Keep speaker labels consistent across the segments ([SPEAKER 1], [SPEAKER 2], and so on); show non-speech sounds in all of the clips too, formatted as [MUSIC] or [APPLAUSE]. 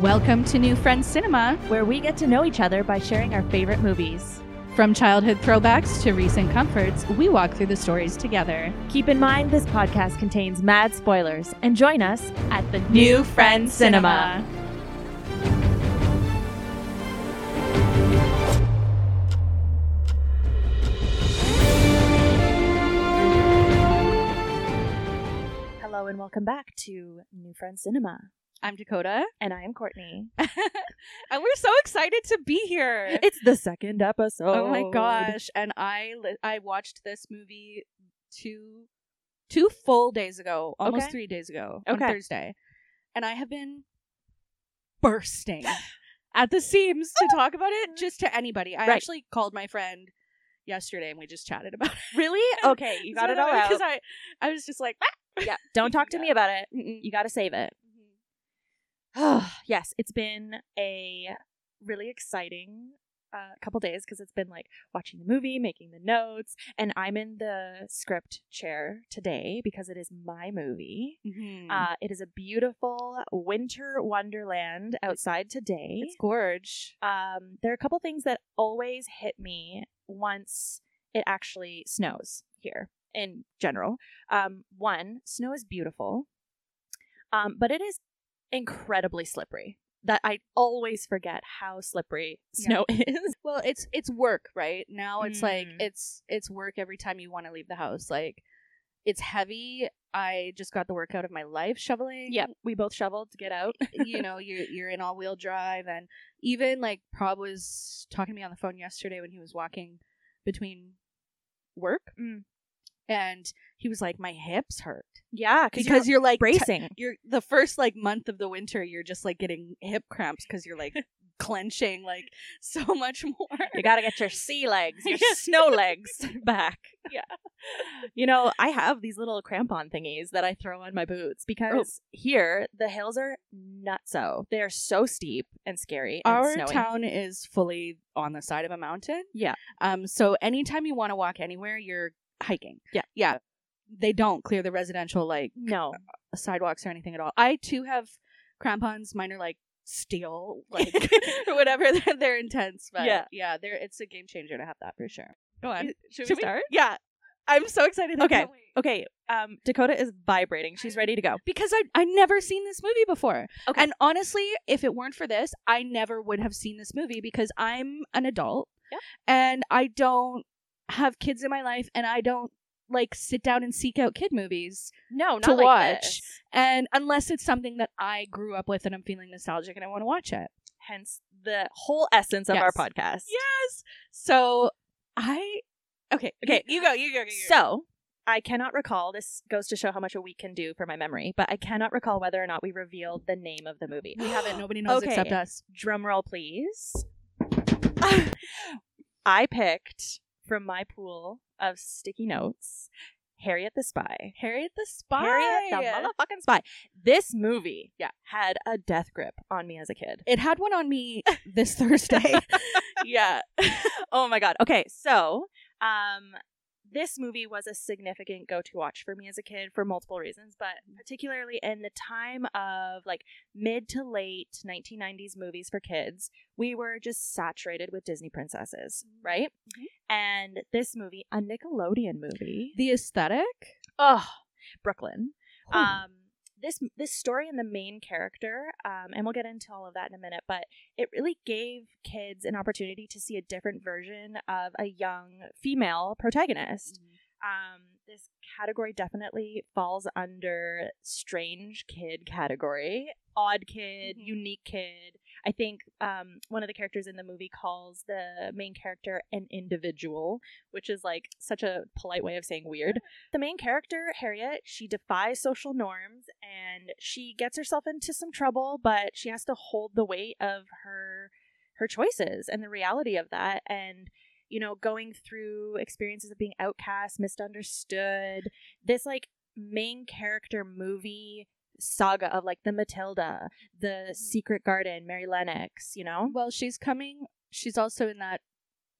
[SPEAKER 1] Welcome to New Friends Cinema,
[SPEAKER 2] where we get to know each other by sharing our favorite movies.
[SPEAKER 1] From childhood throwbacks to recent comforts, we walk through the stories together.
[SPEAKER 2] Keep in mind this podcast contains mad spoilers, and join us at the
[SPEAKER 1] New Friends Cinema.
[SPEAKER 2] Hello, and welcome back to New Friends Cinema.
[SPEAKER 1] I'm Dakota, [LAUGHS]
[SPEAKER 2] And I am Courtney.
[SPEAKER 1] and we're so excited to be here.
[SPEAKER 2] It's the second episode.
[SPEAKER 1] Oh my gosh! And I li- I watched this movie two two full days ago, almost
[SPEAKER 2] Okay.
[SPEAKER 1] three days ago
[SPEAKER 2] Okay.
[SPEAKER 1] on Thursday, and I have been bursting at the seams to talk about
[SPEAKER 2] [LAUGHS]
[SPEAKER 1] it just to anybody. I
[SPEAKER 2] Right.
[SPEAKER 1] actually called my friend yesterday and we just chatted about it. [LAUGHS]
[SPEAKER 2] Really? Okay, you got it all out.
[SPEAKER 1] because I I was just like, "Ah,
[SPEAKER 2] yeah, [LAUGHS] don't talk to
[SPEAKER 1] Yeah.
[SPEAKER 2] me about it.
[SPEAKER 1] mm-mm." Mm-hmm.
[SPEAKER 2] You got to save it. [SIGHS] yes, it's been a really exciting uh, couple days because it's been like watching the movie, making the notes, and I'm in the script chair today because it is my movie.
[SPEAKER 1] Mhm.
[SPEAKER 2] Uh, it is a beautiful winter wonderland outside today.
[SPEAKER 1] it's gorge.
[SPEAKER 2] Um, there are a couple things that always hit me once it actually snows here in general. Um, one, snow is beautiful, um, but it is incredibly slippery. That I always forget how slippery
[SPEAKER 1] Yeah.
[SPEAKER 2] snow [LAUGHS] is.
[SPEAKER 1] Well, it's it's work, right? Now it's like
[SPEAKER 2] Mm.
[SPEAKER 1] it's it's work every time you want to leave the house. Like it's heavy. I just got the work out of my life shoveling. eh,
[SPEAKER 2] Yep, we both shoveled to get out.
[SPEAKER 1] [LAUGHS] you know, you're you're in all wheel drive and even like Prob was talking to me on the phone yesterday when he was walking between work
[SPEAKER 2] Mm.
[SPEAKER 1] and he was like, My hips hurt.
[SPEAKER 2] Yeah,
[SPEAKER 1] Because you're like te-
[SPEAKER 2] bracing.
[SPEAKER 1] you're the first like month of the winter you're just like getting hip cramps because you're [LAUGHS] like clenching like so much more.
[SPEAKER 2] you gotta [LAUGHS] get your sea legs, your
[SPEAKER 1] Yeah.
[SPEAKER 2] snow [LAUGHS] legs back.
[SPEAKER 1] Yeah.
[SPEAKER 2] You know, I have these little crampon thingies that I throw on my boots because here the hills are nutso. They are so steep and scary and
[SPEAKER 1] Our
[SPEAKER 2] snowy.
[SPEAKER 1] town is fully on the side of a mountain.
[SPEAKER 2] Yeah.
[SPEAKER 1] Um. So anytime you want to walk anywhere, you're hiking.
[SPEAKER 2] Yeah.
[SPEAKER 1] Yeah. They don't clear the residential like
[SPEAKER 2] [LAUGHS] no.
[SPEAKER 1] sidewalks or anything at all. I too have crampons. Mine are like steel,
[SPEAKER 2] [LAUGHS]
[SPEAKER 1] like [LAUGHS] or whatever. They're, they're intense, but yeah,
[SPEAKER 2] Yeah.
[SPEAKER 1] yeah. They're it's a game changer to have that for sure. Go on.
[SPEAKER 2] Should, we start?
[SPEAKER 1] Yeah. I'm so excited. I
[SPEAKER 2] Okay.
[SPEAKER 1] can't wait.
[SPEAKER 2] Okay. Um, Dakota is vibrating. She's ready to go.
[SPEAKER 1] Because I I never seen this movie before.
[SPEAKER 2] Okay.
[SPEAKER 1] And honestly, if it weren't for this, I never would have seen this movie because I'm an adult
[SPEAKER 2] Yeah.
[SPEAKER 1] and I don't have kids in my life and I don't like sit down and seek out kid movies.
[SPEAKER 2] No, not
[SPEAKER 1] To
[SPEAKER 2] like
[SPEAKER 1] watch.
[SPEAKER 2] this.
[SPEAKER 1] And unless it's something that I grew up with and I'm feeling nostalgic and I want to watch it.
[SPEAKER 2] Hence the whole essence of our
[SPEAKER 1] Yes.
[SPEAKER 2] podcast.
[SPEAKER 1] Yes. So I okay,
[SPEAKER 2] Okay.
[SPEAKER 1] You go, you go, you go.
[SPEAKER 2] So I cannot recall. This goes to show how much a week can do for my memory, but I cannot recall whether or not we revealed the name of the movie.
[SPEAKER 1] we haven't nobody knows
[SPEAKER 2] Okay.
[SPEAKER 1] except us.
[SPEAKER 2] Drum roll, please. I picked from my pool of sticky notes Harriet the Spy.
[SPEAKER 1] Harriet the Spy.
[SPEAKER 2] Harriet the motherfucking Spy. This movie
[SPEAKER 1] Yeah.
[SPEAKER 2] had a death grip on me as a kid.
[SPEAKER 1] it had one on me [LAUGHS] this Thursday.
[SPEAKER 2] yeah. [LAUGHS] oh my god. Okay, so um this movie was a significant go-to watch for me as a kid for multiple reasons, but particularly in the time of like mid to late 1990s movies for kids, we were just saturated with Disney princesses, right?
[SPEAKER 1] Mhm.
[SPEAKER 2] And this movie, a Nickelodeon movie,
[SPEAKER 1] the aesthetic.
[SPEAKER 2] oh, Brooklyn.
[SPEAKER 1] Um,
[SPEAKER 2] Um, this this story and the main character, um, and we'll get into all of that in a minute, but it really gave kids an opportunity to see a different version of a young female protagonist. Um, this category definitely falls under strange kid category, odd kid,
[SPEAKER 1] Mhm.
[SPEAKER 2] unique kid. I think um, one of the characters in the movie calls the main character an individual, which is like such a polite way of saying weird. The main character, Harriet, she defies social norms and she gets herself into some trouble, but she has to hold the weight of her her choices and the reality of that and you know going through experiences of being outcast, misunderstood. This like main character movie saga of like the Matilda, the Secret Garden, Mary Lennox, you know?
[SPEAKER 1] well, she's coming. She's also in that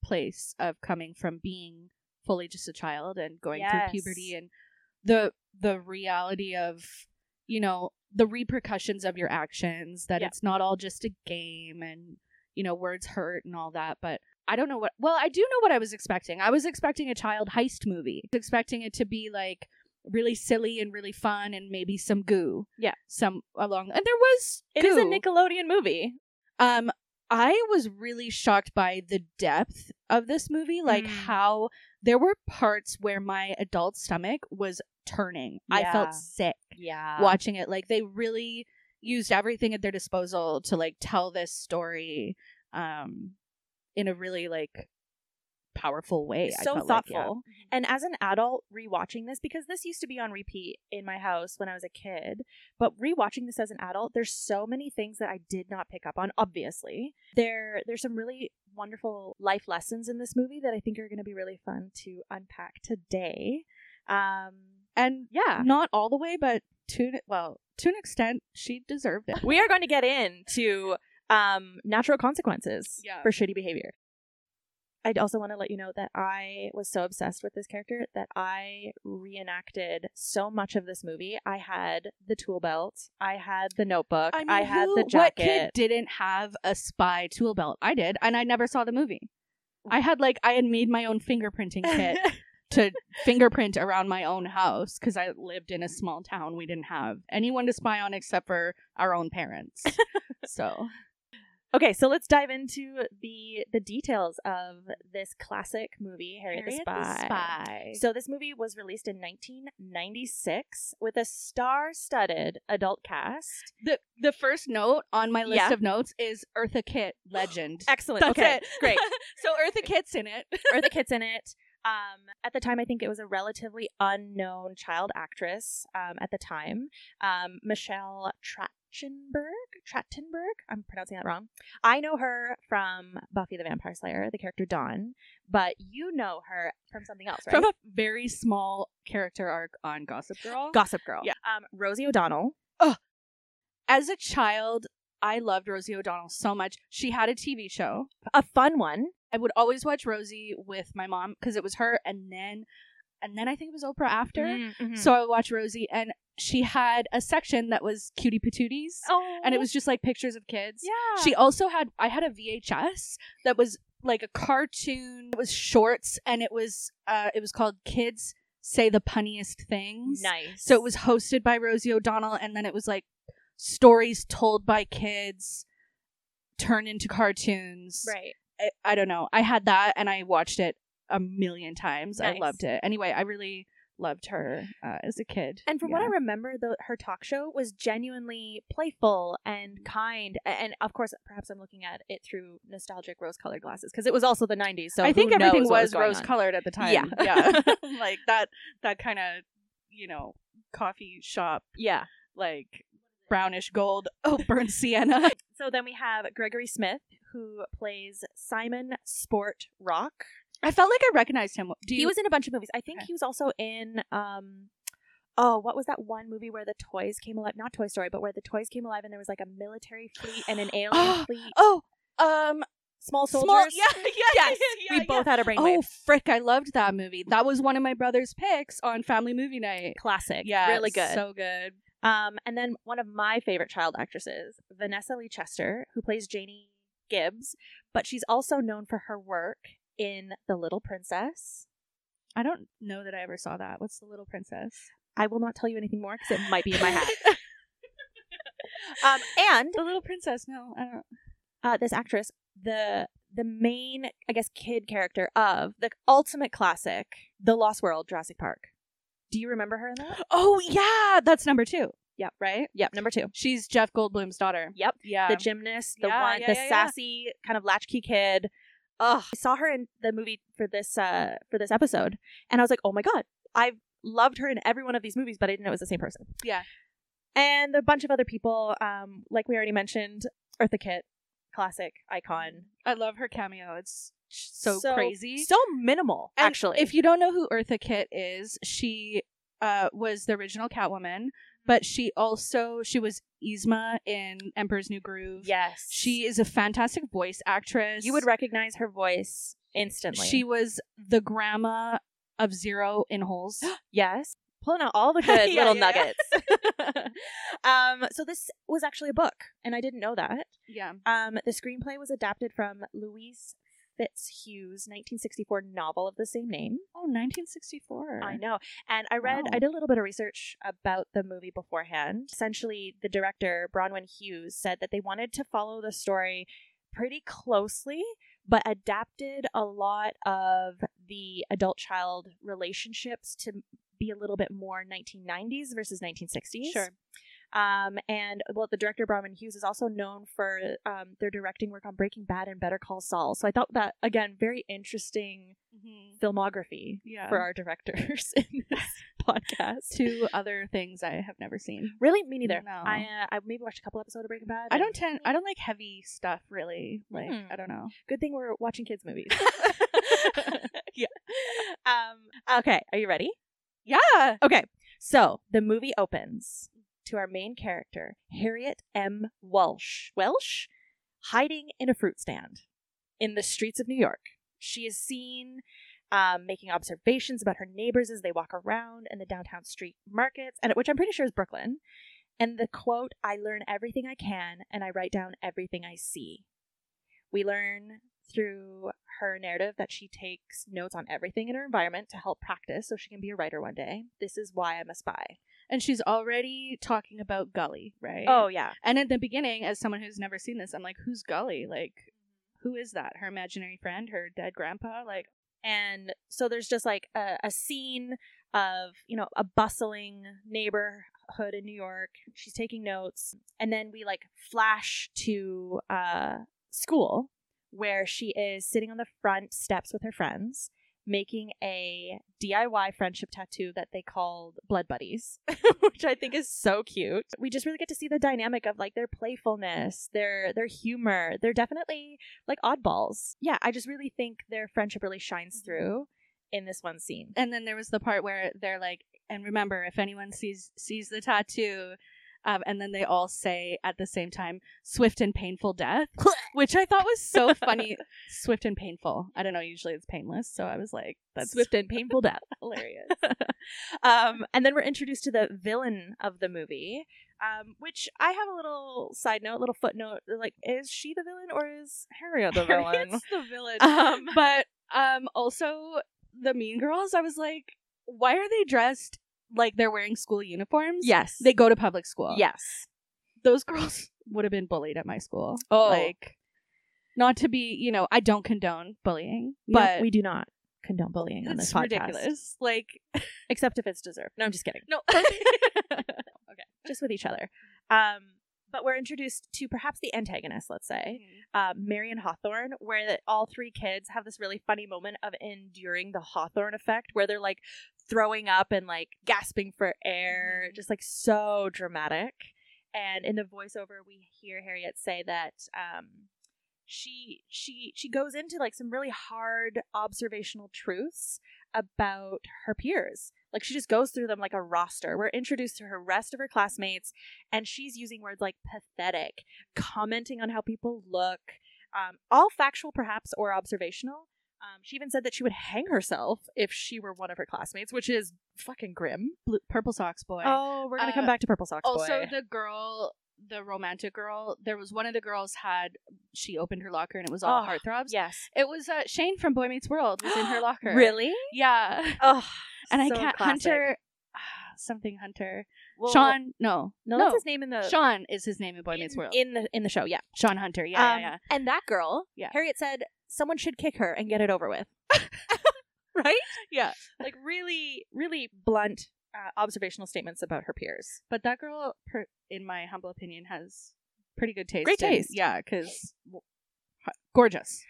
[SPEAKER 1] place of coming from being fully just a child and going
[SPEAKER 2] Yes.
[SPEAKER 1] through puberty and the the reality of you know the repercussions of your actions that
[SPEAKER 2] Yeah.
[SPEAKER 1] it's not all just a game and you know words hurt and all that but i don't know what well i do know what i was expecting i was expecting a child heist movie expecting it to be like really silly and really fun and maybe some goo
[SPEAKER 2] Yeah.
[SPEAKER 1] some along and there was
[SPEAKER 2] It is
[SPEAKER 1] goo.
[SPEAKER 2] a Nickelodeon movie.
[SPEAKER 1] Um, I was really shocked by the depth of this movie, like
[SPEAKER 2] Mm.
[SPEAKER 1] how there were parts where my adult stomach was turning. I
[SPEAKER 2] Yeah.
[SPEAKER 1] felt sick
[SPEAKER 2] Yeah.
[SPEAKER 1] watching it. Like they really used everything at their disposal to like tell this story um in a really like powerful way. I
[SPEAKER 2] so
[SPEAKER 1] felt like,
[SPEAKER 2] thoughtful.
[SPEAKER 1] yeah. Mm-hmm.
[SPEAKER 2] And as an adult, rewatching this because this used to be on repeat in my house when I was a kid, but rewatching this as an adult, there's so many things that I did not pick up on. Obviously, there there's some really wonderful life lessons in this movie that I think are going to be really fun to unpack today. Um,
[SPEAKER 1] And
[SPEAKER 2] yeah.
[SPEAKER 1] not all the way, but to an- well, to an extent, she deserved it.
[SPEAKER 2] we are going to get into um, natural consequences
[SPEAKER 1] Yeah.
[SPEAKER 2] for shitty behavior. I also want to let you know that I was so obsessed with this character that I reenacted so much of this movie. I had the tool belt, I had the notebook, I, had
[SPEAKER 1] who-
[SPEAKER 2] the
[SPEAKER 1] What kid
[SPEAKER 2] jacket.
[SPEAKER 1] didn't have a spy tool belt? I did, and I never saw the movie. I had like I had made my own fingerprinting
[SPEAKER 2] [LAUGHS]
[SPEAKER 1] kit to fingerprint around my own house because I lived in a small town. We didn't have anyone to spy on except for our own
[SPEAKER 2] [LAUGHS]
[SPEAKER 1] parents. so
[SPEAKER 2] okay, so let's dive into the the details of this classic movie, Harriet, the Spy. So this movie was released in 1996 with a star-studded adult cast.
[SPEAKER 1] the the first note on my list
[SPEAKER 2] Yeah.
[SPEAKER 1] of notes is Eartha Kitt
[SPEAKER 2] [LAUGHS]
[SPEAKER 1] legend.
[SPEAKER 2] Excellent.
[SPEAKER 1] That's
[SPEAKER 2] okay,
[SPEAKER 1] it.
[SPEAKER 2] [LAUGHS] great.
[SPEAKER 1] so Eartha Kitt's in it.
[SPEAKER 2] Eartha Kitt's in it. Um, at the time, I think it was a relatively unknown child actress. Um, at the time, um, Michelle Trachtenberg. Trachtenberg. I'm pronouncing that wrong. I know her from Buffy the Vampire Slayer, the character Dawn, but you know her from something else, right?
[SPEAKER 1] From a very small character arc on Gossip Girl.
[SPEAKER 2] Gossip Girl.
[SPEAKER 1] Yeah.
[SPEAKER 2] Um, Rosie O'Donnell.
[SPEAKER 1] as a child, I loved Rosie O'Donnell so much. She had a TV show.
[SPEAKER 2] A fun one.
[SPEAKER 1] I would always watch Rosie with my mom because it was her, and then, and then I think it was Oprah after.
[SPEAKER 2] So,
[SPEAKER 1] So I would watch Rosie, and she had a section that was cutie patooties,
[SPEAKER 2] oh,
[SPEAKER 1] and it was just like pictures of kids.
[SPEAKER 2] yeah.
[SPEAKER 1] She also had I had a VHS that was like a cartoon. It was shorts, and it was uh, it was called Kids Say the Punniest Things.
[SPEAKER 2] nice.
[SPEAKER 1] So it was hosted by Rosie O'Donnell, and then it was like stories told by kids turned into cartoons.
[SPEAKER 2] right.
[SPEAKER 1] I, I don't know. I had that, and I watched it a million times. I
[SPEAKER 2] Nice.
[SPEAKER 1] loved it. Anyway, I really loved her uh, as a kid.
[SPEAKER 2] And from what I
[SPEAKER 1] Yeah.
[SPEAKER 2] remember, the, her talk show was genuinely playful and
[SPEAKER 1] Mm.
[SPEAKER 2] kind. A- And of course, perhaps I'm looking at it through nostalgic rose-colored glasses because it was also the '90s. So
[SPEAKER 1] I think
[SPEAKER 2] who knows
[SPEAKER 1] everything
[SPEAKER 2] what
[SPEAKER 1] was,
[SPEAKER 2] going on.
[SPEAKER 1] rose-colored at the time.
[SPEAKER 2] Yeah. [LAUGHS]
[SPEAKER 1] yeah. [LAUGHS] like that. That kind of you know coffee shop
[SPEAKER 2] Yeah.
[SPEAKER 1] like brownish gold [LAUGHS] oh burnt
[SPEAKER 2] [LAUGHS]
[SPEAKER 1] sienna
[SPEAKER 2] So then we have Gregory Smith, who plays Simon Sport Rock.
[SPEAKER 1] i felt like i recognized him do you
[SPEAKER 2] He was in a bunch of movies. I think
[SPEAKER 1] Okay.
[SPEAKER 2] he was also in. um Oh, what was that one movie where the toys came alive? Not Toy Story, but where the toys came alive and there was like a military fleet
[SPEAKER 1] [GASPS]
[SPEAKER 2] and an alien
[SPEAKER 1] Oh,
[SPEAKER 2] fleet.
[SPEAKER 1] oh um
[SPEAKER 2] Small soldiers.
[SPEAKER 1] yeah, [LAUGHS] yeah,
[SPEAKER 2] [LAUGHS] Yes, we both had a brainwave.
[SPEAKER 1] Oh frick! I loved that movie. That was one of my brother's picks on family movie night.
[SPEAKER 2] Classic.
[SPEAKER 1] Yeah,
[SPEAKER 2] Really good.
[SPEAKER 1] so good.
[SPEAKER 2] Um, and then one of my favorite child actresses, Vanessa Lee Chester, who plays Janie Gibbs, but she's also known for her work in The Little Princess.
[SPEAKER 1] I don't know that I ever saw that. What's the Little Princess?
[SPEAKER 2] I will not tell you anything more because it might be in my head. Um, and
[SPEAKER 1] [LAUGHS] the Little Princess. No, I don't.
[SPEAKER 2] uh, this actress, the the main, I guess, kid character of the ultimate classic, The Lost World, Jurassic Park. Do you remember her in that?
[SPEAKER 1] [GASPS] Oh yeah, that's number two.
[SPEAKER 2] Yep.
[SPEAKER 1] right.
[SPEAKER 2] Yep, number two.
[SPEAKER 1] She's Jeff Goldblum's daughter.
[SPEAKER 2] Yep.
[SPEAKER 1] Yeah,
[SPEAKER 2] the gymnast, the
[SPEAKER 1] Yeah,
[SPEAKER 2] one,
[SPEAKER 1] yeah,
[SPEAKER 2] the
[SPEAKER 1] yeah, yeah.
[SPEAKER 2] sassy kind of latchkey kid. Ugh, I saw her in the movie for this uh for this episode, and I was like, oh my god, I've loved her in every one of these movies, but I didn't know it was the same person.
[SPEAKER 1] Yeah.
[SPEAKER 2] and a bunch of other people, um, like we already mentioned, Eartha Kitt, classic icon,
[SPEAKER 1] I love her cameo. It's sh- so, crazy.
[SPEAKER 2] so minimal
[SPEAKER 1] And
[SPEAKER 2] actually.
[SPEAKER 1] if you don't know who Eartha Kitt is, she uh, was the original Catwoman, but she also she was Yzma in Emperor's New Groove.
[SPEAKER 2] yes,
[SPEAKER 1] She is a fantastic voice actress.
[SPEAKER 2] you would recognize her voice instantly.
[SPEAKER 1] [GASPS] She was the grandma of Zero in Holes,
[SPEAKER 2] yes, pulling out all the good
[SPEAKER 1] [LAUGHS] Yeah,
[SPEAKER 2] little
[SPEAKER 1] yeah, yeah.
[SPEAKER 2] nuggets. [LAUGHS] um, so this was actually a book, and I didn't know that.
[SPEAKER 1] Yeah.
[SPEAKER 2] Um, the screenplay was adapted from Louise Fitzhugh's 1964 novel of the same name.
[SPEAKER 1] Oh, 1964.
[SPEAKER 2] I know. And I read,
[SPEAKER 1] Wow.
[SPEAKER 2] I did a little bit of research about the movie beforehand. Essentially, the director, Bronwyn Hughes, said that they wanted to follow the story pretty closely, but adapted a lot of the adult child relationships to be a little bit more 1990s versus 1960s.
[SPEAKER 1] Sure.
[SPEAKER 2] Um, and well, the director Bronwyn Hughes is also known for um, their directing work on Breaking Bad and Better Call Saul. So I thought that again, very interesting
[SPEAKER 1] Mhm.
[SPEAKER 2] filmography
[SPEAKER 1] Yeah.
[SPEAKER 2] for our directors [LAUGHS] in this podcast.
[SPEAKER 1] Two other things I have never seen.
[SPEAKER 2] Really, me neither.
[SPEAKER 1] No.
[SPEAKER 2] I uh, I maybe watched a couple episodes of Breaking Bad.
[SPEAKER 1] I
[SPEAKER 2] and-
[SPEAKER 1] don't tend. I don't like heavy stuff. Really, like
[SPEAKER 2] Mm.
[SPEAKER 1] I don't know.
[SPEAKER 2] Good thing we're watching kids movies. [LAUGHS] yeah. Um. Okay. Are you ready?
[SPEAKER 1] Yeah.
[SPEAKER 2] [LAUGHS] Okay. So the movie opens to our main character, Harriet M. Welsh. Welsh, hiding in a fruit stand in the streets of New York. She is seen um, making observations about her neighbors as they walk around in the downtown street markets, and which I'm pretty sure is Brooklyn. And the quote, "I learn everything I can, and I write down everything I see." We learn through her narrative that she takes notes on everything in her environment to help practice so she can be a writer one day. This is why I'm a spy.
[SPEAKER 1] And she's already talking about Gully, right?
[SPEAKER 2] Oh yeah.
[SPEAKER 1] And at the beginning, as someone who's never seen this, I'm like, who's Gully? Like, who is that? Her imaginary friend? Her dead grandpa? Like,
[SPEAKER 2] And so there's just like a, a scene of, you know, a bustling neighborhood in New York. She's taking notes. And then we like flash to uh, school where she is sitting on the front steps with her friends, making a DIY friendship tattoo that they called Blood Buddies, [LAUGHS] which I think is so cute. We just really get to see the dynamic of like their playfulness, their their humor. They're definitely like oddballs. Yeah, I just really think their friendship really shines through in this one scene.
[SPEAKER 1] and then there was the part where they're like, and remember, if anyone sees sees the tattoo, um, and then they all say at the same time, "Swift and painful
[SPEAKER 2] [LAUGHS]
[SPEAKER 1] death," which I thought was so funny. Swift and painful. I don't know. Usually it's painless, so I was like, "That's
[SPEAKER 2] Swift and painful [LAUGHS] death.
[SPEAKER 1] hilarious."
[SPEAKER 2] um, and then we're introduced to the villain of the movie, um, which I have a little side note, little footnote. Like, is she the villain or is Harriet the villain?
[SPEAKER 1] Harriet's [LAUGHS] the villain.
[SPEAKER 2] [LAUGHS] Um,
[SPEAKER 1] Uh, but um, also the Mean Girls. I was like, why are they dressed like they're wearing school uniforms?
[SPEAKER 2] yes,
[SPEAKER 1] they go to public school.
[SPEAKER 2] yes.
[SPEAKER 1] those girls [LAUGHS] would have been bullied at my school.
[SPEAKER 2] Oh.
[SPEAKER 1] like not to be, you know, I don't condone bullying,
[SPEAKER 2] but
[SPEAKER 1] but
[SPEAKER 2] we do not condone bullying on
[SPEAKER 1] it's
[SPEAKER 2] this podcast,
[SPEAKER 1] ridiculous. Like,
[SPEAKER 2] except if it's deserved. No, I'm just kidding.
[SPEAKER 1] [LAUGHS] no,
[SPEAKER 2] just with each other. Um, but we're introduced to perhaps the antagonist,
[SPEAKER 1] [LAUGHS]
[SPEAKER 2] let's say, uh, Marion Hawthorne, where the, all three kids have this really funny moment of enduring the Hawthorne effect, where they're like throwing up and like gasping for air,
[SPEAKER 1] Mhm.
[SPEAKER 2] just like so dramatic. And in the voiceover, we hear Harriet say that um, she she she goes into like some really hard observational truths about her peers. Like she just goes through them like a roster. We're introduced to her rest of her classmates, and she's using words like pathetic, commenting on how people look, um, all factual perhaps or observational. Um, she even said that she would hang herself if she were one of her classmates, which is fucking grim.
[SPEAKER 1] Blue, purple socks boy.
[SPEAKER 2] Oh, we're gonna come
[SPEAKER 1] Uh,
[SPEAKER 2] back to Purple Socks
[SPEAKER 1] also,
[SPEAKER 2] Boy.
[SPEAKER 1] the girl, the romantic girl, there was one of the girls had she opened her locker and it was all
[SPEAKER 2] Oh,
[SPEAKER 1] heartthrobs.
[SPEAKER 2] yes,
[SPEAKER 1] It was uh, Shane from Boy Meets World [GASPS] was [GASPS] in her locker.
[SPEAKER 2] Really?
[SPEAKER 1] Yeah.
[SPEAKER 2] Oh,
[SPEAKER 1] And I
[SPEAKER 2] so
[SPEAKER 1] can't
[SPEAKER 2] classic.
[SPEAKER 1] Hunter. ah, Something Hunter.
[SPEAKER 2] Well,
[SPEAKER 1] Sean. No. uh,
[SPEAKER 2] No, that's his name in the
[SPEAKER 1] Sean is his name in Boy Meets
[SPEAKER 2] in,
[SPEAKER 1] World.
[SPEAKER 2] in the in the show. Yeah,
[SPEAKER 1] Sean Hunter. Yeah,
[SPEAKER 2] Um,
[SPEAKER 1] yeah, yeah.
[SPEAKER 2] And that girl,
[SPEAKER 1] Yeah.
[SPEAKER 2] Harriet said, someone should kick her and get it over with. [LAUGHS] right?
[SPEAKER 1] Yeah.
[SPEAKER 2] Like really, really blunt uh, observational statements about her peers.
[SPEAKER 1] But that girl, per, in my humble opinion, has pretty good taste.
[SPEAKER 2] Great
[SPEAKER 1] in-
[SPEAKER 2] taste.
[SPEAKER 1] yeah, because gorgeous.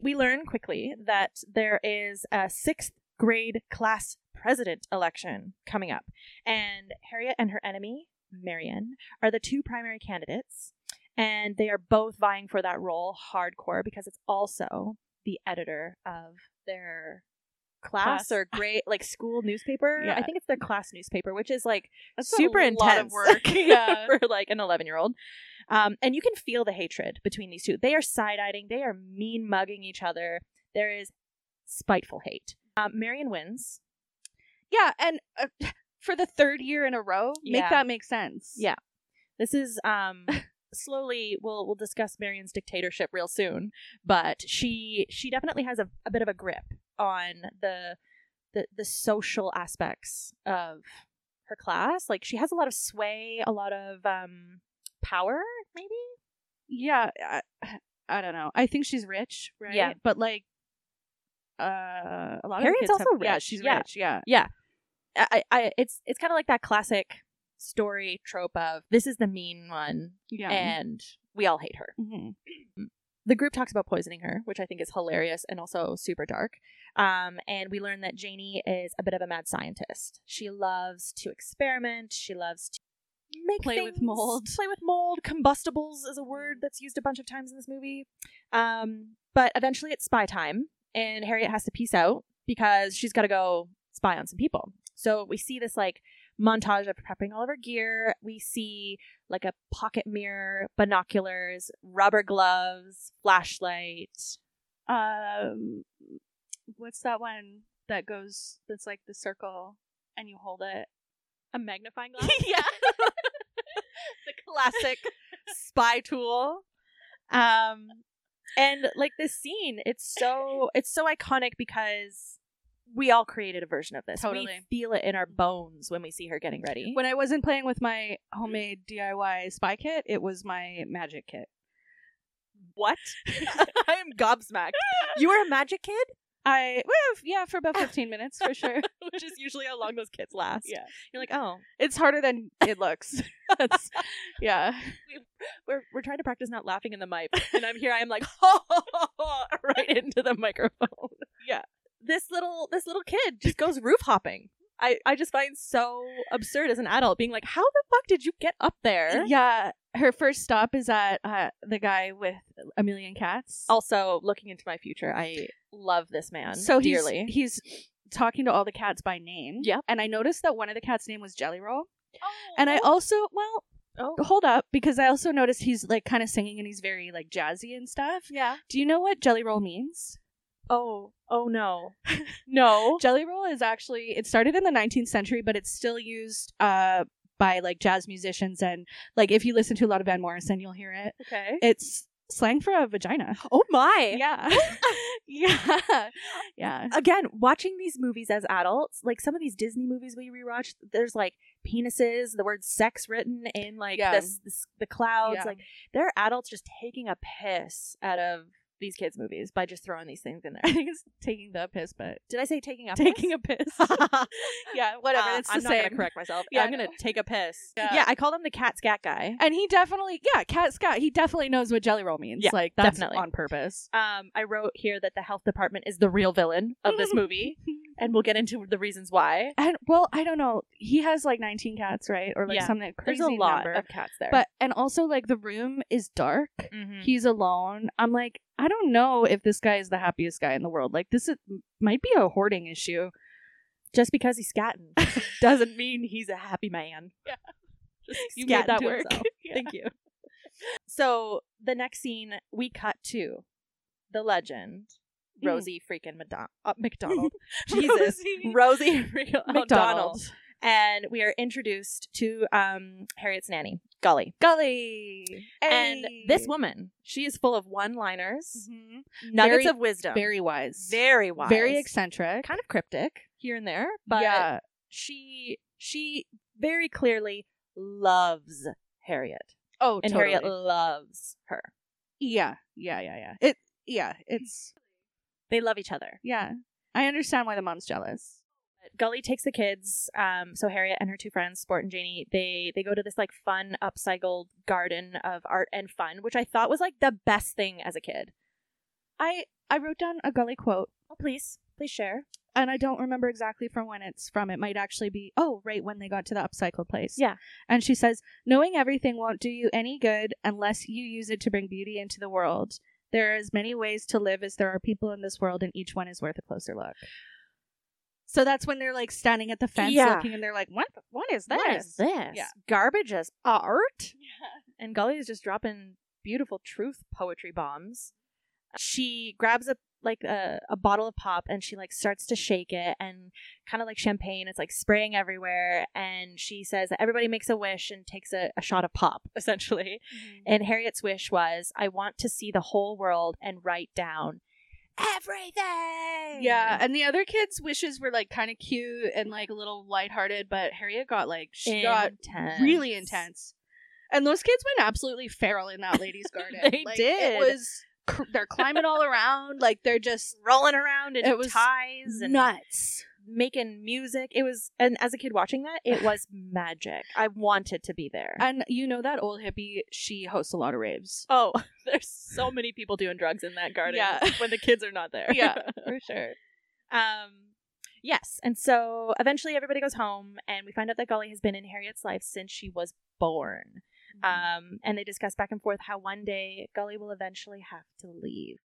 [SPEAKER 2] We learn quickly that there is a sixth grade class president election coming up, and Harriet and her enemy, Marion, are the two primary candidates, and they are both vying for that role hardcore because it's also the editor of their class,
[SPEAKER 1] Class.
[SPEAKER 2] or grade like school newspaper
[SPEAKER 1] Yeah.
[SPEAKER 2] i think it's their class newspaper which is like
[SPEAKER 1] That's
[SPEAKER 2] super
[SPEAKER 1] a
[SPEAKER 2] intense
[SPEAKER 1] Lot of [LAUGHS] work.
[SPEAKER 2] [LAUGHS]
[SPEAKER 1] Yeah.
[SPEAKER 2] for like an 11 year old um, and you can feel the hatred between these two they are side-eyeing they are mean mugging each other there is spiteful hate um, marion wins
[SPEAKER 1] yeah, and uh, [LAUGHS] for the third year in a row,
[SPEAKER 2] Yeah.
[SPEAKER 1] make that make sense.
[SPEAKER 2] Yeah. This is um
[SPEAKER 1] [LAUGHS]
[SPEAKER 2] slowly we'll we'll discuss Marion's dictatorship real soon, but she she definitely has a, a bit of a grip on the the the social aspects of her class. Like she has a lot of sway, a lot of um power, maybe?
[SPEAKER 1] yeah. I, [SIGHS] I don't know. I think she's rich, right?
[SPEAKER 2] Yeah.
[SPEAKER 1] but like, uh, a lot of
[SPEAKER 2] Harriet's
[SPEAKER 1] kids
[SPEAKER 2] also
[SPEAKER 1] have- Yeah,
[SPEAKER 2] rich.
[SPEAKER 1] she's
[SPEAKER 2] Yeah.
[SPEAKER 1] rich. Yeah,
[SPEAKER 2] I, I I- it's it's kind of like that classic story trope of this is the mean one
[SPEAKER 1] yeah.
[SPEAKER 2] and we all hate her.
[SPEAKER 1] Mhm.
[SPEAKER 2] the group talks about poisoning her, which I think is hilarious and also super dark. Um, and we learn that Janie is a bit of a mad scientist. She loves to experiment. She loves to make
[SPEAKER 1] Play with
[SPEAKER 2] things-
[SPEAKER 1] mold. Mm.
[SPEAKER 2] Play with mold. Combustibles is a word that's used a bunch of times in this movie. Um, but eventually, it's spy time, and Harriet has to peace out because she's got to go spy on some people. So we see this like montage of prepping all of her gear. We see like a pocket mirror, binoculars, rubber gloves, flashlight.
[SPEAKER 1] Um, what's that one that goes? That's like the circle, and you hold it.
[SPEAKER 2] A [LAUGHS] magnifying
[SPEAKER 1] yeah.
[SPEAKER 2] the classic spy tool. Um and like this scene, it's so it's so iconic because we all created a version of this.
[SPEAKER 1] Totally.
[SPEAKER 2] We feel it in our bones when we see her getting ready.
[SPEAKER 1] When I wasn't playing with my homemade DIY spy kit, it was my magic kit.
[SPEAKER 2] what? I am gobsmacked. You were a magic kid?
[SPEAKER 1] I well, yeah, for about fifteen minutes for sure.
[SPEAKER 2] [LAUGHS] Which is usually how long those kids last.
[SPEAKER 1] Yeah,
[SPEAKER 2] You're like, oh,
[SPEAKER 1] it's harder than it
[SPEAKER 2] [LAUGHS]
[SPEAKER 1] looks. [LAUGHS] That's, yeah,
[SPEAKER 2] we're, we're trying to practice not laughing in the mic and i'm here i am like [LAUGHS] ho, ho, ho, ho, right into the microphone [LAUGHS] yeah this little this little kid just goes roof hopping i i just find so absurd as an adult being like how the fuck did you get up there
[SPEAKER 1] yeah. Her first stop is at uh, the guy with a million cats.
[SPEAKER 2] also looking into my future i love this man
[SPEAKER 1] so he's
[SPEAKER 2] dearly
[SPEAKER 1] he's talking to all the cats by name.
[SPEAKER 2] Yep.
[SPEAKER 1] and I noticed that one of the cats' name was Jelly Roll, and I also well
[SPEAKER 2] oh
[SPEAKER 1] hold up because I also noticed he's like kind of singing and he's very like jazzy and stuff.
[SPEAKER 2] yeah
[SPEAKER 1] Do you know what Jelly Roll means?
[SPEAKER 2] oh oh no no
[SPEAKER 1] Jelly roll is actually it started in the 19th century, but it's still used uh, by like jazz musicians and like if you listen to a lot of Van Morrison, you'll hear it.
[SPEAKER 2] okay
[SPEAKER 1] It's slang for a vagina.
[SPEAKER 2] oh my
[SPEAKER 1] Yeah, [LAUGHS] yeah, yeah.
[SPEAKER 2] again, watching these movies as adults, like some of these Disney movies we rewatch, there's like penises, the word sex written in like
[SPEAKER 1] Yeah.
[SPEAKER 2] this, this the clouds.
[SPEAKER 1] Yeah.
[SPEAKER 2] Like they're adults just taking a piss out of these kids' movies by just throwing these things in
[SPEAKER 1] I
[SPEAKER 2] there.
[SPEAKER 1] think it's taking the piss, but
[SPEAKER 2] Did I say [LAUGHS] taking a
[SPEAKER 1] taking
[SPEAKER 2] piss?
[SPEAKER 1] a piss. [LAUGHS]
[SPEAKER 2] yeah,
[SPEAKER 1] whatever,
[SPEAKER 2] [LAUGHS]
[SPEAKER 1] it's the
[SPEAKER 2] I'm not
[SPEAKER 1] same.
[SPEAKER 2] gonna correct myself.
[SPEAKER 1] Yeah,
[SPEAKER 2] I'm
[SPEAKER 1] I
[SPEAKER 2] gonna
[SPEAKER 1] know.
[SPEAKER 2] take a piss.
[SPEAKER 1] Yeah.
[SPEAKER 2] I called him the cat scat guy.
[SPEAKER 1] and he definitely, yeah, Cat Scott. He definitely knows what jelly roll means.
[SPEAKER 2] Yeah,
[SPEAKER 1] like that's
[SPEAKER 2] definitely.
[SPEAKER 1] on purpose.
[SPEAKER 2] Um, I wrote here that the health department is the real villain
[SPEAKER 1] [LAUGHS]
[SPEAKER 2] of this movie, and we'll get into the reasons why.
[SPEAKER 1] And well, I don't know. He has like 19 cats, right? Or like
[SPEAKER 2] Yeah.
[SPEAKER 1] something crazy
[SPEAKER 2] There's a lot
[SPEAKER 1] number.
[SPEAKER 2] of cats there,
[SPEAKER 1] but and also like the room is dark.
[SPEAKER 2] Mhm.
[SPEAKER 1] he's alone. I'm like, I don't know if this guy is the happiest guy in the world. Like, this is, might be a hoarding issue.
[SPEAKER 2] just because he's [LAUGHS] scatting doesn't mean he's a happy man. Yeah.
[SPEAKER 1] You made that work. [LAUGHS]
[SPEAKER 2] Thank you. So the next scene we cut to the legend
[SPEAKER 1] Mm.
[SPEAKER 2] Rosie freaking Madon- uh, [LAUGHS] McDonald. [LAUGHS] Jesus.
[SPEAKER 1] Jesus.
[SPEAKER 2] Rosie freaking
[SPEAKER 1] McDonald.
[SPEAKER 2] McDonald. And we are introduced to um, Harriet's nanny, Gully.
[SPEAKER 1] Gully.
[SPEAKER 2] And this woman, she is full of one-liners,
[SPEAKER 1] Mhm.
[SPEAKER 2] nuggets
[SPEAKER 1] Very-
[SPEAKER 2] of wisdom,
[SPEAKER 1] very wise.
[SPEAKER 2] Mm-hmm. very wise,
[SPEAKER 1] Very eccentric.
[SPEAKER 2] kind of cryptic here and there, but
[SPEAKER 1] yeah.
[SPEAKER 2] she she very clearly loves Harriet,
[SPEAKER 1] Oh,
[SPEAKER 2] and
[SPEAKER 1] totally.
[SPEAKER 2] Harriet loves her.
[SPEAKER 1] Yeah. Yeah. Yeah. Yeah. It, yeah. It's,
[SPEAKER 2] They love each other.
[SPEAKER 1] yeah. I understand why the mom's jealous.
[SPEAKER 2] But Gully takes the kids, um, so Harriet and her two friends, Sport and Janie, they they go to this like fun upcycled garden of art and fun, which I thought was like the best thing as a kid.
[SPEAKER 1] I, I wrote down a Gully quote.
[SPEAKER 2] Oh, please, please share.
[SPEAKER 1] and I don't remember exactly from when it's from. It might actually be, oh, right when they got to the upcycle place.
[SPEAKER 2] Yeah.
[SPEAKER 1] And she says, Knowing everything won't do you any good unless you use it to bring beauty into the world. There are as many ways to live as there are people in this world, and each one is worth a closer look. So that's when they're like standing at the fence
[SPEAKER 2] Yeah.
[SPEAKER 1] looking and they're like, What what is this?
[SPEAKER 2] What is this?
[SPEAKER 1] Yeah.
[SPEAKER 2] Garbage as [LAUGHS] art? And Gully is just dropping beautiful truth poetry bombs. She grabs a like a, a bottle of pop and she like starts to shake it and kind of like champagne it's like spraying everywhere and she says that everybody makes a wish and takes a, a shot of pop [LAUGHS] essentially and harriet's wish was i want to see the whole world and write down everything
[SPEAKER 1] Mm-hmm. Yeah, and the other kids' wishes were like kind of cute and like a little lighthearted, but Harriet got like she got really intense, and those kids went absolutely feral in that lady's garden.
[SPEAKER 2] They
[SPEAKER 1] Like,
[SPEAKER 2] did.
[SPEAKER 1] It was cr- they're climbing all around, like they're just
[SPEAKER 2] rolling around in
[SPEAKER 1] It was
[SPEAKER 2] ties and
[SPEAKER 1] nuts.
[SPEAKER 2] making music. It was, and as a kid watching that, it [LAUGHS] was magic. I wanted to be there.
[SPEAKER 1] And you know that old hippie, she hosts a lot of raves.
[SPEAKER 2] oh, [LAUGHS] there's so many people doing drugs in that garden
[SPEAKER 1] Yeah.
[SPEAKER 2] [LAUGHS] when the kids are not there. [LAUGHS]
[SPEAKER 1] Yeah, for sure.
[SPEAKER 2] Um, yes. And so eventually everybody goes home, and we find out that Golly has been in Harriet's life since she was born. Um, and they discuss back and forth how one day Gully will eventually have to leave.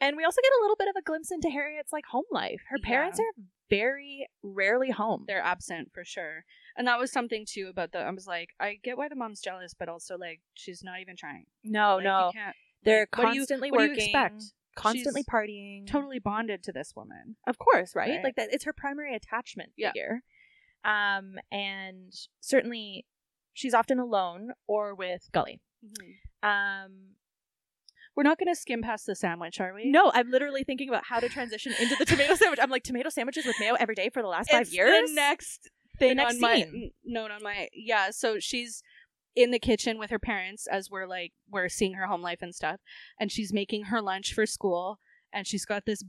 [SPEAKER 2] And we also get a little bit of a glimpse into Harriet's like home life. Her
[SPEAKER 1] Yeah.
[SPEAKER 2] parents are very rarely home.
[SPEAKER 1] they're absent for sure. And that was something too about the. I was like, I get why the mom's jealous, but also like she's not even trying.
[SPEAKER 2] no,
[SPEAKER 1] Like, you
[SPEAKER 2] Oh, no.
[SPEAKER 1] can't-
[SPEAKER 2] They're
[SPEAKER 1] Like, what do you-
[SPEAKER 2] constantly
[SPEAKER 1] what do you
[SPEAKER 2] working,
[SPEAKER 1] expect?
[SPEAKER 2] constantly
[SPEAKER 1] She's
[SPEAKER 2] partying.
[SPEAKER 1] totally bonded to this woman.
[SPEAKER 2] of course, right?
[SPEAKER 1] Right.
[SPEAKER 2] Like that, it's her primary attachment
[SPEAKER 1] Yeah.
[SPEAKER 2] figure. Um, and certainly, she's often alone or with Gully. Um,
[SPEAKER 1] We're not going to skim past the sandwich, are we?
[SPEAKER 2] no, I'm literally thinking about how to transition into the tomato sandwich. I'm like tomato sandwiches with mayo every day for the last five
[SPEAKER 1] It's
[SPEAKER 2] years.
[SPEAKER 1] The next thing
[SPEAKER 2] next
[SPEAKER 1] on my
[SPEAKER 2] scene.
[SPEAKER 1] n- note on my yeah. So she's in the kitchen with her parents as we're like we're seeing her home life and stuff, and she's making her lunch for school, and she's got this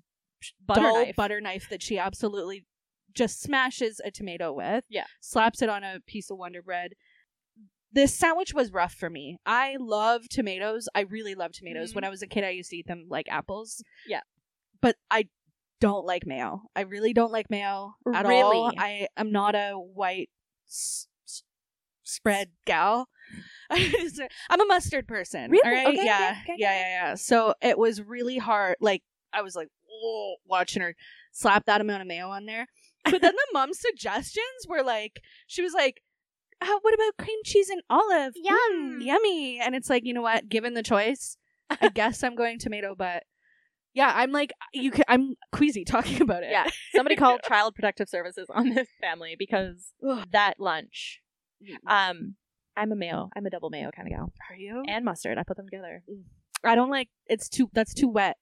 [SPEAKER 2] Butter
[SPEAKER 1] dull
[SPEAKER 2] knife.
[SPEAKER 1] butter knife that she absolutely just smashes a tomato with.
[SPEAKER 2] Yeah.
[SPEAKER 1] slaps it on a piece of Wonder Bread. This sandwich was rough for me. I love tomatoes. I really love tomatoes.
[SPEAKER 2] Mhm.
[SPEAKER 1] When I was a kid, I used to eat them like apples.
[SPEAKER 2] Yeah.
[SPEAKER 1] But I don't like mayo. I really don't like mayo at all.
[SPEAKER 2] Really?
[SPEAKER 1] I am not a white s- s- spread gal. [LAUGHS] I'm a mustard person.
[SPEAKER 2] Really?
[SPEAKER 1] All right.
[SPEAKER 2] Okay, okay,
[SPEAKER 1] yeah.
[SPEAKER 2] okay.
[SPEAKER 1] yeah. Yeah. Yeah. So it was really hard. Like I was like, oh, watching her slap that amount of mayo on there. But then
[SPEAKER 2] [LAUGHS]
[SPEAKER 1] the mom's suggestions were like, she was like, How, what about cream cheese and olive?
[SPEAKER 2] Yum.
[SPEAKER 1] Mm, yummy. And it's like, you know what? Given the choice, I guess I'm going tomato, but yeah, I'm like, you can, I'm queasy talking about it.
[SPEAKER 2] Yeah. [LAUGHS] Somebody called Child Protective Services on this family because
[SPEAKER 1] [LAUGHS] Ugh.
[SPEAKER 2] that lunch.
[SPEAKER 1] Uh,
[SPEAKER 2] Um, I'm a mayo. I'm a double mayo kind of gal.
[SPEAKER 1] are you?
[SPEAKER 2] And mustard. I put them together.
[SPEAKER 1] I don't like, it's too, that's too wet.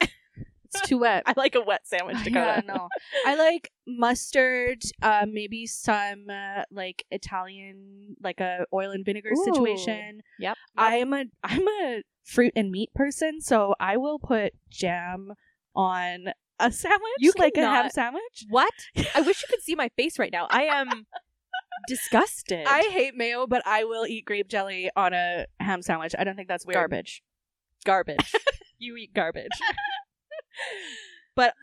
[SPEAKER 1] it's too wet.
[SPEAKER 2] [LAUGHS] I like a wet
[SPEAKER 1] [LAUGHS]
[SPEAKER 2] sandwich, Dakota.
[SPEAKER 1] Yeah, no. I like mustard, uh, maybe some uh, like Italian, like a oil and vinegar
[SPEAKER 2] Ooh.
[SPEAKER 1] situation.
[SPEAKER 2] Yep.
[SPEAKER 1] I am a I'm a fruit and meat person, so I will put jam on a sandwich,
[SPEAKER 2] You
[SPEAKER 1] like a ham
[SPEAKER 2] cannot-
[SPEAKER 1] sandwich.
[SPEAKER 2] What? I wish you could see my face right now. I [LAUGHS] am disgusted.
[SPEAKER 1] I hate mayo, but I will eat grape jelly on a ham sandwich. I don't think that's weird.
[SPEAKER 2] garbage. [LAUGHS] Garbage. you eat garbage. but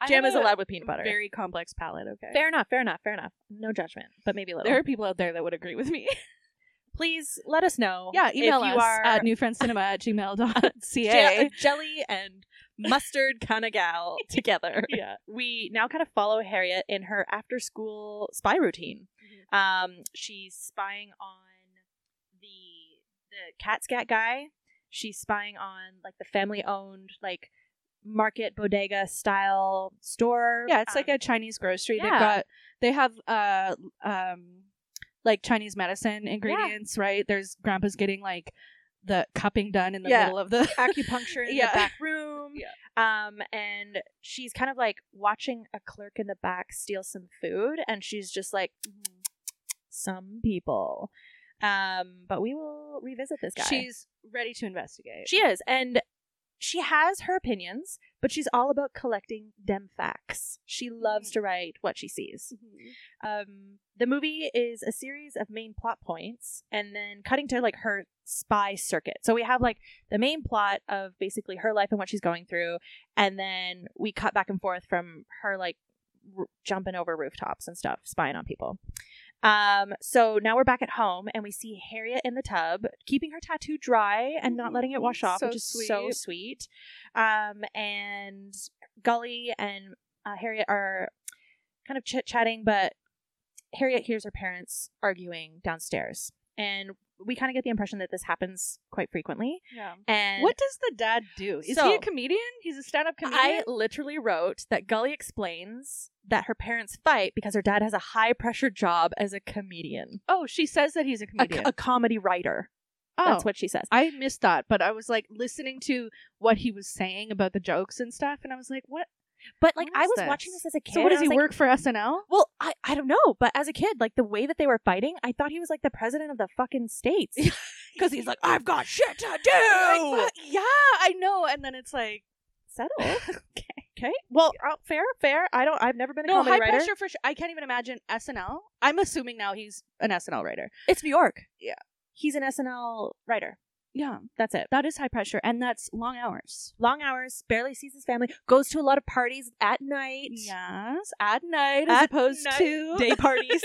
[SPEAKER 1] I
[SPEAKER 2] jam
[SPEAKER 1] have
[SPEAKER 2] is allowed with peanut butter.
[SPEAKER 1] Very complex palate. Okay.
[SPEAKER 2] fair enough, fair enough, fair enough. No judgment, but maybe a little.
[SPEAKER 1] There are people out there that would agree with [LAUGHS] me.
[SPEAKER 2] Please let us know.
[SPEAKER 1] Yeah, email
[SPEAKER 2] if
[SPEAKER 1] us
[SPEAKER 2] you are
[SPEAKER 1] at newfriendcinema at [LAUGHS]
[SPEAKER 2] je-
[SPEAKER 1] gmail.ca.
[SPEAKER 2] uh, jelly and mustard kind of [LAUGHS] gal together.
[SPEAKER 1] yeah.
[SPEAKER 2] we now kind of follow Harriet in her after school spy routine. Um, she's spying on the the cat scat guy. She's spying on like the family owned like market bodega style store.
[SPEAKER 1] Yeah, it's like
[SPEAKER 2] Um,
[SPEAKER 1] a Chinese grocery.
[SPEAKER 2] yeah.
[SPEAKER 1] They've got they have uh um like Chinese medicine ingredients, right? There's grandpa's getting like the cupping done in the
[SPEAKER 2] Yeah.
[SPEAKER 1] middle of the [LAUGHS]
[SPEAKER 2] acupuncture in
[SPEAKER 1] Yeah.
[SPEAKER 2] the back [LAUGHS] room.
[SPEAKER 1] Yeah.
[SPEAKER 2] Um, and she's kind of like watching a clerk in the back steal some food, and she's just like, some people. Um, but we will revisit this guy.
[SPEAKER 1] She's ready to investigate.
[SPEAKER 2] She is, and she has her opinions, but she's all about collecting dem facts. She loves to write what she sees.
[SPEAKER 1] Mm-hmm.
[SPEAKER 2] Um, the movie is a series of main plot points, and then cutting to like her spy circuit. So we have like the main plot of basically her life and what she's going through, and then we cut back and forth from her like r- jumping over rooftops and stuff, spying on people. Um, so now we're back at home and we see Harriet in the tub, keeping her tattoo dry and not letting it wash off,
[SPEAKER 1] So
[SPEAKER 2] which is so
[SPEAKER 1] sweet.
[SPEAKER 2] sweet. Um, and Gully and uh, Harriet are kind of chit chatting, but Harriet hears her parents arguing downstairs. And we kind of get the impression that this happens quite frequently.
[SPEAKER 1] Yeah.
[SPEAKER 2] And
[SPEAKER 1] What does the dad do? Is he
[SPEAKER 2] So-
[SPEAKER 1] a comedian? He's a stand-up
[SPEAKER 2] I
[SPEAKER 1] comedian.
[SPEAKER 2] literally wrote that Gully explains that her parents fight because her dad has a high pressure job as a comedian,
[SPEAKER 1] oh, she says that he's a
[SPEAKER 2] a,
[SPEAKER 1] comedian.
[SPEAKER 2] a comedy writer.
[SPEAKER 1] oh,
[SPEAKER 2] That's what she says.
[SPEAKER 1] I missed that, but I was like listening to what he was saying about the jokes and stuff, and I was like, "What?
[SPEAKER 2] But like,
[SPEAKER 1] What
[SPEAKER 2] I
[SPEAKER 1] is
[SPEAKER 2] was watching
[SPEAKER 1] this?
[SPEAKER 2] this as a kid.
[SPEAKER 1] so what does
[SPEAKER 2] and I
[SPEAKER 1] he
[SPEAKER 2] was like,
[SPEAKER 1] work for SNL?"
[SPEAKER 2] Well, I, I don't know, but as a kid, like the way that they were fighting, I thought he was like the president of the fucking [LAUGHS] states because he's [LAUGHS] like, I've got shit to
[SPEAKER 1] Like,
[SPEAKER 2] do.
[SPEAKER 1] what? yeah, I know. And then it's like,
[SPEAKER 2] Settle.
[SPEAKER 1] okay,
[SPEAKER 2] Okay. Well, uh, fair, fair. I don't. I've never been a
[SPEAKER 1] no
[SPEAKER 2] comedy
[SPEAKER 1] high
[SPEAKER 2] writer.
[SPEAKER 1] pressure for sure. I can't even imagine SNL. I'm assuming now he's an SNL writer.
[SPEAKER 2] It's New York.
[SPEAKER 1] Yeah.
[SPEAKER 2] He's an SNL writer.
[SPEAKER 1] Yeah,
[SPEAKER 2] That's it.
[SPEAKER 1] that is high pressure, and that's long hours.
[SPEAKER 2] Long hours, barely sees his family, goes to a lot of parties at night.
[SPEAKER 1] Yes, at night as
[SPEAKER 2] At
[SPEAKER 1] opposed
[SPEAKER 2] night. [LAUGHS]
[SPEAKER 1] to [LAUGHS]
[SPEAKER 2] Day parties.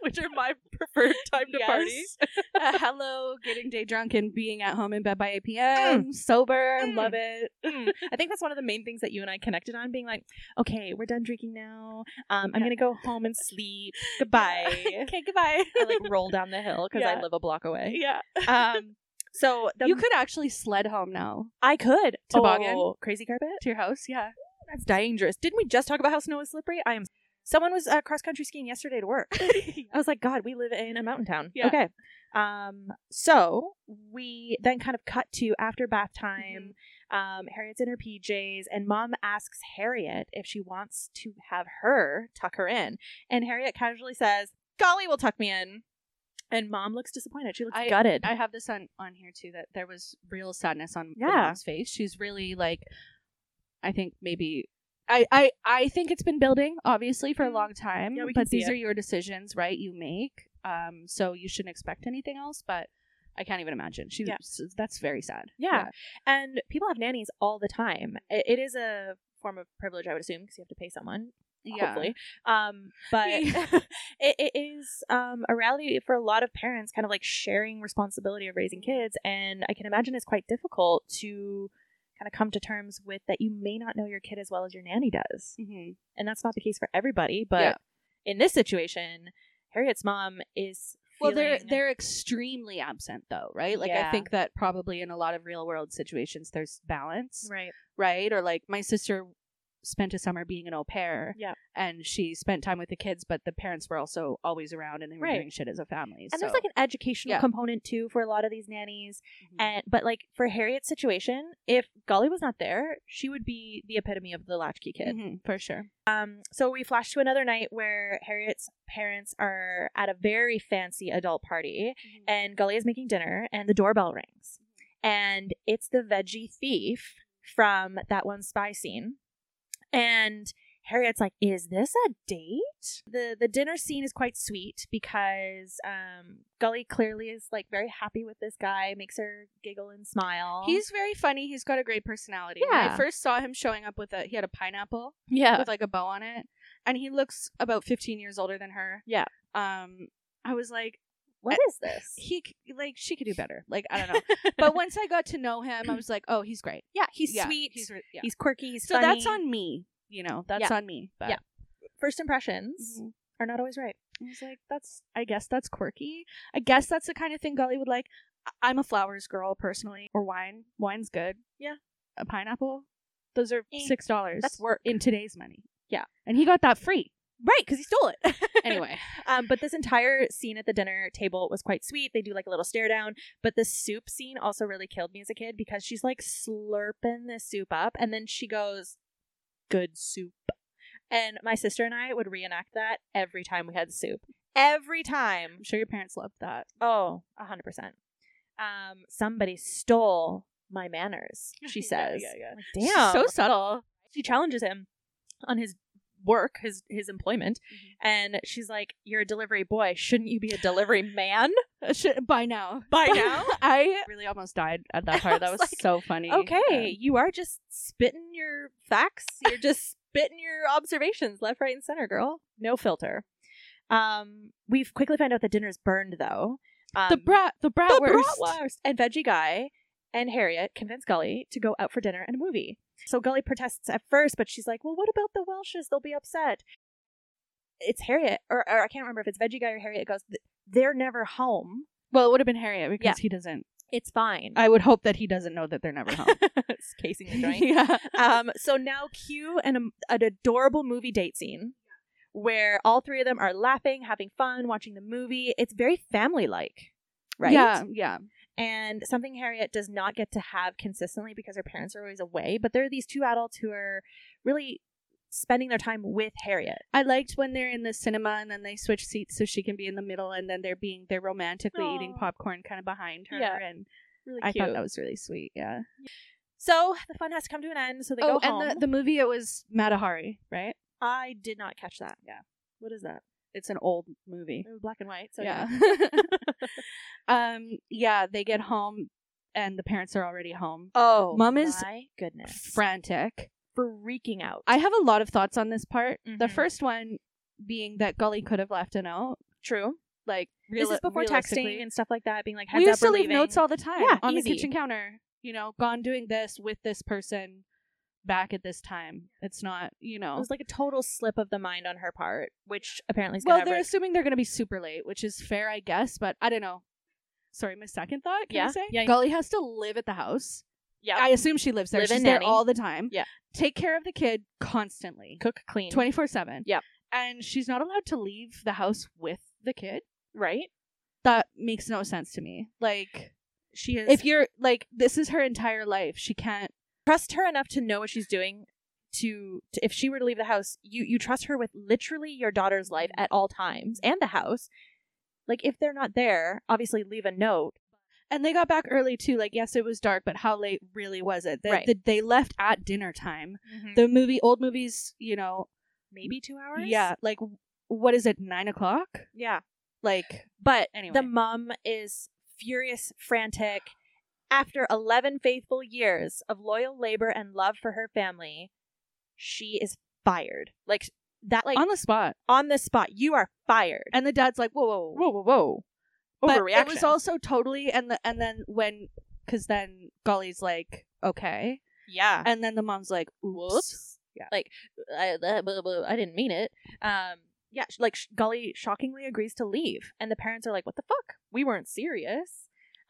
[SPEAKER 1] which are my preferred time to [LAUGHS] party.
[SPEAKER 2] Yes.
[SPEAKER 1] Uh, hello, getting day drunk and being at home in bed by 8 p.m. Sober,
[SPEAKER 2] Mm.
[SPEAKER 1] love it.
[SPEAKER 2] Mm. I think that's one of the main things that you and I connected on being like, okay, we're done drinking now. Um, I'm
[SPEAKER 1] Yeah.
[SPEAKER 2] going to go home and sleep. Goodbye.
[SPEAKER 1] [LAUGHS] okay, goodbye.
[SPEAKER 2] I like roll down the hill because
[SPEAKER 1] Yeah.
[SPEAKER 2] I live a block away.
[SPEAKER 1] yeah,
[SPEAKER 2] Um, so the,
[SPEAKER 1] you could actually sled home now
[SPEAKER 2] I could
[SPEAKER 1] Toboggan?
[SPEAKER 2] Oh, crazy carpet.
[SPEAKER 1] to your house.
[SPEAKER 2] [LAUGHS]
[SPEAKER 1] Yeah,
[SPEAKER 2] That's dangerous. Didn't we just talk about how snow is slippery? I am. Someone was uh, cross country skiing yesterday to work. [LAUGHS] I was like, God, we live in a mountain town.
[SPEAKER 1] Yeah.
[SPEAKER 2] Okay. Um, so we then kind of cut to after bath
[SPEAKER 1] Mm-hmm.
[SPEAKER 2] time. Um, Harriet's in her PJs, and mom asks Harriet if she wants to have her tuck her in. And Harriet casually says, Golly will tuck me in. And mom looks disappointed. She looks
[SPEAKER 1] I-
[SPEAKER 2] gutted.
[SPEAKER 1] I have this on on here too that there was real sadness on the
[SPEAKER 2] Yeah.
[SPEAKER 1] mom's face. She's really like, I think maybe. I, I, I think it's been building obviously for a
[SPEAKER 2] Mm.
[SPEAKER 1] long time
[SPEAKER 2] Yeah, we can
[SPEAKER 1] but
[SPEAKER 2] see
[SPEAKER 1] these
[SPEAKER 2] it.
[SPEAKER 1] are your decisions right you make um so you shouldn't expect anything else but i can't even imagine she
[SPEAKER 2] Yeah.
[SPEAKER 1] was that's very sad
[SPEAKER 2] Yeah. And people have nannies all the time. I- It is a form of privilege, I would assume, because you have to pay someone,
[SPEAKER 1] yeah.
[SPEAKER 2] hopefully. Um, but [LAUGHS] it, it is um, a reality for a lot of parents, kind of like sharing responsibility of raising kids. And I can imagine it's quite difficult to kind of come to terms with that you may not know your kid as well as your nanny does.
[SPEAKER 1] Mhm.
[SPEAKER 2] And that's not the case for everybody. But
[SPEAKER 1] Yeah.
[SPEAKER 2] in this situation, Harriet's mom is.
[SPEAKER 1] Well, they're
[SPEAKER 2] feeling-
[SPEAKER 1] they're extremely absent though, right? Like I
[SPEAKER 2] Yeah.
[SPEAKER 1] think that probably in a lot of real world situations there's balance,
[SPEAKER 2] Right.
[SPEAKER 1] right? Or like my sister spent a summer being an au pair,
[SPEAKER 2] Yeah.
[SPEAKER 1] and she spent time with the kids, but the parents were also always around and they were
[SPEAKER 2] Right.
[SPEAKER 1] doing shit as a family.
[SPEAKER 2] And
[SPEAKER 1] so.
[SPEAKER 2] there's like an educational
[SPEAKER 1] Yeah.
[SPEAKER 2] component too for a lot of these nannies.
[SPEAKER 1] Mhm.
[SPEAKER 2] And but like for Harriet's situation, if Golly was not there, she would be the epitome of the latchkey kid.
[SPEAKER 1] Mhm, for sure.
[SPEAKER 2] Um, so we flash to another night where Harriet's parents are at a very fancy adult party, and Gully is making dinner, and the doorbell rings, and it's the veggie thief from that one spy scene, and. Harriet's like, is this a date? The the dinner scene is quite sweet because um, Gully clearly is like very happy with this guy, makes her giggle and smile.
[SPEAKER 1] He's very funny. He's got a great personality. When I
[SPEAKER 2] Yeah. Oh.
[SPEAKER 1] first saw him showing up with a he had a pineapple
[SPEAKER 2] yeah,
[SPEAKER 1] with like a bow on it, and he looks about 15 years older than her.
[SPEAKER 2] Yeah.
[SPEAKER 1] Um, I was like,
[SPEAKER 2] what is this?
[SPEAKER 1] he c- like she could do better. Like I don't know. [LAUGHS] but once I got to know him, I was like, oh, he's great.
[SPEAKER 2] Yeah, he's
[SPEAKER 1] Yeah,
[SPEAKER 2] sweet.
[SPEAKER 1] He's
[SPEAKER 2] He's,
[SPEAKER 1] re- yeah.
[SPEAKER 2] quirky. He's
[SPEAKER 1] so that's
[SPEAKER 2] funny.
[SPEAKER 1] on me. You know, that's on me. But
[SPEAKER 2] Yeah. first impressions
[SPEAKER 1] Mhm.
[SPEAKER 2] are not always right.
[SPEAKER 1] I was like, that's I guess that's quirky. I guess that's the kind of thing Gully would like. I- I'm a flowers girl personally, or wine. Wine's good.
[SPEAKER 2] Yeah.
[SPEAKER 1] a pineapple. Those are
[SPEAKER 2] Eh,
[SPEAKER 1] six dollars.
[SPEAKER 2] that's work.
[SPEAKER 1] in today's money.
[SPEAKER 2] Yeah.
[SPEAKER 1] and he got that [LAUGHS] free
[SPEAKER 2] Right, because he stole it. [LAUGHS]
[SPEAKER 1] anyway.
[SPEAKER 2] um, but this entire scene at the dinner table was quite sweet. They do like a little stare down. But the soup scene also really killed me as a kid because she's like slurping this soup up, and then she goes, "Good soup." And my sister and I would reenact that every time we had soup. Every time.
[SPEAKER 1] I'm sure your parents loved that.
[SPEAKER 2] Oh, a hundred percent. Um, somebody stole
[SPEAKER 1] [LAUGHS]
[SPEAKER 2] my manners. She
[SPEAKER 1] Yeah,
[SPEAKER 2] says,
[SPEAKER 1] yeah, yeah.
[SPEAKER 2] Like, "Damn,
[SPEAKER 1] so subtle.
[SPEAKER 2] she challenges him on his work, his his employment,
[SPEAKER 1] Mhm.
[SPEAKER 2] and she's like, "You're a delivery boy. Shouldn't you be a delivery man
[SPEAKER 1] Uh, should- By now,
[SPEAKER 2] [LAUGHS] by now?"
[SPEAKER 1] [LAUGHS] I really almost died at [LAUGHS] that part. That
[SPEAKER 2] I was
[SPEAKER 1] was
[SPEAKER 2] like,
[SPEAKER 1] so funny.
[SPEAKER 2] okay,
[SPEAKER 1] Yeah.
[SPEAKER 2] you are just spitting your facts. You're just [LAUGHS] spitting your observations left, right, and center, girl. No filter. Um, we've quickly found out the dinner's burned though. Um,
[SPEAKER 1] the brat, the bratwurst.
[SPEAKER 2] the bratwurst and veggie guy and Harriet convince Gully to go out for dinner and a movie. So Gully protests at first, but she's like, "Well, what about the Welshes? They'll be upset." It's Harriet, or, or I can't remember if it's Veggie Guy or Harriet. Goes, "Th- "They're never home.
[SPEAKER 1] Well, it would have been Harriet because
[SPEAKER 2] Yeah.
[SPEAKER 1] he doesn't.
[SPEAKER 2] It's fine.
[SPEAKER 1] I would hope that he doesn't know that they're [LAUGHS] never home.
[SPEAKER 2] [LAUGHS] It's casing
[SPEAKER 1] [LAUGHS]
[SPEAKER 2] the joint.
[SPEAKER 1] yeah.
[SPEAKER 2] um, so now cue an, um, an adorable movie date scene where all three of them are laughing, having fun, watching the movie. It's very family like, right?
[SPEAKER 1] Yeah. Yeah.
[SPEAKER 2] And something Harriet does not get to have consistently because her parents are always away. But there are these two adults who are really spending their time with Harriet.
[SPEAKER 1] I liked when they're in the cinema and then they switch seats so she can be in the middle and then they're being they're romantically eating
[SPEAKER 2] Aw.
[SPEAKER 1] popcorn kind of behind her
[SPEAKER 2] Yeah.
[SPEAKER 1] and
[SPEAKER 2] Really
[SPEAKER 1] I
[SPEAKER 2] cute.
[SPEAKER 1] thought that was really sweet. Yeah.
[SPEAKER 2] so the fun has to come to an end. So they
[SPEAKER 1] oh,
[SPEAKER 2] go home.
[SPEAKER 1] and the, the movie it was Matahari, right?
[SPEAKER 2] I did not catch that.
[SPEAKER 1] Yeah.
[SPEAKER 2] What is that?
[SPEAKER 1] It's an old movie.
[SPEAKER 2] It was black and white. So
[SPEAKER 1] yeah.
[SPEAKER 2] yeah. [LAUGHS]
[SPEAKER 1] um yeah, [LAUGHS] they get home and the parents are already home.
[SPEAKER 2] Oh,
[SPEAKER 1] Mom is
[SPEAKER 2] my goodness.
[SPEAKER 1] Frantic.
[SPEAKER 2] freaking out.
[SPEAKER 1] I have a lot of thoughts on this part. The
[SPEAKER 2] Mhm.
[SPEAKER 1] first one being that Gully could have left a note.
[SPEAKER 2] True.
[SPEAKER 1] Like
[SPEAKER 2] This is
[SPEAKER 1] reali-
[SPEAKER 2] before
[SPEAKER 1] realistically.
[SPEAKER 2] texting and stuff like that, being like, heads
[SPEAKER 1] we used
[SPEAKER 2] up,
[SPEAKER 1] to
[SPEAKER 2] we're
[SPEAKER 1] leave
[SPEAKER 2] leaving.
[SPEAKER 1] notes all the time
[SPEAKER 2] Yeah,
[SPEAKER 1] on
[SPEAKER 2] easy.
[SPEAKER 1] the kitchen counter. You know, gone doing this with this person back at this time. It's not, you
[SPEAKER 2] It
[SPEAKER 1] know.
[SPEAKER 2] was like a total slip of the mind on her part, which apparently is
[SPEAKER 1] Well,
[SPEAKER 2] gonna
[SPEAKER 1] they're
[SPEAKER 2] have
[SPEAKER 1] assuming they're going to be super late, which is fair, I guess. But I don't know. Sorry, my second thought. Can
[SPEAKER 2] Yeah,
[SPEAKER 1] I say?
[SPEAKER 2] yeah.
[SPEAKER 1] Gully has to live at the house.
[SPEAKER 2] yeah,
[SPEAKER 1] I assume she lives there.
[SPEAKER 2] Live
[SPEAKER 1] She's
[SPEAKER 2] and
[SPEAKER 1] there
[SPEAKER 2] nanny.
[SPEAKER 1] all the time.
[SPEAKER 2] Yeah.
[SPEAKER 1] Take care of the kid constantly,
[SPEAKER 2] cook clean,
[SPEAKER 1] twenty four seven.
[SPEAKER 2] Yep.
[SPEAKER 1] And she's not allowed to leave the house with the kid.
[SPEAKER 2] right?
[SPEAKER 1] That makes no sense to me. Like,
[SPEAKER 2] She is.
[SPEAKER 1] if you're like, this is her entire life. She can't
[SPEAKER 2] trust her enough to know what she's doing, to, to if she were to leave the house, you you trust her with literally your daughter's life at all times and the house. Like if they're not there, obviously leave a note.
[SPEAKER 1] And they got back early too. Like, yes, it was dark, but how late really was it? They,
[SPEAKER 2] Right.
[SPEAKER 1] they- they left at dinner time. The movie, old movies, you know,
[SPEAKER 2] Mm-hmm. Maybe two hours.
[SPEAKER 1] yeah, like what is it, nine o'clock?
[SPEAKER 2] yeah.
[SPEAKER 1] Like,
[SPEAKER 2] But
[SPEAKER 1] Anyway.
[SPEAKER 2] the mom is furious, frantic. After 11 faithful years of loyal labor and love for her family, she is fired. Like that like on,
[SPEAKER 1] on the spot.
[SPEAKER 2] the spot. You are fired.
[SPEAKER 1] And the dad's like, whoa, whoa, whoa,
[SPEAKER 2] whoa, whoa.
[SPEAKER 1] But
[SPEAKER 2] Overreaction.
[SPEAKER 1] it was also totally and the and then when because then Golly's like, okay,
[SPEAKER 2] yeah.
[SPEAKER 1] and then the mom's like, oops,
[SPEAKER 2] Whoops.
[SPEAKER 1] Yeah.
[SPEAKER 2] Like I, uh, blah, blah, I didn't mean it. Um yeah, sh- like sh- Gully shockingly agrees to leave and the parents are like, "What the fuck? We weren't serious."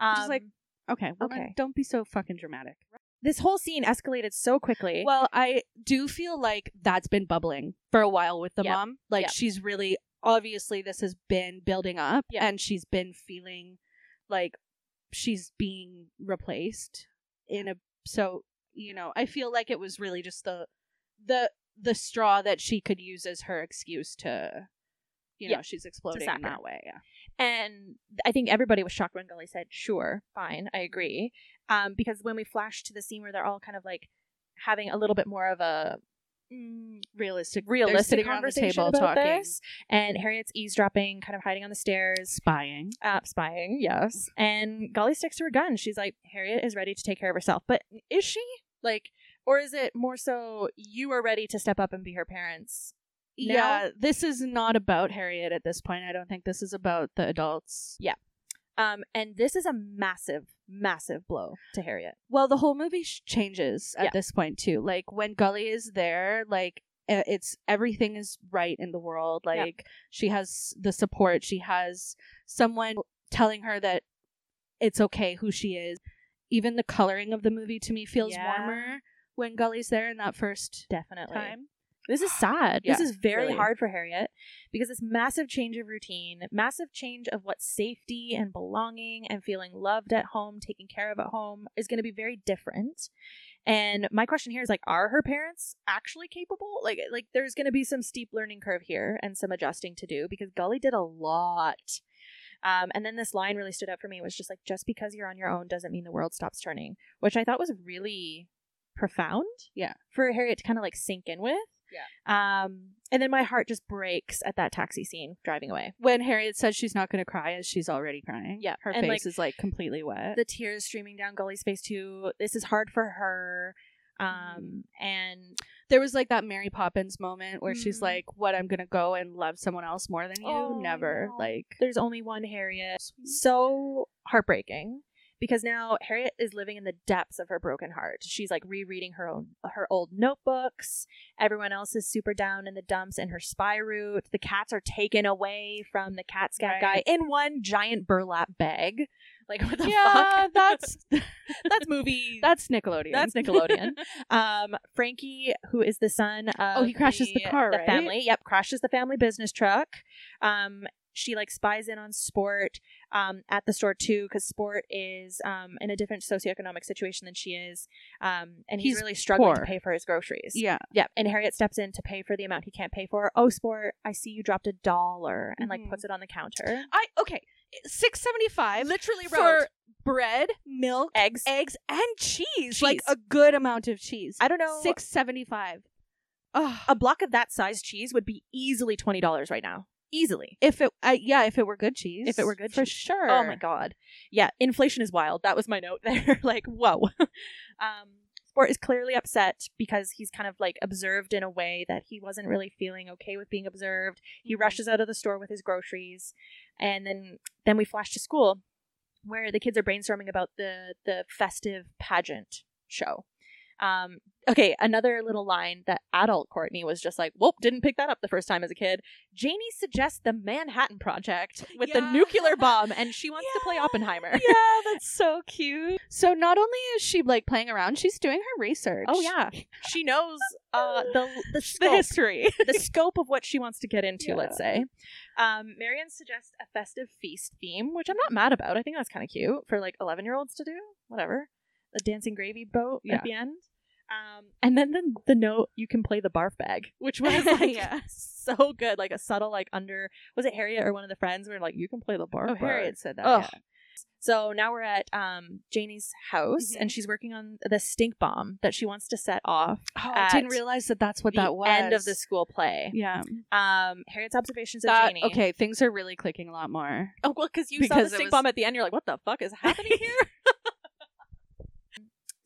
[SPEAKER 2] Um
[SPEAKER 1] Which is like- okay, well
[SPEAKER 2] Okay.
[SPEAKER 1] then don't be so fucking dramatic.
[SPEAKER 2] this whole scene escalated so quickly.
[SPEAKER 1] Well, I do feel like that's been bubbling for a while with the
[SPEAKER 2] Yep.
[SPEAKER 1] mom. Like
[SPEAKER 2] Yep.
[SPEAKER 1] she's really obviously this has been building up
[SPEAKER 2] Yeah.
[SPEAKER 1] and she's been feeling like she's being replaced in a so, you know, I feel like it was really just the the the straw that she could use as her excuse to you
[SPEAKER 2] Yeah.
[SPEAKER 1] know, she's exploding
[SPEAKER 2] sack
[SPEAKER 1] in
[SPEAKER 2] her.
[SPEAKER 1] that way. Yeah.
[SPEAKER 2] And I think everybody was shocked when Gully said, "Sure, fine, I agree," um, because when we flash to the scene where they're all kind of like having a little bit more of a mm,
[SPEAKER 1] Realistic
[SPEAKER 2] realistic
[SPEAKER 1] sitting around the
[SPEAKER 2] conversation
[SPEAKER 1] table
[SPEAKER 2] about
[SPEAKER 1] talking.
[SPEAKER 2] this, and Harriet's eavesdropping, kind of hiding on the stairs,
[SPEAKER 1] spying.
[SPEAKER 2] uh, spying, yes. And Gully sticks to her gun. She's like, "Harriet is ready to take care of herself," but is she like, or is it more so you are ready to step up and be her parents? now-
[SPEAKER 1] Yeah, this is not about Harriet at this point. I don't think this is about the adults.
[SPEAKER 2] Um, and this is a massive, massive blow to Harriet.
[SPEAKER 1] Well, the whole movie sh- changes at
[SPEAKER 2] Yeah.
[SPEAKER 1] this point too. Like when Gully is there, like i- it's everything is right in the world.
[SPEAKER 2] Yeah.
[SPEAKER 1] Like she has the support, she has someone telling her that it's okay who she is. Even the coloring of the movie to me feels
[SPEAKER 2] Yeah.
[SPEAKER 1] warmer when Gully's there in that first
[SPEAKER 2] Definitely.
[SPEAKER 1] time.
[SPEAKER 2] This is sad.
[SPEAKER 1] Yeah,
[SPEAKER 2] this is very
[SPEAKER 1] really.
[SPEAKER 2] hard for Harriet because this massive change of routine, massive change of what safety and belonging and feeling loved at home, taken care of at home is going to be very different. And my question here is like are her parents actually capable? Like like there's going to be some steep learning curve here and some adjusting to do because Gully did a lot. Um, and then this line really stood out for me was just like just because you're on your own doesn't mean the world stops turning, which I thought was really profound.
[SPEAKER 1] Yeah.
[SPEAKER 2] For Harriet to kind of like sink in with. Um, and then my heart just breaks at that taxi scene driving away.
[SPEAKER 1] When Harriet says she's not going to cry, as she's already crying.
[SPEAKER 2] Yeah,
[SPEAKER 1] her
[SPEAKER 2] and,
[SPEAKER 1] face
[SPEAKER 2] like,
[SPEAKER 1] is like completely wet.
[SPEAKER 2] The tears streaming down Gully's face too. This is hard for her. Um,
[SPEAKER 1] Mm-hmm.
[SPEAKER 2] and
[SPEAKER 1] there was like that Mary Poppins moment where she's
[SPEAKER 2] Mm.
[SPEAKER 1] like, "What I'm gonna go and love someone else more than you?
[SPEAKER 2] Oh,
[SPEAKER 1] Never."
[SPEAKER 2] no.
[SPEAKER 1] Like,
[SPEAKER 2] there's only one Harriet. So heartbreaking. because now Harriet is living in the depths of her broken heart. She's like rereading her own her old notebooks. Everyone else is super down in the dumps in her spy route. The cats are taken away from the cat scat
[SPEAKER 1] Right.
[SPEAKER 2] guy in one giant burlap bag. Like what the
[SPEAKER 1] yeah, [LAUGHS]
[SPEAKER 2] fuck? [LAUGHS]
[SPEAKER 1] that's [LAUGHS]
[SPEAKER 2] that's movie.
[SPEAKER 1] that's Nickelodeon. [LAUGHS]
[SPEAKER 2] That's Nickelodeon. um, Frankie, who is the son of
[SPEAKER 1] Oh, he crashes the car, right?
[SPEAKER 2] family. Yep, crashes the family business truck. Um, she like spies in on Sport um, at the store too, because Sport is um, in a different socioeconomic situation than she is, um, and he's,
[SPEAKER 1] He's
[SPEAKER 2] really struggling to
[SPEAKER 1] poor.
[SPEAKER 2] pay for his groceries.
[SPEAKER 1] yeah,
[SPEAKER 2] Yeah, and Harriet steps in to pay for the amount he can't pay for. Oh, Sport, I see you dropped a dollar, and like
[SPEAKER 1] Mhm.
[SPEAKER 2] puts it on the counter.
[SPEAKER 1] I okay. Six seventy
[SPEAKER 2] I
[SPEAKER 1] five
[SPEAKER 2] literally wrote
[SPEAKER 1] for bread, milk,
[SPEAKER 2] eggs.
[SPEAKER 1] eggs, and cheese,
[SPEAKER 2] Cheese.
[SPEAKER 1] like a good amount of cheese.
[SPEAKER 2] I don't know.
[SPEAKER 1] Six seventy five. Oh,
[SPEAKER 2] a block of that size cheese would be easily twenty dollars right now. Easily.
[SPEAKER 1] if it, I, yeah, if it were good cheese,
[SPEAKER 2] If it were good
[SPEAKER 1] for
[SPEAKER 2] cheese.
[SPEAKER 1] sure.
[SPEAKER 2] Oh my god. Yeah, inflation is wild. That was my note [LAUGHS] there. like, whoa. [LAUGHS] um Sport is clearly upset because he's kind of like observed in a way that he wasn't really feeling okay with being observed. He
[SPEAKER 1] Mhm.
[SPEAKER 2] rushes out of the store with his groceries and then then we flash to school where the kids are brainstorming about the the festive pageant show. Um, okay, another little line that adult Courtney was just like, "Whoop, didn't pick that up the first time as a kid." Janie suggests the Manhattan Project with the
[SPEAKER 1] Yeah.
[SPEAKER 2] nuclear bomb, and she wants to
[SPEAKER 1] [LAUGHS]
[SPEAKER 2] play
[SPEAKER 1] Yeah.
[SPEAKER 2] Oppenheimer.
[SPEAKER 1] yeah, that's so cute. So not only is she like playing around, she's doing her research.
[SPEAKER 2] Oh yeah, she knows uh, the the
[SPEAKER 1] the
[SPEAKER 2] scope,
[SPEAKER 1] history.
[SPEAKER 2] the scope of what she wants to get into.
[SPEAKER 1] Yeah.
[SPEAKER 2] Let's say, um, Marion suggests a festive feast theme, which I'm not mad about. I think that's kind of cute for like 11 year olds to do. Whatever, the dancing gravy boat
[SPEAKER 1] Yeah.
[SPEAKER 2] at the end. Um, and then the, the note you can play the barf bag, [LAUGHS] which was like
[SPEAKER 1] Yeah.
[SPEAKER 2] so good, like a subtle like under was it Harriet or one of the friends were like you can play the barf.
[SPEAKER 1] Oh,
[SPEAKER 2] bag.
[SPEAKER 1] Harriet said that.
[SPEAKER 2] Ugh.
[SPEAKER 1] yeah.
[SPEAKER 2] So now we're at um, Janie's house, and she's working on the stink bomb that she wants to set off.
[SPEAKER 1] [LAUGHS] Oh,
[SPEAKER 2] at
[SPEAKER 1] I didn't realize that that's what
[SPEAKER 2] the
[SPEAKER 1] that was.
[SPEAKER 2] end of the school play.
[SPEAKER 1] Yeah.
[SPEAKER 2] Um, Harriet's observations of
[SPEAKER 1] That-
[SPEAKER 2] Janie.
[SPEAKER 1] okay, things are really clicking a lot more.
[SPEAKER 2] Oh [LAUGHS] well, because you saw the
[SPEAKER 1] Because it
[SPEAKER 2] stink
[SPEAKER 1] was-
[SPEAKER 2] bomb at the end, you're like, "What the fuck is happening
[SPEAKER 1] [LAUGHS]
[SPEAKER 2] here?" [LAUGHS]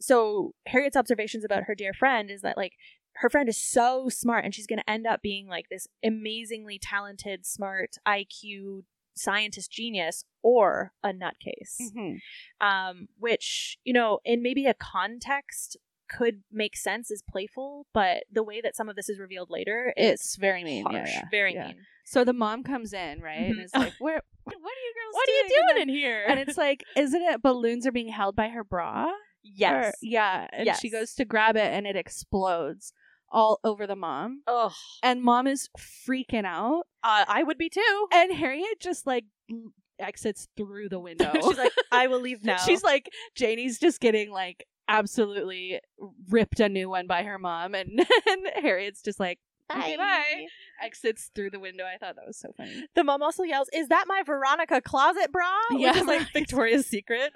[SPEAKER 2] so Harriet's observations about her dear friend is that like her friend is so smart, and she's going to end up being like this amazingly talented, smart IQ scientist genius, or a nutcase.
[SPEAKER 1] Mm-hmm.
[SPEAKER 2] um, which you know in maybe a context could make sense as playful but the way that some of this is revealed later it's
[SPEAKER 1] It's very mean.
[SPEAKER 2] harsh,
[SPEAKER 1] Yeah, yeah,
[SPEAKER 2] very
[SPEAKER 1] yeah.
[SPEAKER 2] mean
[SPEAKER 1] So the mom comes in, right, and
[SPEAKER 2] Mhm.
[SPEAKER 1] is
[SPEAKER 2] [LAUGHS]
[SPEAKER 1] like, "Where? What are you girls?
[SPEAKER 2] what are you
[SPEAKER 1] And
[SPEAKER 2] doing
[SPEAKER 1] then-
[SPEAKER 2] in here
[SPEAKER 1] And it's like, isn't it balloons are being held by her bra?
[SPEAKER 2] yes
[SPEAKER 1] Or- yeah. And
[SPEAKER 2] Yes.
[SPEAKER 1] she goes to grab it, and it explodes all over the mom.
[SPEAKER 2] oh
[SPEAKER 1] And mom is freaking out,
[SPEAKER 2] uh, i would be too
[SPEAKER 1] and Harriet just like l- exits through [LAUGHS] the window.
[SPEAKER 2] [LAUGHS] she's like i will [LAUGHS] leave now
[SPEAKER 1] She's like, Janie's just getting like absolutely ripped a new one by her mom, and, [LAUGHS] and Harriet's just like "Okay, bye. exits through the window. I thought that was so funny.
[SPEAKER 2] the mom also yells is that my veronica closet bra
[SPEAKER 1] Yeah,
[SPEAKER 2] which is like [LAUGHS]
[SPEAKER 1] right.
[SPEAKER 2] victoria's secret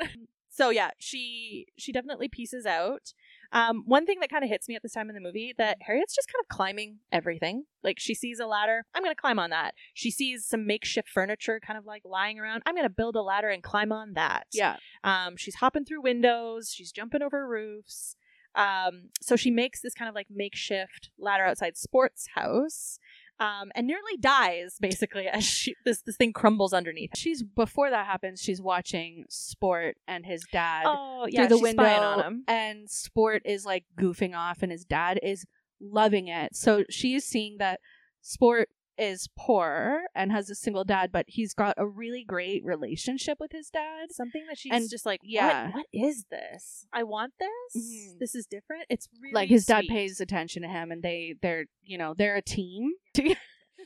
[SPEAKER 2] so yeah she she definitely pieces out um, one thing that kind of hits me at this time in the movie that harriet's just kind of climbing everything like she sees a ladder i'm gonna climb on that she sees some makeshift furniture kind of like lying around i'm gonna build a ladder and climb on that
[SPEAKER 1] Yeah.
[SPEAKER 2] um, she's hopping through windows she's jumping over roofs um, so she makes this kind of like makeshift ladder outside sports house um, and nearly dies basically as she this this thing crumbles underneath.
[SPEAKER 1] She's before that happens, she's watching Sport and his dad
[SPEAKER 2] Oh
[SPEAKER 1] through the
[SPEAKER 2] she's
[SPEAKER 1] window.
[SPEAKER 2] spying on him.
[SPEAKER 1] And Sport is like goofing off and his dad is loving it. So she's seeing that Sport is poor and has a single dad, but he's got a really great relationship with his dad.
[SPEAKER 2] Something that she's
[SPEAKER 1] and-
[SPEAKER 2] just like, yeah,
[SPEAKER 1] yeah.
[SPEAKER 2] what is this? I want this.
[SPEAKER 1] Mhm.
[SPEAKER 2] This is different. It's really
[SPEAKER 1] like his dad
[SPEAKER 2] sweet."
[SPEAKER 1] pays attention to him and they they're you know, they're a
[SPEAKER 2] [LAUGHS]
[SPEAKER 1] team.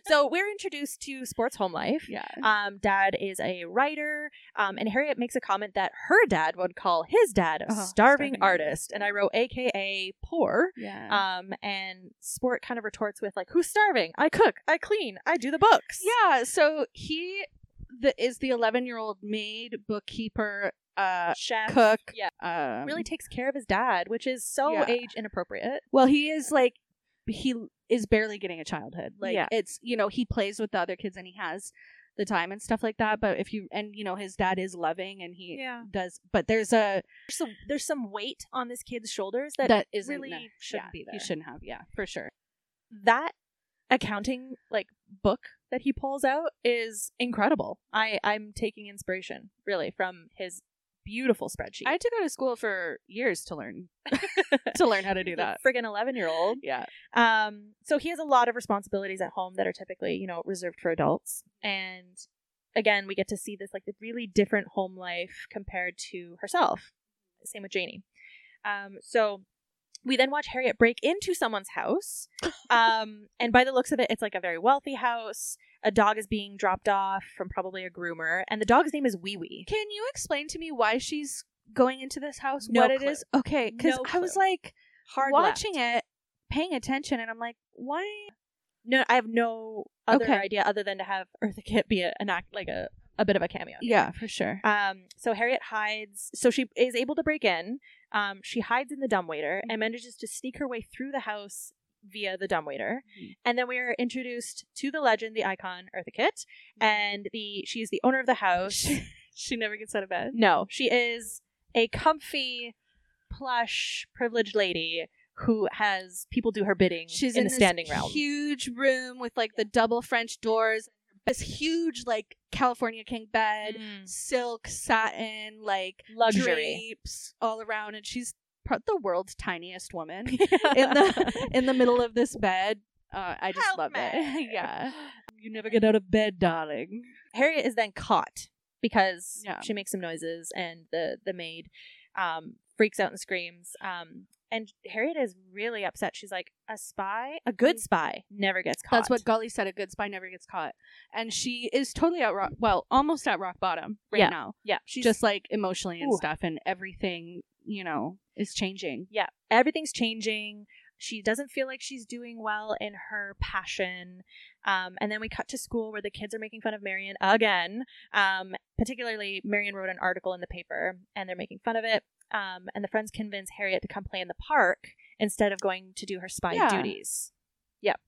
[SPEAKER 2] So we're introduced to sports home life.
[SPEAKER 1] Yeah.
[SPEAKER 2] Um, dad is a writer, um, and Harriet makes a comment that her dad would call his dad
[SPEAKER 1] Oh,
[SPEAKER 2] a starving,
[SPEAKER 1] starving
[SPEAKER 2] artist, and I wrote AKA poor.
[SPEAKER 1] Yeah.
[SPEAKER 2] Um, and Sport kind of retorts with like, "Who's starving? I cook, I clean, I do the books."
[SPEAKER 1] Yeah, so he the, is the 11 year old maid, bookkeeper, uh,
[SPEAKER 2] chef,
[SPEAKER 1] cook.
[SPEAKER 2] Yeah,
[SPEAKER 1] Um,
[SPEAKER 2] really takes care of his dad, which is so
[SPEAKER 1] Yeah.
[SPEAKER 2] age inappropriate.
[SPEAKER 1] well, he is like, he is barely getting a childhood. Like,
[SPEAKER 2] Yeah.
[SPEAKER 1] it's, you know, he plays with the other kids and he has the time and stuff like that. But if you, and, you know, his dad is loving and he
[SPEAKER 2] Yeah,
[SPEAKER 1] does, but there's a,
[SPEAKER 2] there's some there's some weight on this kid's shoulders that,
[SPEAKER 1] that, that isn't,
[SPEAKER 2] really
[SPEAKER 1] yeah,
[SPEAKER 2] shouldn't be
[SPEAKER 1] He
[SPEAKER 2] there.
[SPEAKER 1] shouldn't have, yeah, for sure.
[SPEAKER 2] that accounting like book that he pulls out is incredible. I I'm taking inspiration really from his beautiful spreadsheet. [LAUGHS]
[SPEAKER 1] I had to go to school for years to learn [LAUGHS] to learn how to do that.
[SPEAKER 2] Friggin' 11 year old.
[SPEAKER 1] Yeah.
[SPEAKER 2] Um, so he has a lot of responsibilities at home that are typically, you know, reserved for adults. And again, we get to see this like the really different home life compared to herself. Same with Janie. Um, so we then watch Harriet break into someone's house. Um, and by the looks of it, it's like a very wealthy house. A dog is being dropped off from probably a groomer, and the dog's name is Wee Wee.
[SPEAKER 1] Can you explain to me why she's going into this house?
[SPEAKER 2] No
[SPEAKER 1] what it
[SPEAKER 2] clue.
[SPEAKER 1] is? Okay, because
[SPEAKER 2] No
[SPEAKER 1] I was
[SPEAKER 2] clue.
[SPEAKER 1] like
[SPEAKER 2] Hard left.
[SPEAKER 1] watching it, paying attention, and I'm like, why?
[SPEAKER 2] No, I have no other
[SPEAKER 1] Okay.
[SPEAKER 2] idea other than to have Eartha Kitt be a, an act like a, a bit of a cameo.
[SPEAKER 1] Yeah, for sure.
[SPEAKER 2] Um, so Harriet hides. So she is able to break in. Um, she hides in the dumbwaiter
[SPEAKER 1] Mm-hmm.
[SPEAKER 2] and manages to sneak her way through the house via the dumbwaiter.
[SPEAKER 1] Mhm.
[SPEAKER 2] And then we are introduced to the legend, the icon, Eartha Kitt, and the she is the owner of the [LAUGHS] house.
[SPEAKER 1] Mm-hmm. She, she never gets out of bed.
[SPEAKER 2] no, she is a comfy, plush, privileged lady who has people do her bidding.
[SPEAKER 1] She's
[SPEAKER 2] in,
[SPEAKER 1] in,
[SPEAKER 2] the
[SPEAKER 1] this
[SPEAKER 2] standing realm.
[SPEAKER 1] huge room with like the double French doors, this huge like California king bed,
[SPEAKER 2] Mm.
[SPEAKER 1] silk, satin, like
[SPEAKER 2] Luxury.
[SPEAKER 1] drapes all around, and she's pro- the world's tiniest woman. [LAUGHS]
[SPEAKER 2] [LAUGHS]
[SPEAKER 1] in the in the middle of this bed. Uh, I just
[SPEAKER 2] Help
[SPEAKER 1] love it.
[SPEAKER 2] me.
[SPEAKER 1] [LAUGHS] yeah. You never get out of bed, darling.
[SPEAKER 2] Harriet is then caught because
[SPEAKER 1] Yeah.
[SPEAKER 2] she makes some noises and the the maid um, freaks out and screams. Um, and Harriet is really upset. She's like, a spy, a good spy, never gets caught.
[SPEAKER 1] Mm. That's what Gully said. A good spy never gets caught, and she is totally at rock. Well, almost at rock bottom right
[SPEAKER 2] Yeah.
[SPEAKER 1] now.
[SPEAKER 2] yeah. She's
[SPEAKER 1] just like emotionally and
[SPEAKER 2] Ooh.
[SPEAKER 1] stuff, and everything you know is changing.
[SPEAKER 2] yeah. Everything's changing. She doesn't feel like she's doing well in her passion. Um, and then we cut to school where the kids are making fun of Marion again. Um, particularly, Marion wrote an article in the paper and they're making fun of it. Um, and the friends convince Harriet to come play in the park instead of going to do her spy
[SPEAKER 1] Yeah.
[SPEAKER 2] duties. Yep.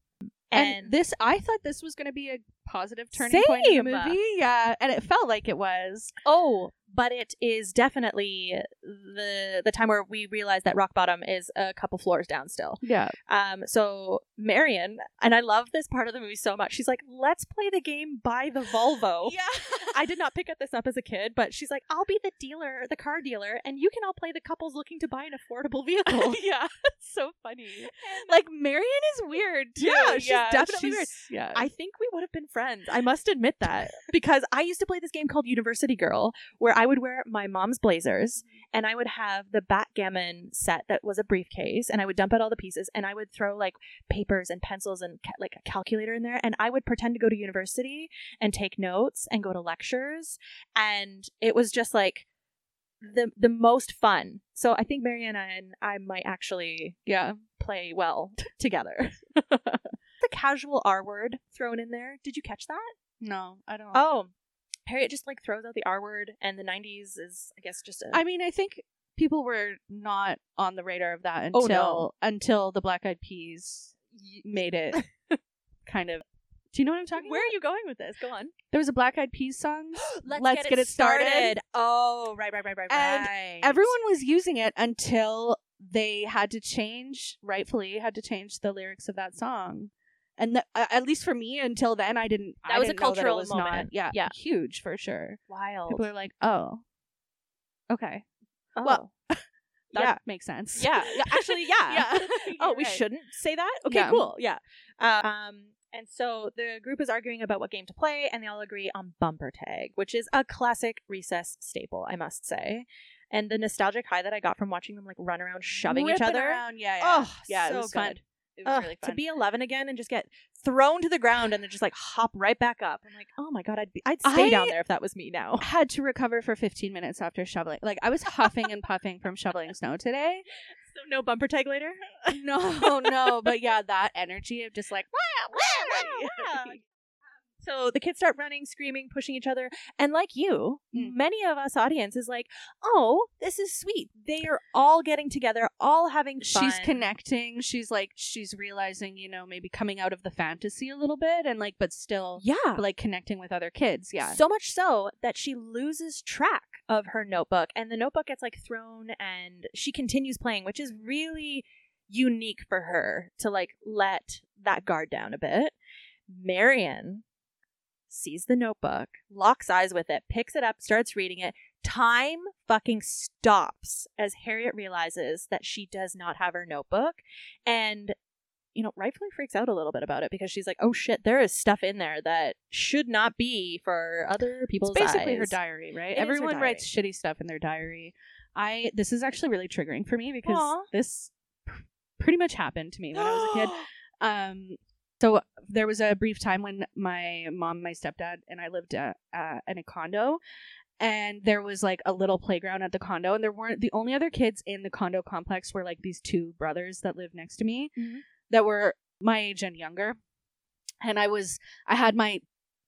[SPEAKER 1] And, this, I thought this was going to be a positive turning point in the
[SPEAKER 2] Same.
[SPEAKER 1] movie. Yeah, and it felt like it was.
[SPEAKER 2] Oh, but it is definitely the the time where we realize that rock bottom is a couple floors down still.
[SPEAKER 1] Yeah,
[SPEAKER 2] Um, so Marion, and I love this part of the movie so much. She's like, "Let's play the game by the
[SPEAKER 1] Oh.
[SPEAKER 2] [LAUGHS] Volvo."
[SPEAKER 1] [LAUGHS] yeah.
[SPEAKER 2] I did not pick up this up as a kid, but she's like, "I'll be the dealer, the car dealer, and you can all play the couples looking to buy an affordable [LAUGHS] vehicle."
[SPEAKER 1] yeah, it's so funny. Like Marion is weird too.
[SPEAKER 2] Yeah, yeah, she's-
[SPEAKER 1] Yeah,
[SPEAKER 2] I think we would have been friends. I must admit that because I used to play this game called University Girl, where I would wear my mom's blazers and I would have the backgammon set that was a briefcase, and I would dump out all the pieces, and I would throw like papers and pencils and ca- like a calculator in there, and I would pretend to go to university and take notes and go to lectures, and it was just like the the most fun. So I think Mariana and I might actually
[SPEAKER 1] yeah.
[SPEAKER 2] play well [LAUGHS] together. the casual R word thrown in there. Did you catch that?
[SPEAKER 1] No, I don't.
[SPEAKER 2] Oh, Harriet just like throws out the R word, and the 90s is, I guess, just a.
[SPEAKER 1] I mean, I think people were not on the radar of that
[SPEAKER 2] Oh,
[SPEAKER 1] until
[SPEAKER 2] no.
[SPEAKER 1] until the Black Eyed Peas made [LAUGHS] it kind of. Do you know what I'm talking
[SPEAKER 2] Where
[SPEAKER 1] about?
[SPEAKER 2] are you going with this? Go on.
[SPEAKER 1] There was a Black Eyed Peas
[SPEAKER 2] [GASPS]
[SPEAKER 1] song. Let's get it started.
[SPEAKER 2] Oh, right, right, right, right,
[SPEAKER 1] And
[SPEAKER 2] right.
[SPEAKER 1] Everyone was using it until they had to change, rightfully, had to change the lyrics of that song. And th- a- at least for me, until then, I didn't.
[SPEAKER 2] That
[SPEAKER 1] I
[SPEAKER 2] was a
[SPEAKER 1] didn't know
[SPEAKER 2] cultural
[SPEAKER 1] it was Not,
[SPEAKER 2] moment.
[SPEAKER 1] yeah,
[SPEAKER 2] Yeah.
[SPEAKER 1] huge for sure.
[SPEAKER 2] wild.
[SPEAKER 1] People are like, "Oh, okay,
[SPEAKER 2] Oh.
[SPEAKER 1] well, that
[SPEAKER 2] [LAUGHS] yeah.
[SPEAKER 1] makes sense."
[SPEAKER 2] yeah, yeah, actually, [LAUGHS] yeah. oh, we
[SPEAKER 1] should.
[SPEAKER 2] shouldn't say that. Okay,
[SPEAKER 1] Yeah.
[SPEAKER 2] cool. Yeah. Um, and so the group is arguing about what game to play, and they all agree on bumper tag, which is a classic recess staple, I must say. And the nostalgic high that I got from watching them like run around shoving each
[SPEAKER 1] Ripping
[SPEAKER 2] other.
[SPEAKER 1] Around. Yeah, yeah.
[SPEAKER 2] Oh,
[SPEAKER 1] yeah,
[SPEAKER 2] so
[SPEAKER 1] it was fun.
[SPEAKER 2] good.
[SPEAKER 1] It was
[SPEAKER 2] Ugh,
[SPEAKER 1] really
[SPEAKER 2] To
[SPEAKER 1] fun.
[SPEAKER 2] be 11 again and just get thrown to the ground and then just like hop right back up. I'm like, oh my god, I'd be, I'd stay
[SPEAKER 1] I-
[SPEAKER 2] down there if that was me
[SPEAKER 1] [LAUGHS]
[SPEAKER 2] now.
[SPEAKER 1] had to recover for 15 minutes after shoveling. Like I was huffing and puffing from shoveling snow today.
[SPEAKER 2] So no bumper tag later.
[SPEAKER 1] No, no, but yeah, that energy of just like
[SPEAKER 2] [LAUGHS] So the kids start running, screaming, pushing each other. And like you,
[SPEAKER 1] Mm.
[SPEAKER 2] many of us audience is like, oh, this is sweet. They are all getting together, all having fun.
[SPEAKER 1] she's connecting. She's like she's realizing, you know, maybe coming out of the fantasy a little bit and like but still
[SPEAKER 2] Yeah.
[SPEAKER 1] like connecting with other kids. Yeah.
[SPEAKER 2] So much so that she loses track of her notebook and the notebook gets like thrown and she continues playing, which is really unique for her to like let that guard down a bit. Marion sees the notebook, locks eyes with it, picks it up, starts reading it, Time fucking stops as Harriet realizes that she does not have her notebook and you know, rightfully freaks out a little bit about it because she's like, "Oh shit, there is stuff in there that should not be for other people's
[SPEAKER 1] It's basically her
[SPEAKER 2] eyes."
[SPEAKER 1] diary, right?
[SPEAKER 2] It is her
[SPEAKER 1] Everyone writes shitty stuff in their diary. I this is actually really triggering for me because
[SPEAKER 2] Aw.
[SPEAKER 1] this pr- pretty much happened to me when I
[SPEAKER 2] [GASPS]
[SPEAKER 1] was a kid. Um, so there was a brief time when my mom, my stepdad, and I lived uh, uh, in a condo, and there was like a little playground at the condo, and there weren't the only other kids in the condo complex were like these two brothers that lived next to me
[SPEAKER 2] Mhm.
[SPEAKER 1] that were my age and younger, and I was I had my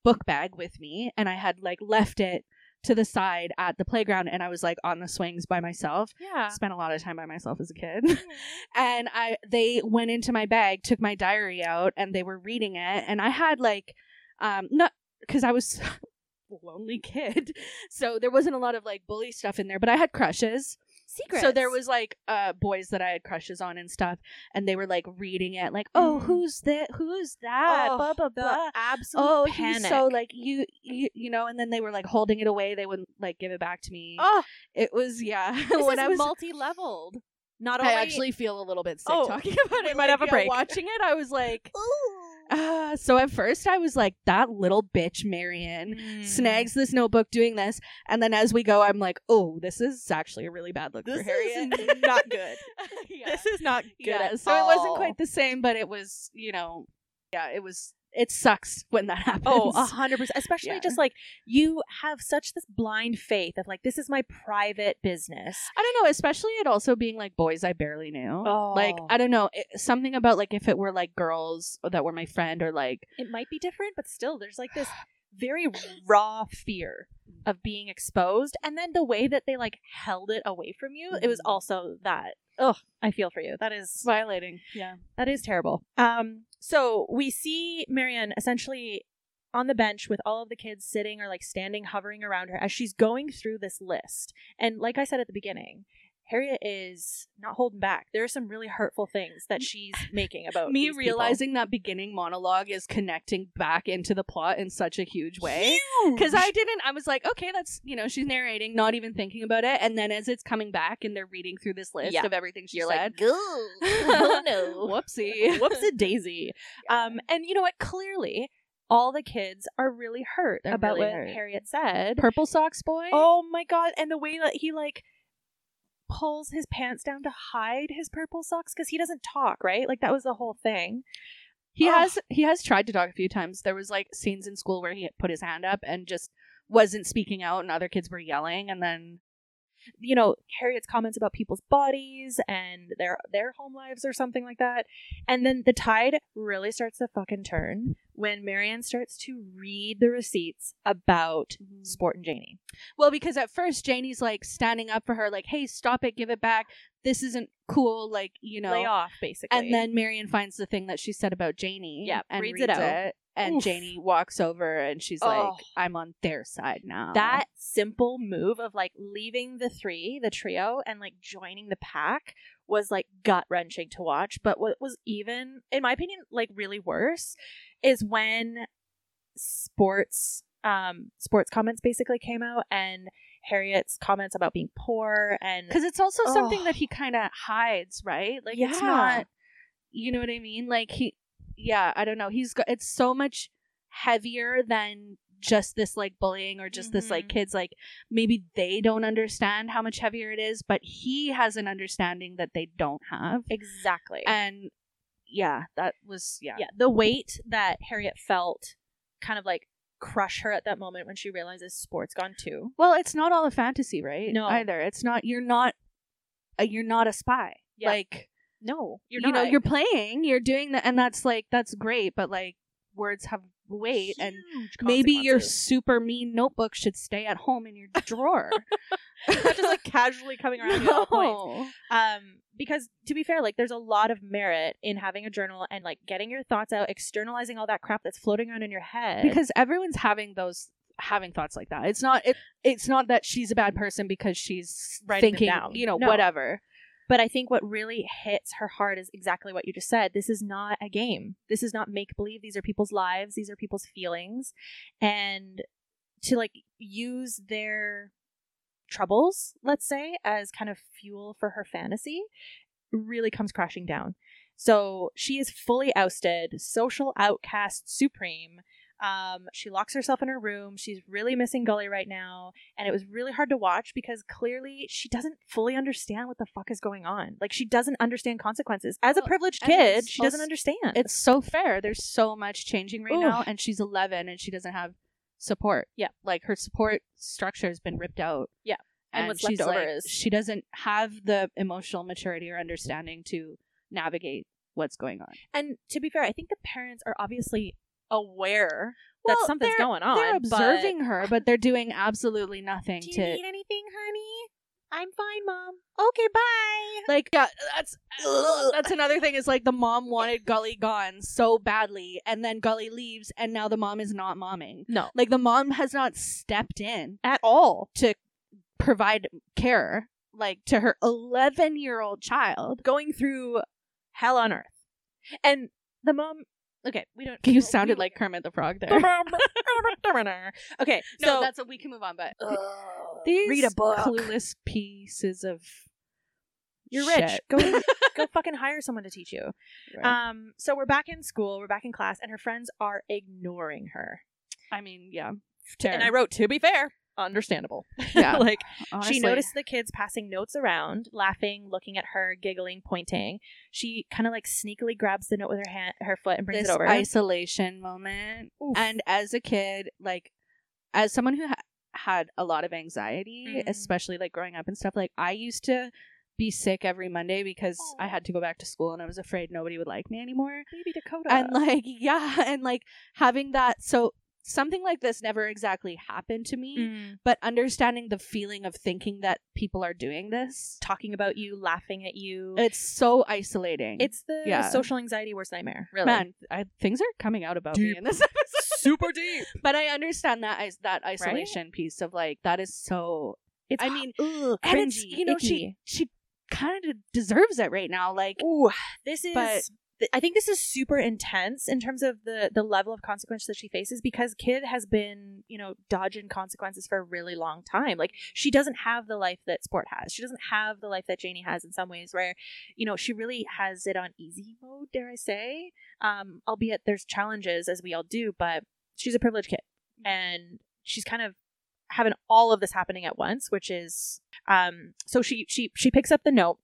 [SPEAKER 1] book bag with me, and I had like left it to the side at the playground, and I was like on the swings by myself.
[SPEAKER 2] yeah. Mm-hmm.
[SPEAKER 1] Spent a lot of time by myself as a kid [LAUGHS] and I they went into my bag, took my diary out, and they were reading it, and I had like, um, not because I was [LAUGHS] a lonely kid, [LAUGHS] so there wasn't a lot of like bully stuff in there, but I had crushes.
[SPEAKER 2] Secrets.
[SPEAKER 1] So there was like uh boys that I had crushes on and stuff, and they were like reading it, like, oh,
[SPEAKER 2] Mm.
[SPEAKER 1] who's that? Who's that?
[SPEAKER 2] Oh,
[SPEAKER 1] blah blah
[SPEAKER 2] the
[SPEAKER 1] blah.
[SPEAKER 2] absolute
[SPEAKER 1] Oh,
[SPEAKER 2] panic.
[SPEAKER 1] he's so like you, you, you know, and then they were like holding it away. They wouldn't like give it back to me.
[SPEAKER 2] oh,
[SPEAKER 1] It was yeah. [LAUGHS]
[SPEAKER 2] [LAUGHS] this
[SPEAKER 1] when
[SPEAKER 2] is
[SPEAKER 1] I was
[SPEAKER 2] multi-leveled. Not
[SPEAKER 1] I
[SPEAKER 2] only [LAUGHS]
[SPEAKER 1] actually feel a little bit sick
[SPEAKER 2] Oh,
[SPEAKER 1] talking [LAUGHS] about
[SPEAKER 2] we
[SPEAKER 1] it.
[SPEAKER 2] might have a
[SPEAKER 1] yeah,
[SPEAKER 2] break.
[SPEAKER 1] Watching it, I was
[SPEAKER 2] [LAUGHS]
[SPEAKER 1] like, ah. So at first, I was like, that little bitch, Marion,
[SPEAKER 2] Mm.
[SPEAKER 1] snags this notebook doing this. And then as we go, I'm like, oh, this is actually a really bad look
[SPEAKER 2] This
[SPEAKER 1] for Harriet.
[SPEAKER 2] is not [LAUGHS] good.
[SPEAKER 1] [LAUGHS] yeah.
[SPEAKER 2] This is not good.
[SPEAKER 1] Yeah,
[SPEAKER 2] at
[SPEAKER 1] So it wasn't
[SPEAKER 2] all.
[SPEAKER 1] quite the same, but it was, you know, yeah, it was. It sucks when that [LAUGHS] happens.
[SPEAKER 2] Oh, a hundred percent. Especially
[SPEAKER 1] Yeah.
[SPEAKER 2] just like you have such this blind faith of like this is my private business.
[SPEAKER 1] I don't know, especially it also being like boys I barely knew.
[SPEAKER 2] Oh.
[SPEAKER 1] Like, I don't know, it, something about like if it were like girls that were my friend or like
[SPEAKER 2] It might be different, but still, there's like this very raw fear of being exposed, and then the way that they like held it away from you, it was
[SPEAKER 1] Mhm.
[SPEAKER 2] also that. Ugh, I feel for you. That is
[SPEAKER 1] violating. Yeah.
[SPEAKER 2] That is terrible. Um, so we see Marianne essentially on the bench with all of the kids sitting or like standing, hovering around her as she's going through this list. And like I said at the beginning, Harriet is not holding back. There are some really hurtful things that she's making about
[SPEAKER 1] me
[SPEAKER 2] these people.
[SPEAKER 1] realizing that beginning monologue is connecting back into the plot in such a huge way because i didn't i was like okay that's you know she's narrating not even thinking about it and then as it's coming back and they're reading through this list
[SPEAKER 2] Yeah.
[SPEAKER 1] of everything she
[SPEAKER 2] [LAUGHS] you're
[SPEAKER 1] said
[SPEAKER 2] like, go,
[SPEAKER 1] [LAUGHS]
[SPEAKER 2] [LAUGHS] oh no, [LAUGHS]
[SPEAKER 1] whoopsie
[SPEAKER 2] whoops a daisy. Um, and you know what? Clearly, all the kids are really hurt
[SPEAKER 1] They're
[SPEAKER 2] about
[SPEAKER 1] really
[SPEAKER 2] what
[SPEAKER 1] hurt.
[SPEAKER 2] Harriet said.
[SPEAKER 1] purple socks boy
[SPEAKER 2] Oh my god! And the way that he like pulls his pants down to hide his purple socks because he doesn't talk, right? Like that was the whole thing.
[SPEAKER 1] he
[SPEAKER 2] oh.
[SPEAKER 1] has he has tried to talk a few times there was like scenes in school where he put his hand up and just wasn't speaking out and other kids were yelling and then
[SPEAKER 2] You know, Harriet's comments about people's bodies and their their home lives or something like that. And then the tide really starts to fucking turn when Marianne starts to read the receipts about
[SPEAKER 1] Mm-hmm.
[SPEAKER 2] Sport and Janie.
[SPEAKER 1] Well, because at first Janie's like standing up for her, like, "Hey, stop it, give it back. This isn't cool." Like, you know.
[SPEAKER 2] Lay off, basically.
[SPEAKER 1] And then Marion finds the thing that she said about Janie.
[SPEAKER 2] Yep,
[SPEAKER 1] and
[SPEAKER 2] reads it out.
[SPEAKER 1] and
[SPEAKER 2] Oof.
[SPEAKER 1] Janie walks over and she's like,
[SPEAKER 2] Oh.
[SPEAKER 1] "I'm on their side now."
[SPEAKER 2] that simple move of like leaving the three, the trio, and like joining the pack was like gut wrenching to watch. But what was even, in my opinion, like really worse is when sports um sports comments basically came out and Harriet's comments about being poor and
[SPEAKER 1] because it's also something
[SPEAKER 2] Oh.
[SPEAKER 1] that he kind of hides, right? Like, it's
[SPEAKER 2] Yeah.
[SPEAKER 1] not. You know what I mean? Like he, yeah, I don't know. He's got it's so much heavier than just this like bullying or just this like
[SPEAKER 2] Mhm.
[SPEAKER 1] kids like maybe they don't understand how much heavier it is, but he has an understanding that they don't have.
[SPEAKER 2] exactly
[SPEAKER 1] And yeah, that was yeah.
[SPEAKER 2] yeah the weight that Harriet felt kind of like crush her at that moment when she realizes sports gone too
[SPEAKER 1] Well, it's not all a fantasy, right?
[SPEAKER 2] No.
[SPEAKER 1] either. It's not. You're not. Uh, you're not a spy.
[SPEAKER 2] Yeah.
[SPEAKER 1] Like
[SPEAKER 2] no
[SPEAKER 1] you know, you're playing. You're doing that, and that's like that's great. But like words have weight, and
[SPEAKER 2] Huge
[SPEAKER 1] maybe your
[SPEAKER 2] consequences.
[SPEAKER 1] super mean notebook should stay at home
[SPEAKER 2] [LAUGHS]
[SPEAKER 1] in your drawer.
[SPEAKER 2] not just like casually
[SPEAKER 1] [LAUGHS]
[SPEAKER 2] coming around you at all points.
[SPEAKER 1] no.
[SPEAKER 2] Um, because to be fair, like there's a lot of merit in having a journal and like getting your thoughts out, externalizing all that crap that's floating around in your head.
[SPEAKER 1] because everyone's having those having thoughts like that. It's not it, it's not that she's a bad person because she's
[SPEAKER 2] Writing them
[SPEAKER 1] thinking,
[SPEAKER 2] down.
[SPEAKER 1] you know,
[SPEAKER 2] No.
[SPEAKER 1] whatever.
[SPEAKER 2] but I think what really hits her hard is exactly what you just said. This is not a game. This is not make believe. These are people's lives. These are people's feelings, and to like use their troubles, let's say, as kind of fuel for her fantasy, really comes crashing down. So she is fully ousted, social outcast supreme. Um, she locks herself in her room. She's really missing Gully right now. And it was really hard to watch because clearly she doesn't fully understand what the fuck is going on. Like, she doesn't understand consequences. As a
[SPEAKER 1] Well,
[SPEAKER 2] privileged
[SPEAKER 1] and
[SPEAKER 2] kid,
[SPEAKER 1] it's
[SPEAKER 2] she doesn't
[SPEAKER 1] als-
[SPEAKER 2] understand.
[SPEAKER 1] It's so fair. There's so much changing right
[SPEAKER 2] Oof.
[SPEAKER 1] now, and she's 11 and she doesn't have support.
[SPEAKER 2] Yeah.
[SPEAKER 1] like her support structure has been ripped out.
[SPEAKER 2] Yeah. And what's left
[SPEAKER 1] she's
[SPEAKER 2] over
[SPEAKER 1] like-
[SPEAKER 2] is-
[SPEAKER 1] she doesn't have the emotional maturity or understanding to navigate what's going on.
[SPEAKER 2] And to be fair, I think the parents are obviously aware
[SPEAKER 1] Well,
[SPEAKER 2] that something's
[SPEAKER 1] they're-
[SPEAKER 2] going on.
[SPEAKER 1] They're
[SPEAKER 2] but-
[SPEAKER 1] observing her, but they're doing absolutely nothing
[SPEAKER 2] Do you
[SPEAKER 1] to
[SPEAKER 2] need anything, honey? I'm fine, mom. Okay, bye.
[SPEAKER 1] like yeah, that's that's another thing is like the mom wanted Gully gone so badly and then Gully leaves and now the mom is not momming.
[SPEAKER 2] No,
[SPEAKER 1] Like the mom has not stepped in
[SPEAKER 2] at all.
[SPEAKER 1] to provide care like to her 11-year-old child.
[SPEAKER 2] Going through hell on earth, and the mom. Okay, we don't.
[SPEAKER 1] You
[SPEAKER 2] [LAUGHS] we-
[SPEAKER 1] sounded
[SPEAKER 2] we-
[SPEAKER 1] like Kermit the Frog there.
[SPEAKER 2] [LAUGHS] okay,
[SPEAKER 1] [LAUGHS] No,
[SPEAKER 2] so [LAUGHS]
[SPEAKER 1] that's what we can move on, but these
[SPEAKER 2] these read a book.
[SPEAKER 1] clueless pieces of
[SPEAKER 2] You're rich.
[SPEAKER 1] shit. [LAUGHS]
[SPEAKER 2] Go go fucking hire someone to teach you. Um, so we're back in school. We're back in class, and her friends are ignoring her.
[SPEAKER 1] I mean, yeah.
[SPEAKER 2] And I wrote, to be fair, understandable. [LAUGHS]
[SPEAKER 1] [LAUGHS] Yeah.
[SPEAKER 2] like
[SPEAKER 1] Honestly.
[SPEAKER 2] she noticed the kids passing notes around, laughing, looking at her, giggling, pointing. She kind of like sneakily grabs the note with her hand, her foot, and brings
[SPEAKER 1] this
[SPEAKER 2] it over.
[SPEAKER 1] isolation moment.
[SPEAKER 2] Oof.
[SPEAKER 1] And as a kid, like as someone who ha- had a lot of anxiety,
[SPEAKER 2] Mm.
[SPEAKER 1] especially like growing up and stuff, like I used to be sick every Monday because I
[SPEAKER 2] Aw.
[SPEAKER 1] had to go back to school and I was afraid nobody would like me anymore.
[SPEAKER 2] Baby Dakota.
[SPEAKER 1] And like [LAUGHS] yeah, and like having that so something like this never exactly happened to me,
[SPEAKER 2] Mm.
[SPEAKER 1] but understanding the feeling of thinking that people are doing this,
[SPEAKER 2] talking about you, laughing at you.
[SPEAKER 1] it's so isolating.
[SPEAKER 2] It's the
[SPEAKER 1] Yeah.
[SPEAKER 2] social anxiety worst nightmare. Really,
[SPEAKER 1] man, I, things are coming out about
[SPEAKER 2] Deep.
[SPEAKER 1] me in this [LAUGHS] episode.
[SPEAKER 2] super deep.
[SPEAKER 1] But I understand that is that isolation piece of like that is so.
[SPEAKER 2] It's
[SPEAKER 1] I mean,
[SPEAKER 2] ugh,
[SPEAKER 1] and it's
[SPEAKER 2] cringy,
[SPEAKER 1] you know
[SPEAKER 2] icky.
[SPEAKER 1] she she kind of deserves it right now. Like
[SPEAKER 2] Ooh, this is.
[SPEAKER 1] But-
[SPEAKER 2] th- I think this is super intense in terms of the the level of consequence that she faces because kid has been you know dodging consequences for a really long time. Like she doesn't have the life that Sport has. She doesn't have the life that Janie has in some ways, where you know she really has it on easy mode, dare I say? Um, albeit there's challenges as we all do, but she's a privileged kid and she's kind of having all of this happening at once, which is um. So she she she picks up the note.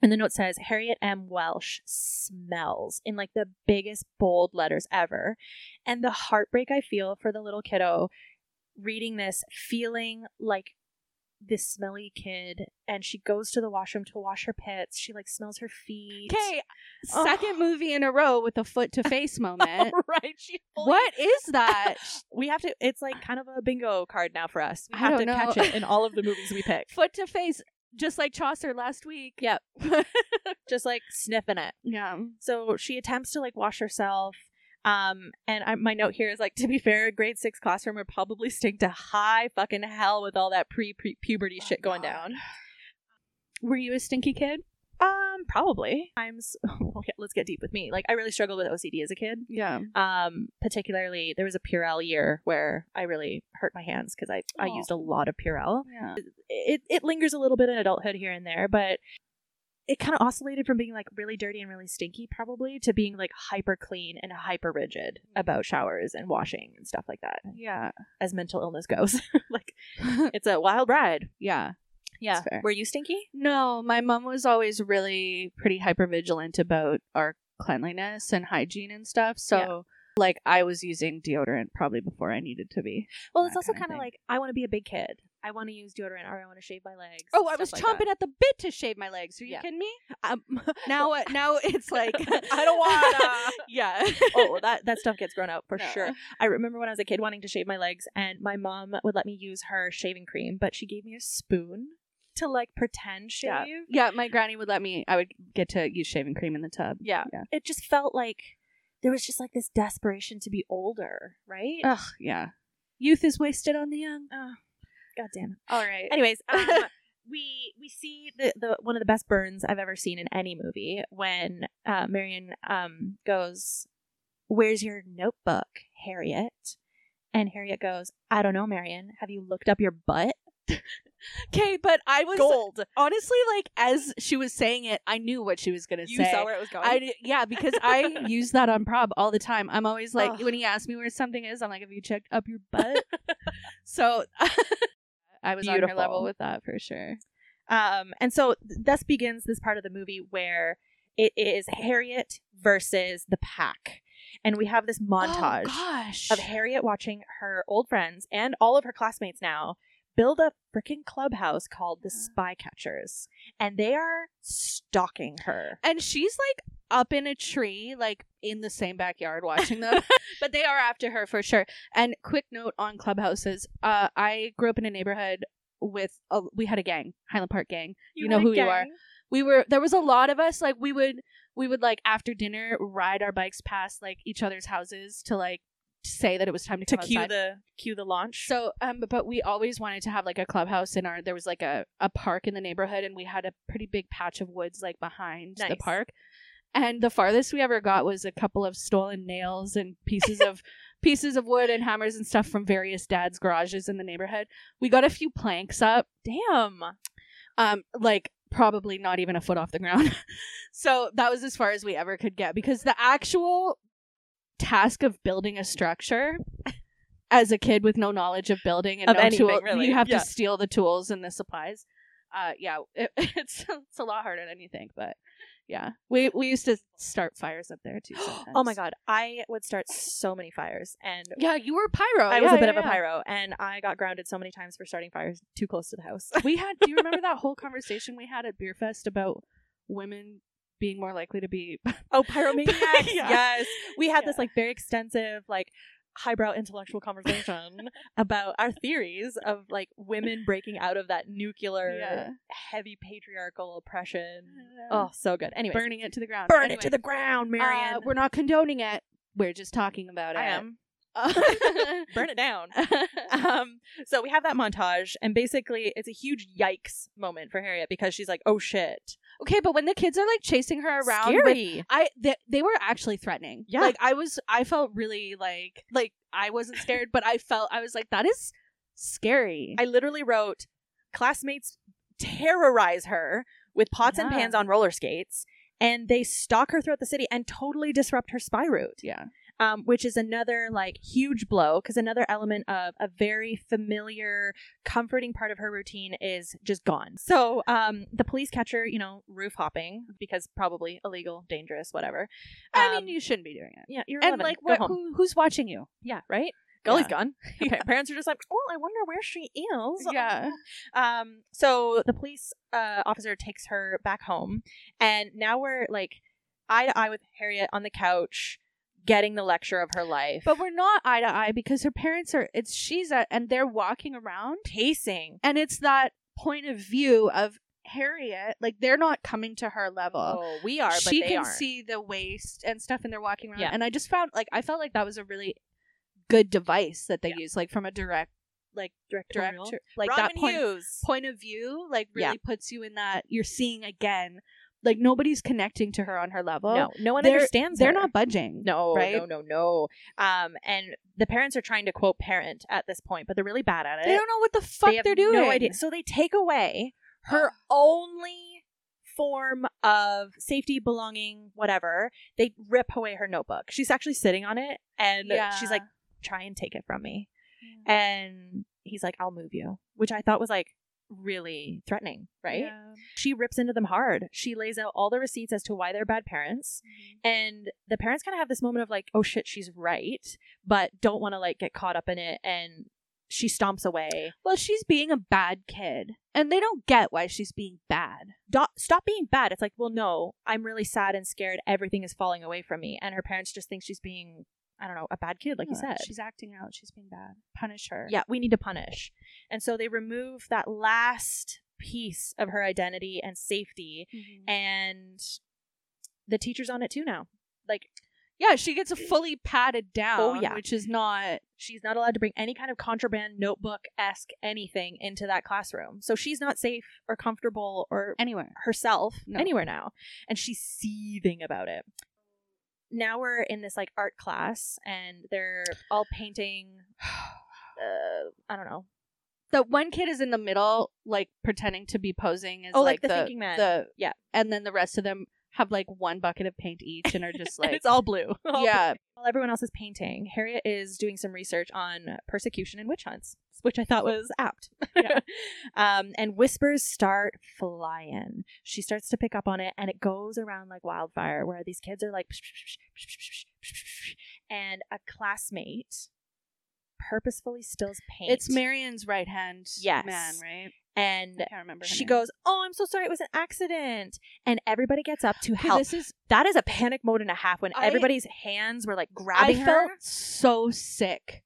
[SPEAKER 2] And the note says, Harriet M. Welsh smells in like the biggest bold letters ever. And the heartbreak I feel for the little kiddo reading this, feeling like this smelly kid. And she goes to the washroom to wash her pits. She like smells her feet. [LAUGHS]
[SPEAKER 1] okay,
[SPEAKER 2] Oh.
[SPEAKER 1] second movie in a row with a foot to [LAUGHS] face moment.
[SPEAKER 2] right. She fully-
[SPEAKER 1] what is [LAUGHS] that?
[SPEAKER 2] We have to, it's like kind of a bingo card now for us. We
[SPEAKER 1] I
[SPEAKER 2] have to
[SPEAKER 1] don't know.
[SPEAKER 2] catch it in all of the movies
[SPEAKER 1] [LAUGHS]
[SPEAKER 2] we pick.
[SPEAKER 1] foot to face, just like Chaucer last week.
[SPEAKER 2] Yep. Just like sniffing it.
[SPEAKER 1] [LAUGHS] Yeah.
[SPEAKER 2] So she attempts to like wash herself. Um, and I, my note here is like, [LAUGHS] to be fair, a grade six classroom would probably stink to high fucking hell with all that pre pre puberty shit going down.
[SPEAKER 1] Were you a stinky kid?
[SPEAKER 2] Um, probably. Times. [LAUGHS] okay, let's get deep with me. Like, I really struggled with OCD as a kid.
[SPEAKER 1] Yeah.
[SPEAKER 2] Um, particularly there was a Purell year where I really hurt my hands because I I
[SPEAKER 1] Aw.
[SPEAKER 2] used a lot of Purell.
[SPEAKER 1] Yeah.
[SPEAKER 2] it, it lingers a little bit in adulthood here and there, but it kind of oscillated from being like really dirty and really stinky, probably, to being like hyper clean and hyper rigid
[SPEAKER 1] Mm-hmm.
[SPEAKER 2] about showers and washing and stuff like that,
[SPEAKER 1] Yeah.
[SPEAKER 2] as mental illness goes. [LAUGHS]
[SPEAKER 1] [LAUGHS]
[SPEAKER 2] like, it's a wild ride.
[SPEAKER 1] yeah.
[SPEAKER 2] Yeah.
[SPEAKER 1] fair.
[SPEAKER 2] Were you stinky?
[SPEAKER 1] No, my mom was always really pretty hypervigilant about our cleanliness and hygiene and stuff. So,
[SPEAKER 2] Yeah.
[SPEAKER 1] like, I was using deodorant probably before I needed to be.
[SPEAKER 2] Well, it's
[SPEAKER 1] That
[SPEAKER 2] also
[SPEAKER 1] kinda
[SPEAKER 2] kind of
[SPEAKER 1] thing.
[SPEAKER 2] like, I want to be a big kid. I want to use deodorant or I want to shave my legs.
[SPEAKER 1] Oh, I was
[SPEAKER 2] stuff like
[SPEAKER 1] chomping at the bit to shave my legs. Are you
[SPEAKER 2] Yeah.
[SPEAKER 1] kidding [LAUGHS] me?
[SPEAKER 2] that. Um, [LAUGHS]
[SPEAKER 1] Now, uh, now [LAUGHS] it's like
[SPEAKER 2] I don't wanna.
[SPEAKER 1] [LAUGHS] yeah.
[SPEAKER 2] oh, well, that, that stuff gets grown out for
[SPEAKER 1] No.
[SPEAKER 2] sure. I remember when I was a kid wanting to shave my legs, and my mom would let me use her shaving cream, but she gave me a spoon to like pretend shave.
[SPEAKER 1] Yeah. yeah, my granny would let me. I would get to use shaving cream in the tub.
[SPEAKER 2] Yeah.
[SPEAKER 1] Yeah.
[SPEAKER 2] It just felt like there was just like this desperation to be older, right?
[SPEAKER 1] Ugh, yeah. Youth is wasted on the young.
[SPEAKER 2] Ugh. God damn it.
[SPEAKER 1] All right.
[SPEAKER 2] Anyways, um, we we see the, the one of the best burns I've ever seen in any movie when uh, Marion um, goes, "Where's your notebook, Harriet?" And Harriet goes, "I don't know, Marion. Have you looked up your butt?"
[SPEAKER 1] Okay, but
[SPEAKER 2] [LAUGHS]
[SPEAKER 1] I was
[SPEAKER 2] Gold.
[SPEAKER 1] honestly like as she was saying it, I knew what she was gonna
[SPEAKER 2] You
[SPEAKER 1] say.
[SPEAKER 2] saw where it was going.
[SPEAKER 1] I d- yeah, because
[SPEAKER 2] [LAUGHS]
[SPEAKER 1] I use that on prob all the time. I'm always like
[SPEAKER 2] Ugh.
[SPEAKER 1] when he asks me where something is, I'm like, "Have you checked up your butt?" so [LAUGHS] I was on her
[SPEAKER 2] Beautiful.
[SPEAKER 1] level with that for sure.
[SPEAKER 2] Um, and so th- thus begins this part of the movie where it is Harriet versus the pack. And we have [GASPS] this montage
[SPEAKER 1] gosh.
[SPEAKER 2] of Harriet watching her old friends and all of her classmates now build a freaking clubhouse called [GASPS] the Spy Catchers. And they are stalking her.
[SPEAKER 1] and she's like up in a tree, like in the same backyard watching
[SPEAKER 2] [LAUGHS]
[SPEAKER 1] them. but they are after her for sure. And quick note on clubhouses. Uh, I grew up in a neighborhood with a, we had a gang, Highland Park gang. You know who you are. we were there was a lot of us like we would we would like after dinner ride our bikes past like each other's houses to like say that it was time to
[SPEAKER 2] To
[SPEAKER 1] come
[SPEAKER 2] cue
[SPEAKER 1] outside.
[SPEAKER 2] the cue the launch.
[SPEAKER 1] so um but we always wanted to have like a clubhouse in our there was like a, a park in the neighborhood and we had a pretty big patch of woods like behind the
[SPEAKER 2] Nice.
[SPEAKER 1] park and the farthest we ever got was a couple of stolen nails and
[SPEAKER 2] [LAUGHS]
[SPEAKER 1] pieces of pieces of wood and hammers and stuff from various dad's garages in the neighborhood we got a few planks up
[SPEAKER 2] [GASPS] Damn.
[SPEAKER 1] um like probably not even a foot off the ground [LAUGHS] so that was as far as we ever could get because the actual task of building a structure [LAUGHS] as a kid with no knowledge of building and
[SPEAKER 2] Of
[SPEAKER 1] no
[SPEAKER 2] anything,
[SPEAKER 1] tool-
[SPEAKER 2] really.
[SPEAKER 1] you have
[SPEAKER 2] Yeah.
[SPEAKER 1] to steal the tools and the supplies uh yeah [LAUGHS] it, it's it's a lot harder than you think but yeah we we used to start fires up there too
[SPEAKER 2] [GASPS] Oh my
[SPEAKER 1] sometimes.
[SPEAKER 2] god. I would start so many fires and
[SPEAKER 1] yeah you were pyro
[SPEAKER 2] I was
[SPEAKER 1] Yeah,
[SPEAKER 2] a bit
[SPEAKER 1] yeah,
[SPEAKER 2] of a
[SPEAKER 1] yeah.
[SPEAKER 2] pyro and I got grounded so many times for starting fires too close to the house. [LAUGHS]
[SPEAKER 1] we had do you remember that whole conversation we had at beer fest about women being more likely to be
[SPEAKER 2] Oh, [LAUGHS] pyromaniacs.
[SPEAKER 1] Yeah. Uh,
[SPEAKER 2] Yes. We had this
[SPEAKER 1] Yeah.
[SPEAKER 2] like very extensive, like highbrow intellectual [LAUGHS] conversation about our theories of like women breaking out of that nuclear
[SPEAKER 1] Yeah.
[SPEAKER 2] heavy patriarchal oppression. Oh, so good. Anyway, burn,
[SPEAKER 1] burning it to the ground.
[SPEAKER 2] it to the ground, Marion.
[SPEAKER 1] Uh, we're not condoning it. We're just talking about it.
[SPEAKER 2] I am.
[SPEAKER 1] Uh,
[SPEAKER 2] Burn it down. [LAUGHS] um, so we have that montage, and basically it's a huge yikes moment for Harriet because she's like, "Oh shit,
[SPEAKER 1] [LAUGHS] okay, but when the kids are like chasing her around, with-
[SPEAKER 2] scary."
[SPEAKER 1] I they, they were actually threatening.
[SPEAKER 2] Yeah.
[SPEAKER 1] like I was. I felt really like like I wasn't scared, but I felt I was like that is scary.
[SPEAKER 2] I literally wrote classmates terrorize her with pots and
[SPEAKER 1] Yeah.
[SPEAKER 2] pans on roller skates and they stalk her throughout the city and totally disrupt her spy route
[SPEAKER 1] yeah,
[SPEAKER 2] um, which is another like huge blow because another element of a very familiar comforting part of her routine is just gone so um, the police catch her you know roof hopping because probably illegal dangerous whatever
[SPEAKER 1] I
[SPEAKER 2] Um,
[SPEAKER 1] mean you shouldn't be doing it.
[SPEAKER 2] yeah you're
[SPEAKER 1] And
[SPEAKER 2] 11.
[SPEAKER 1] like,
[SPEAKER 2] Go
[SPEAKER 1] what,
[SPEAKER 2] home.
[SPEAKER 1] who, who's watching you?
[SPEAKER 2] yeah right Gully's
[SPEAKER 1] Yeah. [LAUGHS]
[SPEAKER 2] gone. Her pa- Parents are just like, well, I wonder where she is.
[SPEAKER 1] Yeah.
[SPEAKER 2] [LAUGHS] Um, so the police uh, officer takes her back home, and now we're like eye to eye with Harriet on the couch, getting the lecture of her life.
[SPEAKER 1] But we're not eye to eye because her parents are. It's she's at, and they're walking around.
[SPEAKER 2] pacing.
[SPEAKER 1] and it's that point of view of Harriet, like they're not coming to her level.
[SPEAKER 2] Oh, we are, but
[SPEAKER 1] she
[SPEAKER 2] they
[SPEAKER 1] can
[SPEAKER 2] aren't.
[SPEAKER 1] see the waist and stuff, and they're walking around.
[SPEAKER 2] Yeah.
[SPEAKER 1] And I just found, like, I felt like that was a really good device that they
[SPEAKER 2] Yeah.
[SPEAKER 1] used, like from a direct
[SPEAKER 2] like directorial.
[SPEAKER 1] director, like
[SPEAKER 2] Robin
[SPEAKER 1] that point
[SPEAKER 2] Hughes.
[SPEAKER 1] point of view, like
[SPEAKER 2] Yeah.
[SPEAKER 1] really puts you in that you're seeing again. Like nobody's connecting to her on her level.
[SPEAKER 2] no, no one
[SPEAKER 1] they're-
[SPEAKER 2] understands.
[SPEAKER 1] they're
[SPEAKER 2] her.
[SPEAKER 1] not budging.
[SPEAKER 2] No,
[SPEAKER 1] right?
[SPEAKER 2] no, no, no. Um, and the parents are trying to quote parent at this point, but they're really bad at it.
[SPEAKER 1] they don't know what the fuck
[SPEAKER 2] have
[SPEAKER 1] are doing.
[SPEAKER 2] No idea. So they take away her only form of safety, belonging, whatever. They rip away her notebook. She's actually sitting on it, and
[SPEAKER 1] Yeah.
[SPEAKER 2] she's like, "Try and take it from me." And he's like, "I'll move you," which I thought was like really threatening, right?
[SPEAKER 1] Yeah.
[SPEAKER 2] She rips into them hard. She lays out all the receipts as to why they're bad parents. And the parents kind of have this moment of like, oh shit, she's right, but don't want to like get caught up in it. And she stomps away.
[SPEAKER 1] Well, she's being a bad kid, and they don't get why she's being bad.
[SPEAKER 2] do- stop being bad. It's like, well, no, I'm really sad and scared. Everything is falling away from me. And her parents just think she's being, I don't know, a bad kid, like you
[SPEAKER 1] Yeah,
[SPEAKER 2] said.
[SPEAKER 1] She's acting out. She's being bad. Punish her.
[SPEAKER 2] Yeah, we need to punish. And so they remove that last piece of her identity and safety. And the teacher's on it too now. Like,
[SPEAKER 1] Yeah, she gets a fully padded down,
[SPEAKER 2] Oh, yeah.
[SPEAKER 1] which is not.
[SPEAKER 2] she's not allowed to bring any kind of contraband, notebook esque anything into that classroom. So she's not safe or comfortable or
[SPEAKER 1] Anywhere.
[SPEAKER 2] herself
[SPEAKER 1] No.
[SPEAKER 2] anywhere now and she's seething about it now we're in this like art [SIGHS] class and they're all painting uh, i don't know
[SPEAKER 1] the one kid is in the middle, like pretending to be posing as
[SPEAKER 2] Oh, like
[SPEAKER 1] like,
[SPEAKER 2] the
[SPEAKER 1] the,
[SPEAKER 2] thinking man.
[SPEAKER 1] the
[SPEAKER 2] Yeah.
[SPEAKER 1] and then the rest of them have like one bucket of paint each and are
[SPEAKER 2] [LAUGHS]
[SPEAKER 1] just like
[SPEAKER 2] it's all blue. All
[SPEAKER 1] yeah,
[SPEAKER 2] While everyone else is painting, Harriet is doing some research on persecution and witch hunts, which I thought was apt.
[SPEAKER 1] Yeah.
[SPEAKER 2] [LAUGHS] um, and whispers start flying. She starts to pick up on it, and it goes around like wildfire, where these kids are like, and a classmate purposefully spills paint.
[SPEAKER 1] it's Marion's right hand
[SPEAKER 2] Yes.
[SPEAKER 1] man, right?
[SPEAKER 2] and
[SPEAKER 1] I can't remember. her
[SPEAKER 2] she
[SPEAKER 1] name.
[SPEAKER 2] goes, "Oh, I'm so sorry. It was an accident." And everybody gets up to
[SPEAKER 1] Okay,
[SPEAKER 2] help.
[SPEAKER 1] This is
[SPEAKER 2] that is a panic mode and a half when
[SPEAKER 1] I-
[SPEAKER 2] everybody's hands were like
[SPEAKER 1] I
[SPEAKER 2] grabbing her.
[SPEAKER 1] felt so sick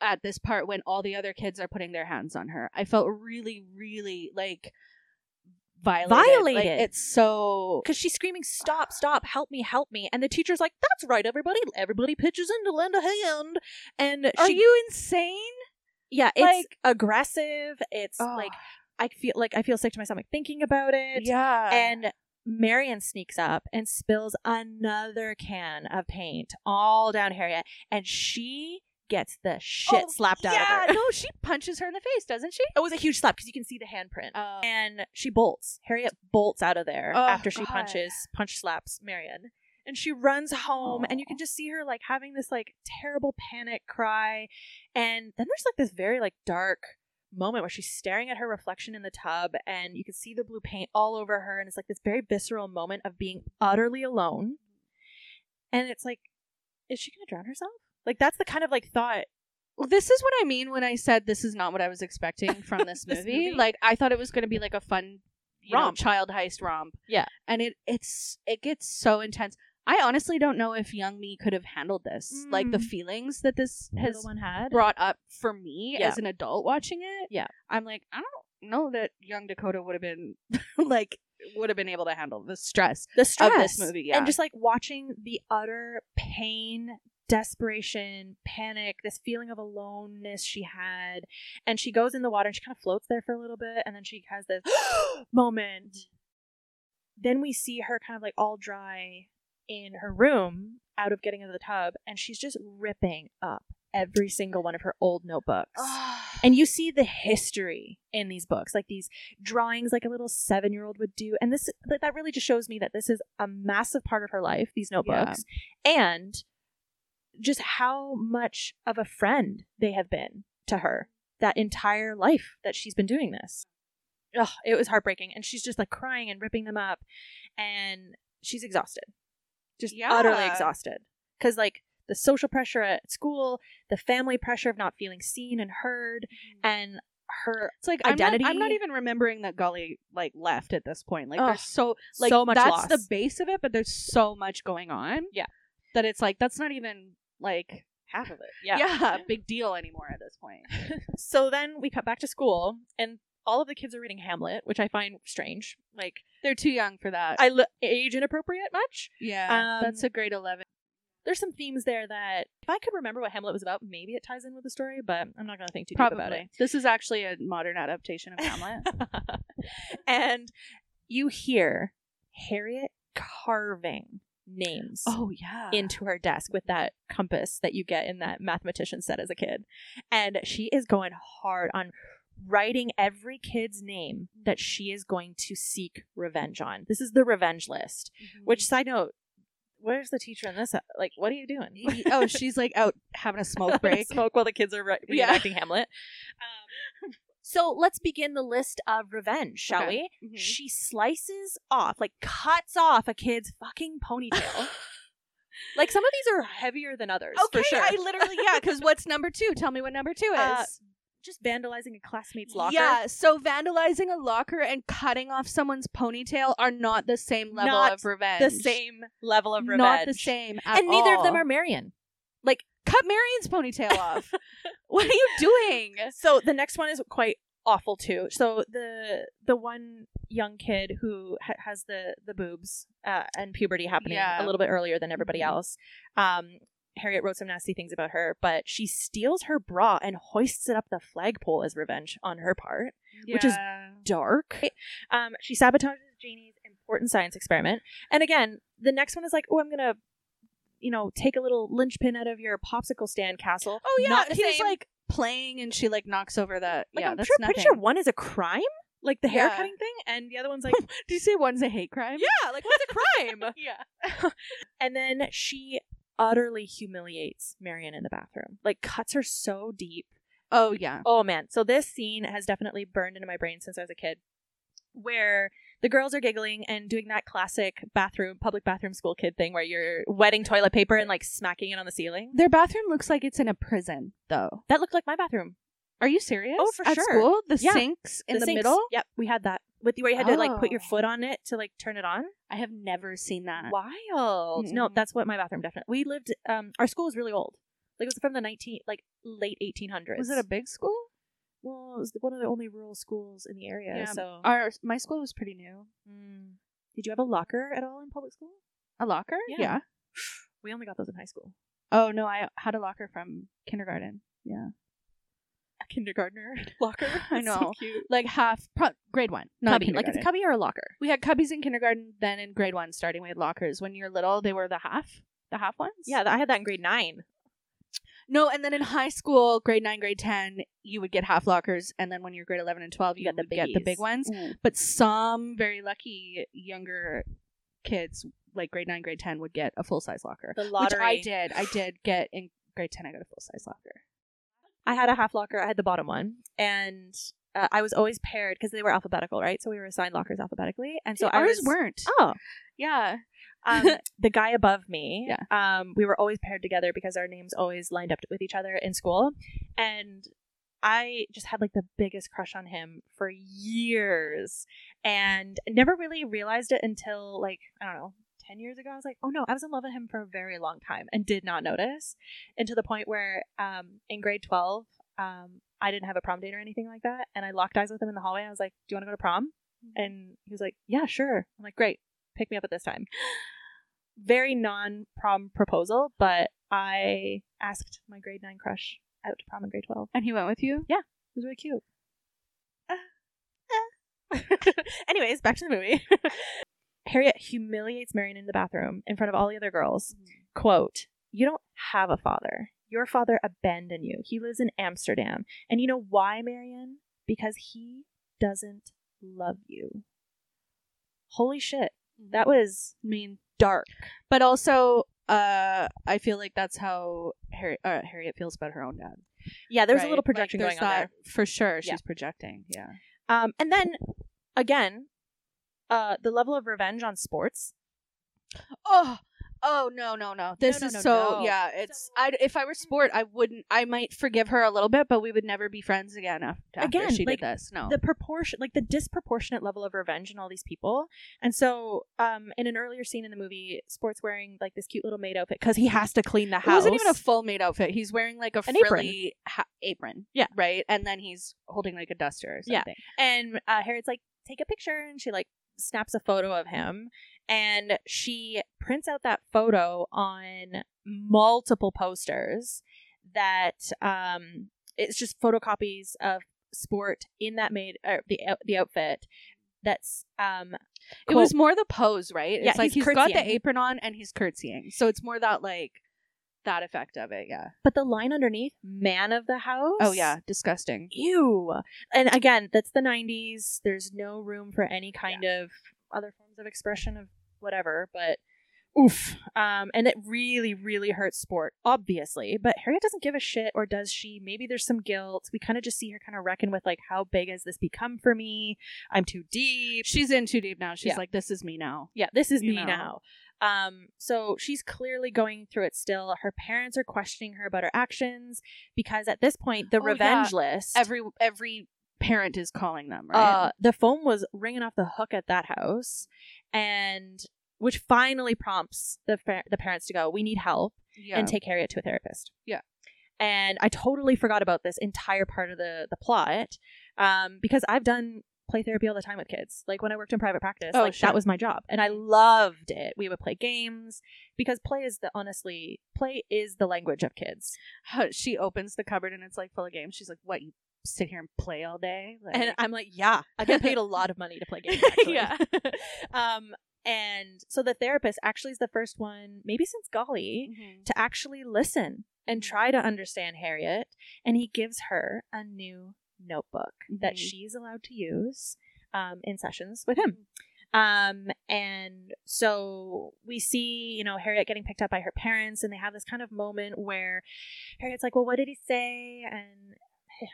[SPEAKER 1] at this part when all the other kids are putting their hands on her. I felt really, really like violated. Like,
[SPEAKER 2] Violated.
[SPEAKER 1] it's so
[SPEAKER 2] because she's screaming, "Stop! Stop! Help me! Help me!" And the teacher's like, "That's right, everybody. Everybody pitches in to lend a hand." And
[SPEAKER 1] Are
[SPEAKER 2] she,
[SPEAKER 1] you insane?
[SPEAKER 2] yeah, it's
[SPEAKER 1] like-
[SPEAKER 2] aggressive. It's
[SPEAKER 1] Oh,
[SPEAKER 2] like I feel like I feel sick to my stomach thinking about it.
[SPEAKER 1] yeah.
[SPEAKER 2] And Marion sneaks up and spills another can of paint all down Harriet, and she gets the shit
[SPEAKER 1] Oh,
[SPEAKER 2] slapped out of her.
[SPEAKER 1] yeah, no, she punches her in the face, doesn't she?
[SPEAKER 2] It was a huge slap because you can see the handprint.
[SPEAKER 1] Oh.
[SPEAKER 2] and she bolts. Harriet bolts out of there
[SPEAKER 1] Oh,
[SPEAKER 2] after she
[SPEAKER 1] God.
[SPEAKER 2] punches, punch slaps Marion. And she runs home, and you can just see her like having this like terrible panic cry. And then there's like this very like dark moment where she's staring at her reflection in the tub, and you can see the blue paint all over her. And it's like this very visceral moment of being utterly alone. And it's like, is she gonna drown herself? Like that's the kind of like thought.
[SPEAKER 1] Well, this is what I mean when I said this is not what I was expecting
[SPEAKER 2] [LAUGHS]
[SPEAKER 1] from this,
[SPEAKER 2] This
[SPEAKER 1] movie.
[SPEAKER 2] movie.
[SPEAKER 1] Like I thought it was going to be like a fun you
[SPEAKER 2] Romp.
[SPEAKER 1] Know, child heist romp.
[SPEAKER 2] Yeah.
[SPEAKER 1] and it it's it gets so intense. I honestly don't know if young me could have handled this, like the
[SPEAKER 2] Mm.
[SPEAKER 1] feelings that this
[SPEAKER 2] the
[SPEAKER 1] has
[SPEAKER 2] one had.
[SPEAKER 1] brought up for me
[SPEAKER 2] Yeah.
[SPEAKER 1] as an adult watching it.
[SPEAKER 2] Yeah.
[SPEAKER 1] I'm like I don't know that young Dakota would have been [LAUGHS] like would have been able to handle the
[SPEAKER 2] [SIGHS]
[SPEAKER 1] stress.
[SPEAKER 2] the
[SPEAKER 1] of
[SPEAKER 2] stress
[SPEAKER 1] this movie, yeah.
[SPEAKER 2] and just like watching the utter pain desperation panic this feeling of aloneness she had and she goes in the water and she kind of floats there for a little bit and then she has this [GASPS] moment then we see her kind of like all dry in her room out of getting out of the tub and she's just ripping up every single one of her old notebooks and you see the history in these books like these drawings like a little seven year old would do and this that that really just shows me that this is a massive part of her life these notebooks and just how much of a friend they have been to her that entire life that she's been doing this Ugh, it was heartbreaking and she's just like crying and ripping them up and she's exhausted just utterly
[SPEAKER 1] Yeah.
[SPEAKER 2] exhausted because like the social pressure at school the family pressure of not feeling seen and heard and her
[SPEAKER 1] It's like
[SPEAKER 2] Identity.
[SPEAKER 1] I'm not, I'm not even remembering that Gully like left at this point. Like
[SPEAKER 2] Ugh,
[SPEAKER 1] there's so like
[SPEAKER 2] so much
[SPEAKER 1] that's
[SPEAKER 2] loss.
[SPEAKER 1] the base of it, but there's so much going on.
[SPEAKER 2] Yeah.
[SPEAKER 1] that it's like that's not even like
[SPEAKER 2] half of it
[SPEAKER 1] yeah,
[SPEAKER 2] [LAUGHS]
[SPEAKER 1] big deal anymore at this point.
[SPEAKER 2] so then we cut back to school and all of the kids are reading hamlet which i find strange like
[SPEAKER 1] They're too young for that.
[SPEAKER 2] i l- age inappropriate much
[SPEAKER 1] yeah,
[SPEAKER 2] um,
[SPEAKER 1] that's a grade eleven.
[SPEAKER 2] there's some themes there that if i could remember what hamlet was about maybe it ties in with the story but i'm not going to think too deep about it
[SPEAKER 1] Probably this is actually a modern adaptation of Hamlet.
[SPEAKER 2] [LAUGHS] and you hear harriet carving names
[SPEAKER 1] [LAUGHS] oh yeah,
[SPEAKER 2] into her desk with that compass that you get in that mathematician set as a kid. And she is going hard on writing every kid's name that she is going to seek revenge on. This is the revenge list.
[SPEAKER 1] Mm-hmm.
[SPEAKER 2] Which side note, where's the teacher in this? uh, Like, what are you doing?
[SPEAKER 1] oh she's like out having a smoke break.
[SPEAKER 2] [LAUGHS] Smoke while the kids are re-
[SPEAKER 1] Yeah.
[SPEAKER 2] reenacting
[SPEAKER 1] [LAUGHS]
[SPEAKER 2] Hamlet. Um, so let's begin the list of revenge, shall
[SPEAKER 1] Okay.
[SPEAKER 2] we? [LAUGHS]
[SPEAKER 1] Mhm.
[SPEAKER 2] She slices off, like cuts off a kid's fucking [LAUGHS] ponytail. like some of these are heavier than others,
[SPEAKER 1] Okay,
[SPEAKER 2] for sure.
[SPEAKER 1] I literally yeah. Because what's number two? Tell me what number two is.
[SPEAKER 2] Uh, just vandalizing a classmate's locker.
[SPEAKER 1] Yeah, so vandalizing a locker and cutting off someone's ponytail are not the same level
[SPEAKER 2] Not
[SPEAKER 1] of revenge.
[SPEAKER 2] The same level of revenge.
[SPEAKER 1] Not the same. at
[SPEAKER 2] And neither of them
[SPEAKER 1] all.
[SPEAKER 2] are [LAUGHS] Marion.
[SPEAKER 1] Cut Marion's ponytail [LAUGHS] off. what are you doing?
[SPEAKER 2] So the next one is quite awful too. So the the one young kid who ha- has the the boobs uh, and puberty happening
[SPEAKER 1] Yeah.
[SPEAKER 2] a little bit earlier than everybody
[SPEAKER 1] Mhm.
[SPEAKER 2] else. Um, Harriet wrote some nasty things about her, but she steals her bra and hoists it up the flagpole as revenge on her part. Which is- dark. Um, she sabotages Janie's important science experiment. And again, the next one is like, oh, I'm gonna, you know, take a little linchpin out of your popsicle stand castle.
[SPEAKER 1] Oh yeah,
[SPEAKER 2] Not the
[SPEAKER 1] he's
[SPEAKER 2] same.
[SPEAKER 1] like playing and she like knocks over that.
[SPEAKER 2] Like
[SPEAKER 1] yeah,
[SPEAKER 2] I'm
[SPEAKER 1] that's
[SPEAKER 2] sure,
[SPEAKER 1] nothing.
[SPEAKER 2] pretty sure one is a crime, like the hair
[SPEAKER 1] Yeah.
[SPEAKER 2] cutting thing, and the other one's [LAUGHS] like,
[SPEAKER 1] Do you say one's a hate crime?
[SPEAKER 2] yeah, like what's a [LAUGHS] crime?
[SPEAKER 1] Yeah.
[SPEAKER 2] and then she utterly humiliates Marion in the bathroom, like cuts her so deep.
[SPEAKER 1] Oh yeah.
[SPEAKER 2] Oh man, so this scene has definitely burned into my brain since I was a kid, where the girls are giggling and doing that classic bathroom, public bathroom school kid thing where you're wetting toilet paper and like smacking it on the ceiling.
[SPEAKER 1] Their bathroom looks like it's in a prison, though.
[SPEAKER 2] That looked like my bathroom.
[SPEAKER 1] Are you serious?
[SPEAKER 2] Oh, for
[SPEAKER 1] At
[SPEAKER 2] sure.
[SPEAKER 1] school, the
[SPEAKER 2] Yeah.
[SPEAKER 1] sinks in the,
[SPEAKER 2] sinks.
[SPEAKER 1] middle.
[SPEAKER 2] Yep, we had that. With where you had to like put your
[SPEAKER 1] Oh.
[SPEAKER 2] foot on it to like turn it on.
[SPEAKER 1] I have never seen that.
[SPEAKER 2] Wild. No,
[SPEAKER 1] Mm-mm.
[SPEAKER 2] that's what my bathroom definitely. We lived. Um, our school was really old. Like it was from the nineteen, like late eighteen hundreds.
[SPEAKER 1] Was it a big school?
[SPEAKER 2] Well, it was one of the only rural schools in the area.
[SPEAKER 1] Yeah,
[SPEAKER 2] So,
[SPEAKER 1] Our my school was pretty new.
[SPEAKER 2] Mm. did you have a locker at all in public school?
[SPEAKER 1] A locker?
[SPEAKER 2] Yeah. We only got those in high school.
[SPEAKER 1] Oh no, I had a locker from kindergarten. Yeah.
[SPEAKER 2] A kindergartner [LAUGHS] locker.
[SPEAKER 1] I
[SPEAKER 2] That's so
[SPEAKER 1] know.
[SPEAKER 2] cute.
[SPEAKER 1] Like half pro- grade one, not
[SPEAKER 2] cubby, like it's a
[SPEAKER 1] kindergarten.
[SPEAKER 2] cubby or a locker.
[SPEAKER 1] We had cubbies in kindergarten, then in grade one, starting we had lockers. When you're little, they were the half, the half ones.
[SPEAKER 2] Yeah, th- I had that in grade nine.
[SPEAKER 1] No, and then in high school, grade nine, grade ten, you would get half lockers, and then when you're grade eleven and twelve, you,
[SPEAKER 2] You got the
[SPEAKER 1] would get the
[SPEAKER 2] biggies. Mm.
[SPEAKER 1] big ones. But some very lucky younger kids, like grade nine, grade ten, would get a full size locker.
[SPEAKER 2] The lottery.
[SPEAKER 1] Which I did. I did get in grade ten. I got a full size locker.
[SPEAKER 2] I had a half locker. I had the bottom one, and uh, I was always paired because they were alphabetical, right? So we were assigned lockers alphabetically, and so
[SPEAKER 1] See,
[SPEAKER 2] I
[SPEAKER 1] ours
[SPEAKER 2] was
[SPEAKER 1] weren't.
[SPEAKER 2] oh
[SPEAKER 1] Yeah.
[SPEAKER 2] um, [LAUGHS] the guy above me,
[SPEAKER 1] Yeah.
[SPEAKER 2] um, we were always paired together because our names always lined up with each other in school. And I just had like the biggest crush on him for years and never really realized it until like, I don't know. 10 years ago, I was like, oh no, I was in love with him for a very long time and did not notice. And to the point where um, in grade 12, um, I didn't have a prom date or anything like that. And I locked eyes with him in the hallway. I was like, do you want to go to prom? And he was like, yeah, sure. I'm like, great. Pick me up at this time very non prom proposal, but I asked my grade nine crush out to prom in grade 12. It
[SPEAKER 1] And he went with you?
[SPEAKER 2] was really cute. [LAUGHS] Anyways, back to the movie. [LAUGHS] Harriet humiliates Marion in the bathroom in front of all the other girls. Quote, You don't have a father. Your father abandoned you. He lives in Amsterdam. And you know why, Marion? Because he doesn't love you. Holy shit. That was
[SPEAKER 1] mean.
[SPEAKER 2] dark.
[SPEAKER 1] But also, uh, I feel like that's how Harriet, uh, Harriet feels about her own dad.
[SPEAKER 2] Yeah, there's
[SPEAKER 1] right?
[SPEAKER 2] a little projection
[SPEAKER 1] Like,
[SPEAKER 2] going
[SPEAKER 1] there's
[SPEAKER 2] on there.
[SPEAKER 1] that- For sure, she's
[SPEAKER 2] Yeah.
[SPEAKER 1] projecting. Yeah.
[SPEAKER 2] Um, and then again, uh, the level of revenge on sports.
[SPEAKER 1] Oh, oh no, no, no. This
[SPEAKER 2] no,
[SPEAKER 1] is
[SPEAKER 2] no,
[SPEAKER 1] so
[SPEAKER 2] no.
[SPEAKER 1] yeah. It's I. If I were sport, I wouldn't. I might forgive her a little bit, but we would never be friends again after, after
[SPEAKER 2] Again,
[SPEAKER 1] she
[SPEAKER 2] like,
[SPEAKER 1] did this. No.
[SPEAKER 2] The proportion, like the disproportionate level of revenge in all these people. And so, um, in an earlier scene in the movie, sports wearing like this cute little maid outfit because he has to clean the
[SPEAKER 1] it
[SPEAKER 2] house.
[SPEAKER 1] wasn't even a full maid outfit. He's wearing like a
[SPEAKER 2] An apron.
[SPEAKER 1] frilly ha- apron.
[SPEAKER 2] Yeah.
[SPEAKER 1] Right. And then he's holding like a duster or
[SPEAKER 2] Yeah.
[SPEAKER 1] something.
[SPEAKER 2] and uh, Harriet's like, take a picture, and she like snaps a photo of him, and she prints out that photo on multiple posters that um, it's just photocopies of sport in that made or the out- the outfit. That's um,
[SPEAKER 1] It was more the pose, right?
[SPEAKER 2] Yeah,
[SPEAKER 1] it's like
[SPEAKER 2] he's
[SPEAKER 1] he's got the
[SPEAKER 2] curtsying.
[SPEAKER 1] apron on and he's curtsying. So it's more that like that effect of it, yeah.
[SPEAKER 2] but the line underneath, man of the house.
[SPEAKER 1] Oh yeah, disgusting.
[SPEAKER 2] ew. And again, that's the 90s. There's no room for any kind of other forms of expression of whatever, but oof. Um, and it really, really hurts sport, obviously. But Harriet doesn't give a shit, or does she? Maybe there's some guilt. We kind of just see her kind of reckon with, like, how big has this become for me? I'm too deep.
[SPEAKER 1] She's in too deep now. She's
[SPEAKER 2] Yeah.
[SPEAKER 1] like, this is me now.
[SPEAKER 2] Yeah, this is
[SPEAKER 1] You know.
[SPEAKER 2] me now. Um, so she's clearly going through it still. Her parents are questioning her about her actions because at this point, the
[SPEAKER 1] Oh, yeah.
[SPEAKER 2] revenge list.
[SPEAKER 1] Every every parent is calling them, right?
[SPEAKER 2] Uh, the phone was ringing off the hook at that house, and which finally prompts the fa- the parents to go. We need help
[SPEAKER 1] yeah.
[SPEAKER 2] and take Harriet to a therapist.
[SPEAKER 1] Yeah.
[SPEAKER 2] and I totally forgot about this entire part of the the plot um, because I've done play therapy all the time with kids. Like when I worked in private practice,
[SPEAKER 1] Oh,
[SPEAKER 2] like
[SPEAKER 1] sure.
[SPEAKER 2] that was my job, and I loved it. We would play games because play is the honestly play is the language of kids.
[SPEAKER 1] How- she opens the cupboard and it's like full of games. She's like, What, you sit here and play all day? Like,
[SPEAKER 2] And I'm like, yeah, I get paid a lot of money to play games. Actually.
[SPEAKER 1] Yeah.
[SPEAKER 2] [LAUGHS] um, And so the therapist actually is the first one, maybe since Golly, to actually listen and try to understand Harriet. And he gives her a new notebook that
[SPEAKER 1] Mhm.
[SPEAKER 2] she's allowed to use um, in sessions with him. Um, and so we see, you know, Harriet getting picked up by her parents, and they have this kind of moment where Harriet's like, Well, what did he say? And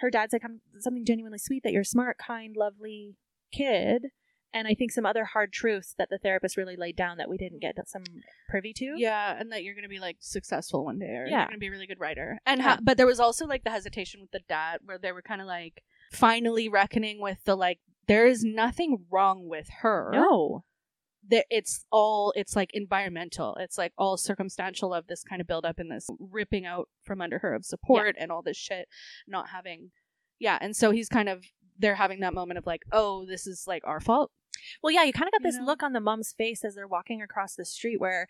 [SPEAKER 2] her dad's like, I'm something genuinely sweet that you're a smart, kind, lovely kid. And I think some other hard truths that the therapist really laid down that we didn't get that some privy to.
[SPEAKER 1] Yeah, and that you're gonna be like successful one day, or
[SPEAKER 2] Yeah.
[SPEAKER 1] you're gonna be a really good writer. And
[SPEAKER 2] Yeah.
[SPEAKER 1] ha- but there was also like the hesitation with the dad, where they were kind of like finally reckoning with the like there is nothing wrong with her.
[SPEAKER 2] No.
[SPEAKER 1] that it's all it's like environmental. It's like all circumstantial of this kind of buildup and this ripping out from under her of support and all this shit, not having, yeah. And so he's kind of they're having that moment of like, oh, this is like our fault.
[SPEAKER 2] Well, yeah, you kind of got
[SPEAKER 1] You
[SPEAKER 2] this
[SPEAKER 1] know?
[SPEAKER 2] look on the mom's face as they're walking across the street where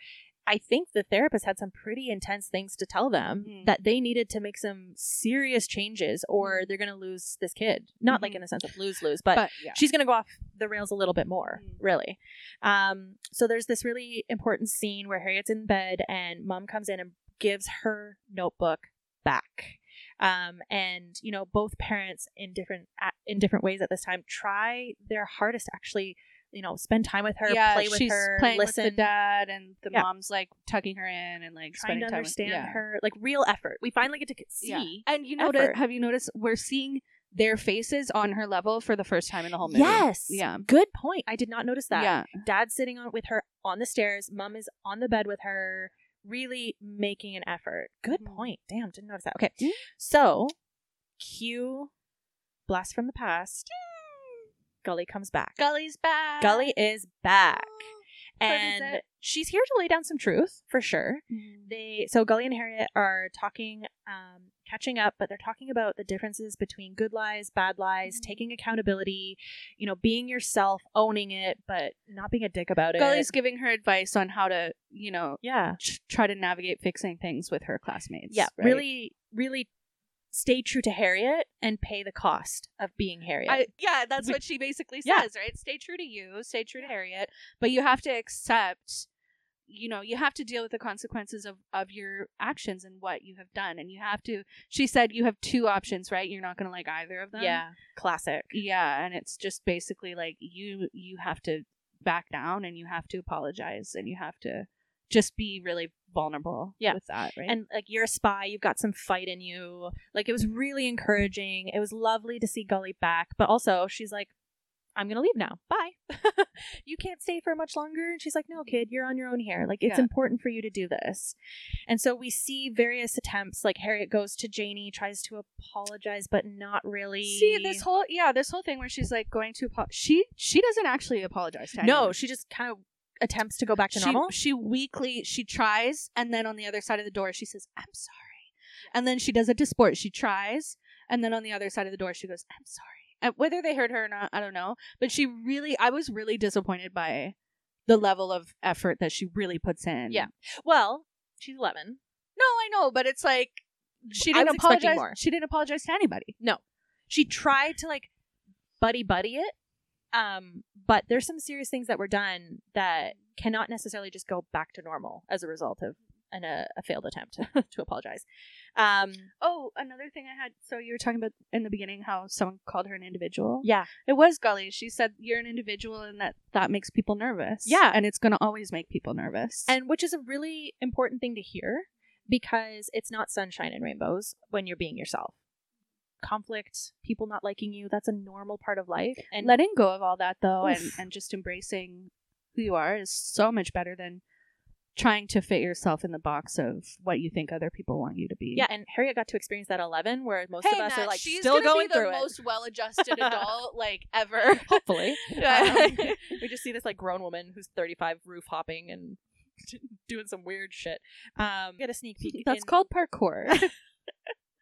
[SPEAKER 2] I think the therapist had some pretty intense things to tell them
[SPEAKER 1] Mhm.
[SPEAKER 2] that they needed to make some serious changes
[SPEAKER 1] Mm-hmm.
[SPEAKER 2] or they're going to lose this kid. Not like
[SPEAKER 1] Mhm.
[SPEAKER 2] in the sense of lose lose, but,
[SPEAKER 1] but yeah,
[SPEAKER 2] she's going to go off the rails a little bit more,
[SPEAKER 1] Mhm.
[SPEAKER 2] really. Um, so there's this really important scene where Harriet's in bed and mom comes in and gives her notebook back. Um, and you know, both parents in different at, in different ways at this time try their hardest to actually, you know, spend time with her,
[SPEAKER 1] yeah,
[SPEAKER 2] play with
[SPEAKER 1] she's
[SPEAKER 2] her,
[SPEAKER 1] playing
[SPEAKER 2] listen,
[SPEAKER 1] with the dad, and the
[SPEAKER 2] Yeah.
[SPEAKER 1] mom's like tucking her in and like
[SPEAKER 2] trying to
[SPEAKER 1] spending time
[SPEAKER 2] understand
[SPEAKER 1] with, yeah.
[SPEAKER 2] her, like real effort. We finally get to c- see.
[SPEAKER 1] Yeah. And you notice,
[SPEAKER 2] effort.
[SPEAKER 1] have you noticed we're seeing their faces on her level for the first time in the whole movie?
[SPEAKER 2] Yes.
[SPEAKER 1] Yeah.
[SPEAKER 2] Good point. I did not notice that.
[SPEAKER 1] Yeah.
[SPEAKER 2] dad's sitting on with her on the stairs mom is on the bed with her really making an effort good
[SPEAKER 1] Mhm.
[SPEAKER 2] point damn didn't notice that okay
[SPEAKER 1] Mhm.
[SPEAKER 2] so cue blast from the past gully comes back
[SPEAKER 1] Gully's back.
[SPEAKER 2] gully is back
[SPEAKER 1] What is
[SPEAKER 2] and
[SPEAKER 1] it? Mm-hmm.
[SPEAKER 2] she's here to lay down some truth for sure they so Gully and Harriet are talking, um, catching up, but they're talking about the differences between good lies, bad lies,
[SPEAKER 1] Mhm.
[SPEAKER 2] taking accountability, you know, being yourself, owning it, but not being a dick about it.
[SPEAKER 1] Gully's giving her advice on how to, you know,
[SPEAKER 2] yeah,
[SPEAKER 1] tr- try to navigate fixing things with her classmates.
[SPEAKER 2] yeah,
[SPEAKER 1] right?
[SPEAKER 2] really, really stay true to Harriet and pay the cost of being Harriet.
[SPEAKER 1] I, yeah, that's
[SPEAKER 2] We-
[SPEAKER 1] what she basically
[SPEAKER 2] Yeah.
[SPEAKER 1] says, right? Stay true to you, stay true to Harriet, but you have to accept, you know, you have to deal with the consequences of of your actions and what you have done, and you have to. She said you have two options, right? You're not going to like either of them.
[SPEAKER 2] yeah, classic.
[SPEAKER 1] yeah, and it's just basically like you you have to back down and you have to apologize and you have to just be really vulnerable
[SPEAKER 2] Yeah.
[SPEAKER 1] with that, right?
[SPEAKER 2] and like you're a spy you've got some fight in you like it was really encouraging it was lovely to see gully back but also she's like i'm gonna leave now bye [LAUGHS] you can't stay for much longer and she's like no kid you're on your own here like it's
[SPEAKER 1] Yeah.
[SPEAKER 2] important for you to do this and so we see various attempts like harriet goes to janie tries to apologize but not really
[SPEAKER 1] See this whole yeah, this whole thing where she's like going to apo- she she doesn't actually apologize to
[SPEAKER 2] no
[SPEAKER 1] anyone.
[SPEAKER 2] she just kind of attempts to go back to
[SPEAKER 1] she,
[SPEAKER 2] normal
[SPEAKER 1] she weakly she tries and then on the other side of the door she says I'm sorry. And then she does it to sport. She tries and then on the other side of the door she goes I'm sorry. And whether they heard her or not, I don't know, but she really I was really disappointed by the level of effort that she really puts in.
[SPEAKER 2] Yeah. well she's 11
[SPEAKER 1] No, I know, but it's like she
[SPEAKER 2] I
[SPEAKER 1] didn't
[SPEAKER 2] was expecting
[SPEAKER 1] apologize.
[SPEAKER 2] more.
[SPEAKER 1] She didn't apologize to anybody.
[SPEAKER 2] she tried to like buddy buddy it um but there's some serious things that were done that cannot necessarily just go back to normal as a result of an, a, a failed attempt [LAUGHS] to apologize um
[SPEAKER 1] Oh, another thing I had. So you were talking about in the beginning how someone called her an individual.
[SPEAKER 2] yeah
[SPEAKER 1] It was Gully. She said you're an individual, and that that makes people nervous.
[SPEAKER 2] Yeah.
[SPEAKER 1] and it's gonna always make people nervous.
[SPEAKER 2] and which is a really important thing to hear because it's not sunshine and rainbows when you're being yourself conflict people not liking you that's a normal part of life and
[SPEAKER 1] letting go of all that though, and
[SPEAKER 2] Oof.
[SPEAKER 1] and just embracing who you are is so much better than trying to fit yourself in the box of what you think other people want you to be.
[SPEAKER 2] yeah and harriet got to experience that at 11 where most of us are like
[SPEAKER 1] she's
[SPEAKER 2] still going
[SPEAKER 1] be the
[SPEAKER 2] through it Oh,
[SPEAKER 1] most
[SPEAKER 2] [LAUGHS]
[SPEAKER 1] well-adjusted adult like ever. [LAUGHS]
[SPEAKER 2] hopefully [LAUGHS]
[SPEAKER 1] Yeah. [LAUGHS]
[SPEAKER 2] Um, we just see this like grown woman who's 35 roof hopping and [LAUGHS] doing some weird shit. Um, get a sneak peek.
[SPEAKER 1] [LAUGHS] That's
[SPEAKER 2] in-
[SPEAKER 1] called parkour.
[SPEAKER 2] parkour.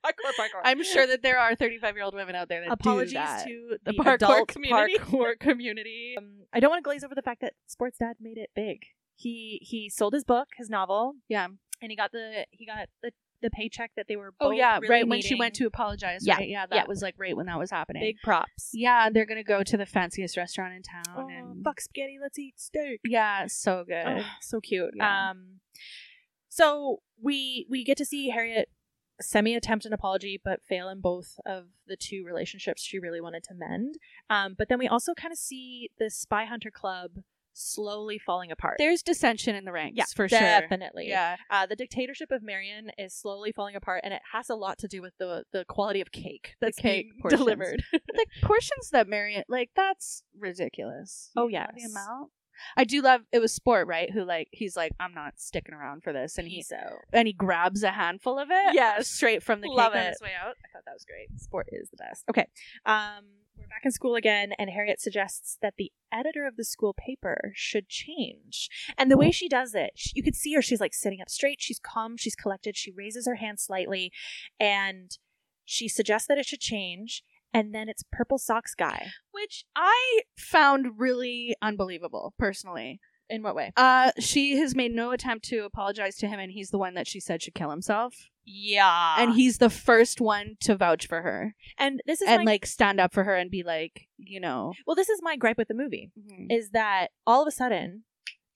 [SPEAKER 2] Parkour.
[SPEAKER 1] [LAUGHS] I'm
[SPEAKER 2] [LAUGHS]
[SPEAKER 1] sure that there are 35 year old women out there that
[SPEAKER 2] Apologies
[SPEAKER 1] do that.
[SPEAKER 2] to the,
[SPEAKER 1] The parkour
[SPEAKER 2] adult
[SPEAKER 1] community.
[SPEAKER 2] parkour [LAUGHS] community. Um, I don't want to glaze over the fact that Sports Dad made it big. He he sold his book, his novel,
[SPEAKER 1] yeah,
[SPEAKER 2] and he got the he got the the paycheck that they were
[SPEAKER 1] Oh
[SPEAKER 2] both
[SPEAKER 1] yeah,
[SPEAKER 2] really
[SPEAKER 1] right when she went
[SPEAKER 2] needing.
[SPEAKER 1] to apologize,
[SPEAKER 2] Yeah,
[SPEAKER 1] right? Yeah, that
[SPEAKER 2] yeah.
[SPEAKER 1] was like right when that was happening.
[SPEAKER 2] big props.
[SPEAKER 1] yeah, they're gonna go to the fanciest restaurant in town
[SPEAKER 2] Oh,
[SPEAKER 1] and
[SPEAKER 2] fuck spaghetti, let's eat steak.
[SPEAKER 1] Yeah, so good.
[SPEAKER 2] Oh, so cute.
[SPEAKER 1] Yeah.
[SPEAKER 2] Um, so we we get to see Harriet semi attempt an apology, but fail in both of the two relationships she really wanted to mend. Um, but then we also kind of see the Spy Hunter Club slowly falling apart.
[SPEAKER 1] There's dissension in the ranks
[SPEAKER 2] Yeah,
[SPEAKER 1] for sure.
[SPEAKER 2] definitely.
[SPEAKER 1] Yeah.
[SPEAKER 2] Uh, the dictatorship of Marion is slowly falling apart, and it has a lot to do with the the quality of cake that's
[SPEAKER 1] cake
[SPEAKER 2] being
[SPEAKER 1] portions. [LAUGHS]
[SPEAKER 2] delivered.
[SPEAKER 1] the portions that Marion like that's ridiculous.
[SPEAKER 2] Oh,
[SPEAKER 1] yeah, the
[SPEAKER 2] yes.
[SPEAKER 1] amount. I do love it was Sport right who like he's like I'm not sticking around for this and he
[SPEAKER 2] so
[SPEAKER 1] and he grabs a handful of it
[SPEAKER 2] Yes.
[SPEAKER 1] straight from the cake
[SPEAKER 2] Love
[SPEAKER 1] on
[SPEAKER 2] it.
[SPEAKER 1] his way out.
[SPEAKER 2] I thought that was great. Sport is the best. Okay. Um, we're back in school again, and Harriet suggests that the editor of the school paper should change. And the way she does it, sh you could see her. She's like sitting up straight. She's calm. She's collected. She raises her hand slightly, and she suggests that it should change. And then it's Purple Socks Guy.
[SPEAKER 1] Which I found really unbelievable personally.
[SPEAKER 2] In what way?
[SPEAKER 1] Uh, she has made no attempt to apologize to him, and he's the one that she said should kill himself.
[SPEAKER 2] Yeah.
[SPEAKER 1] And he's the first one to vouch for her
[SPEAKER 2] and this is
[SPEAKER 1] and
[SPEAKER 2] my,
[SPEAKER 1] like stand up for her and be like, you know,
[SPEAKER 2] well, this is my gripe with the movie.
[SPEAKER 1] Mm-hmm.
[SPEAKER 2] is that all of a sudden,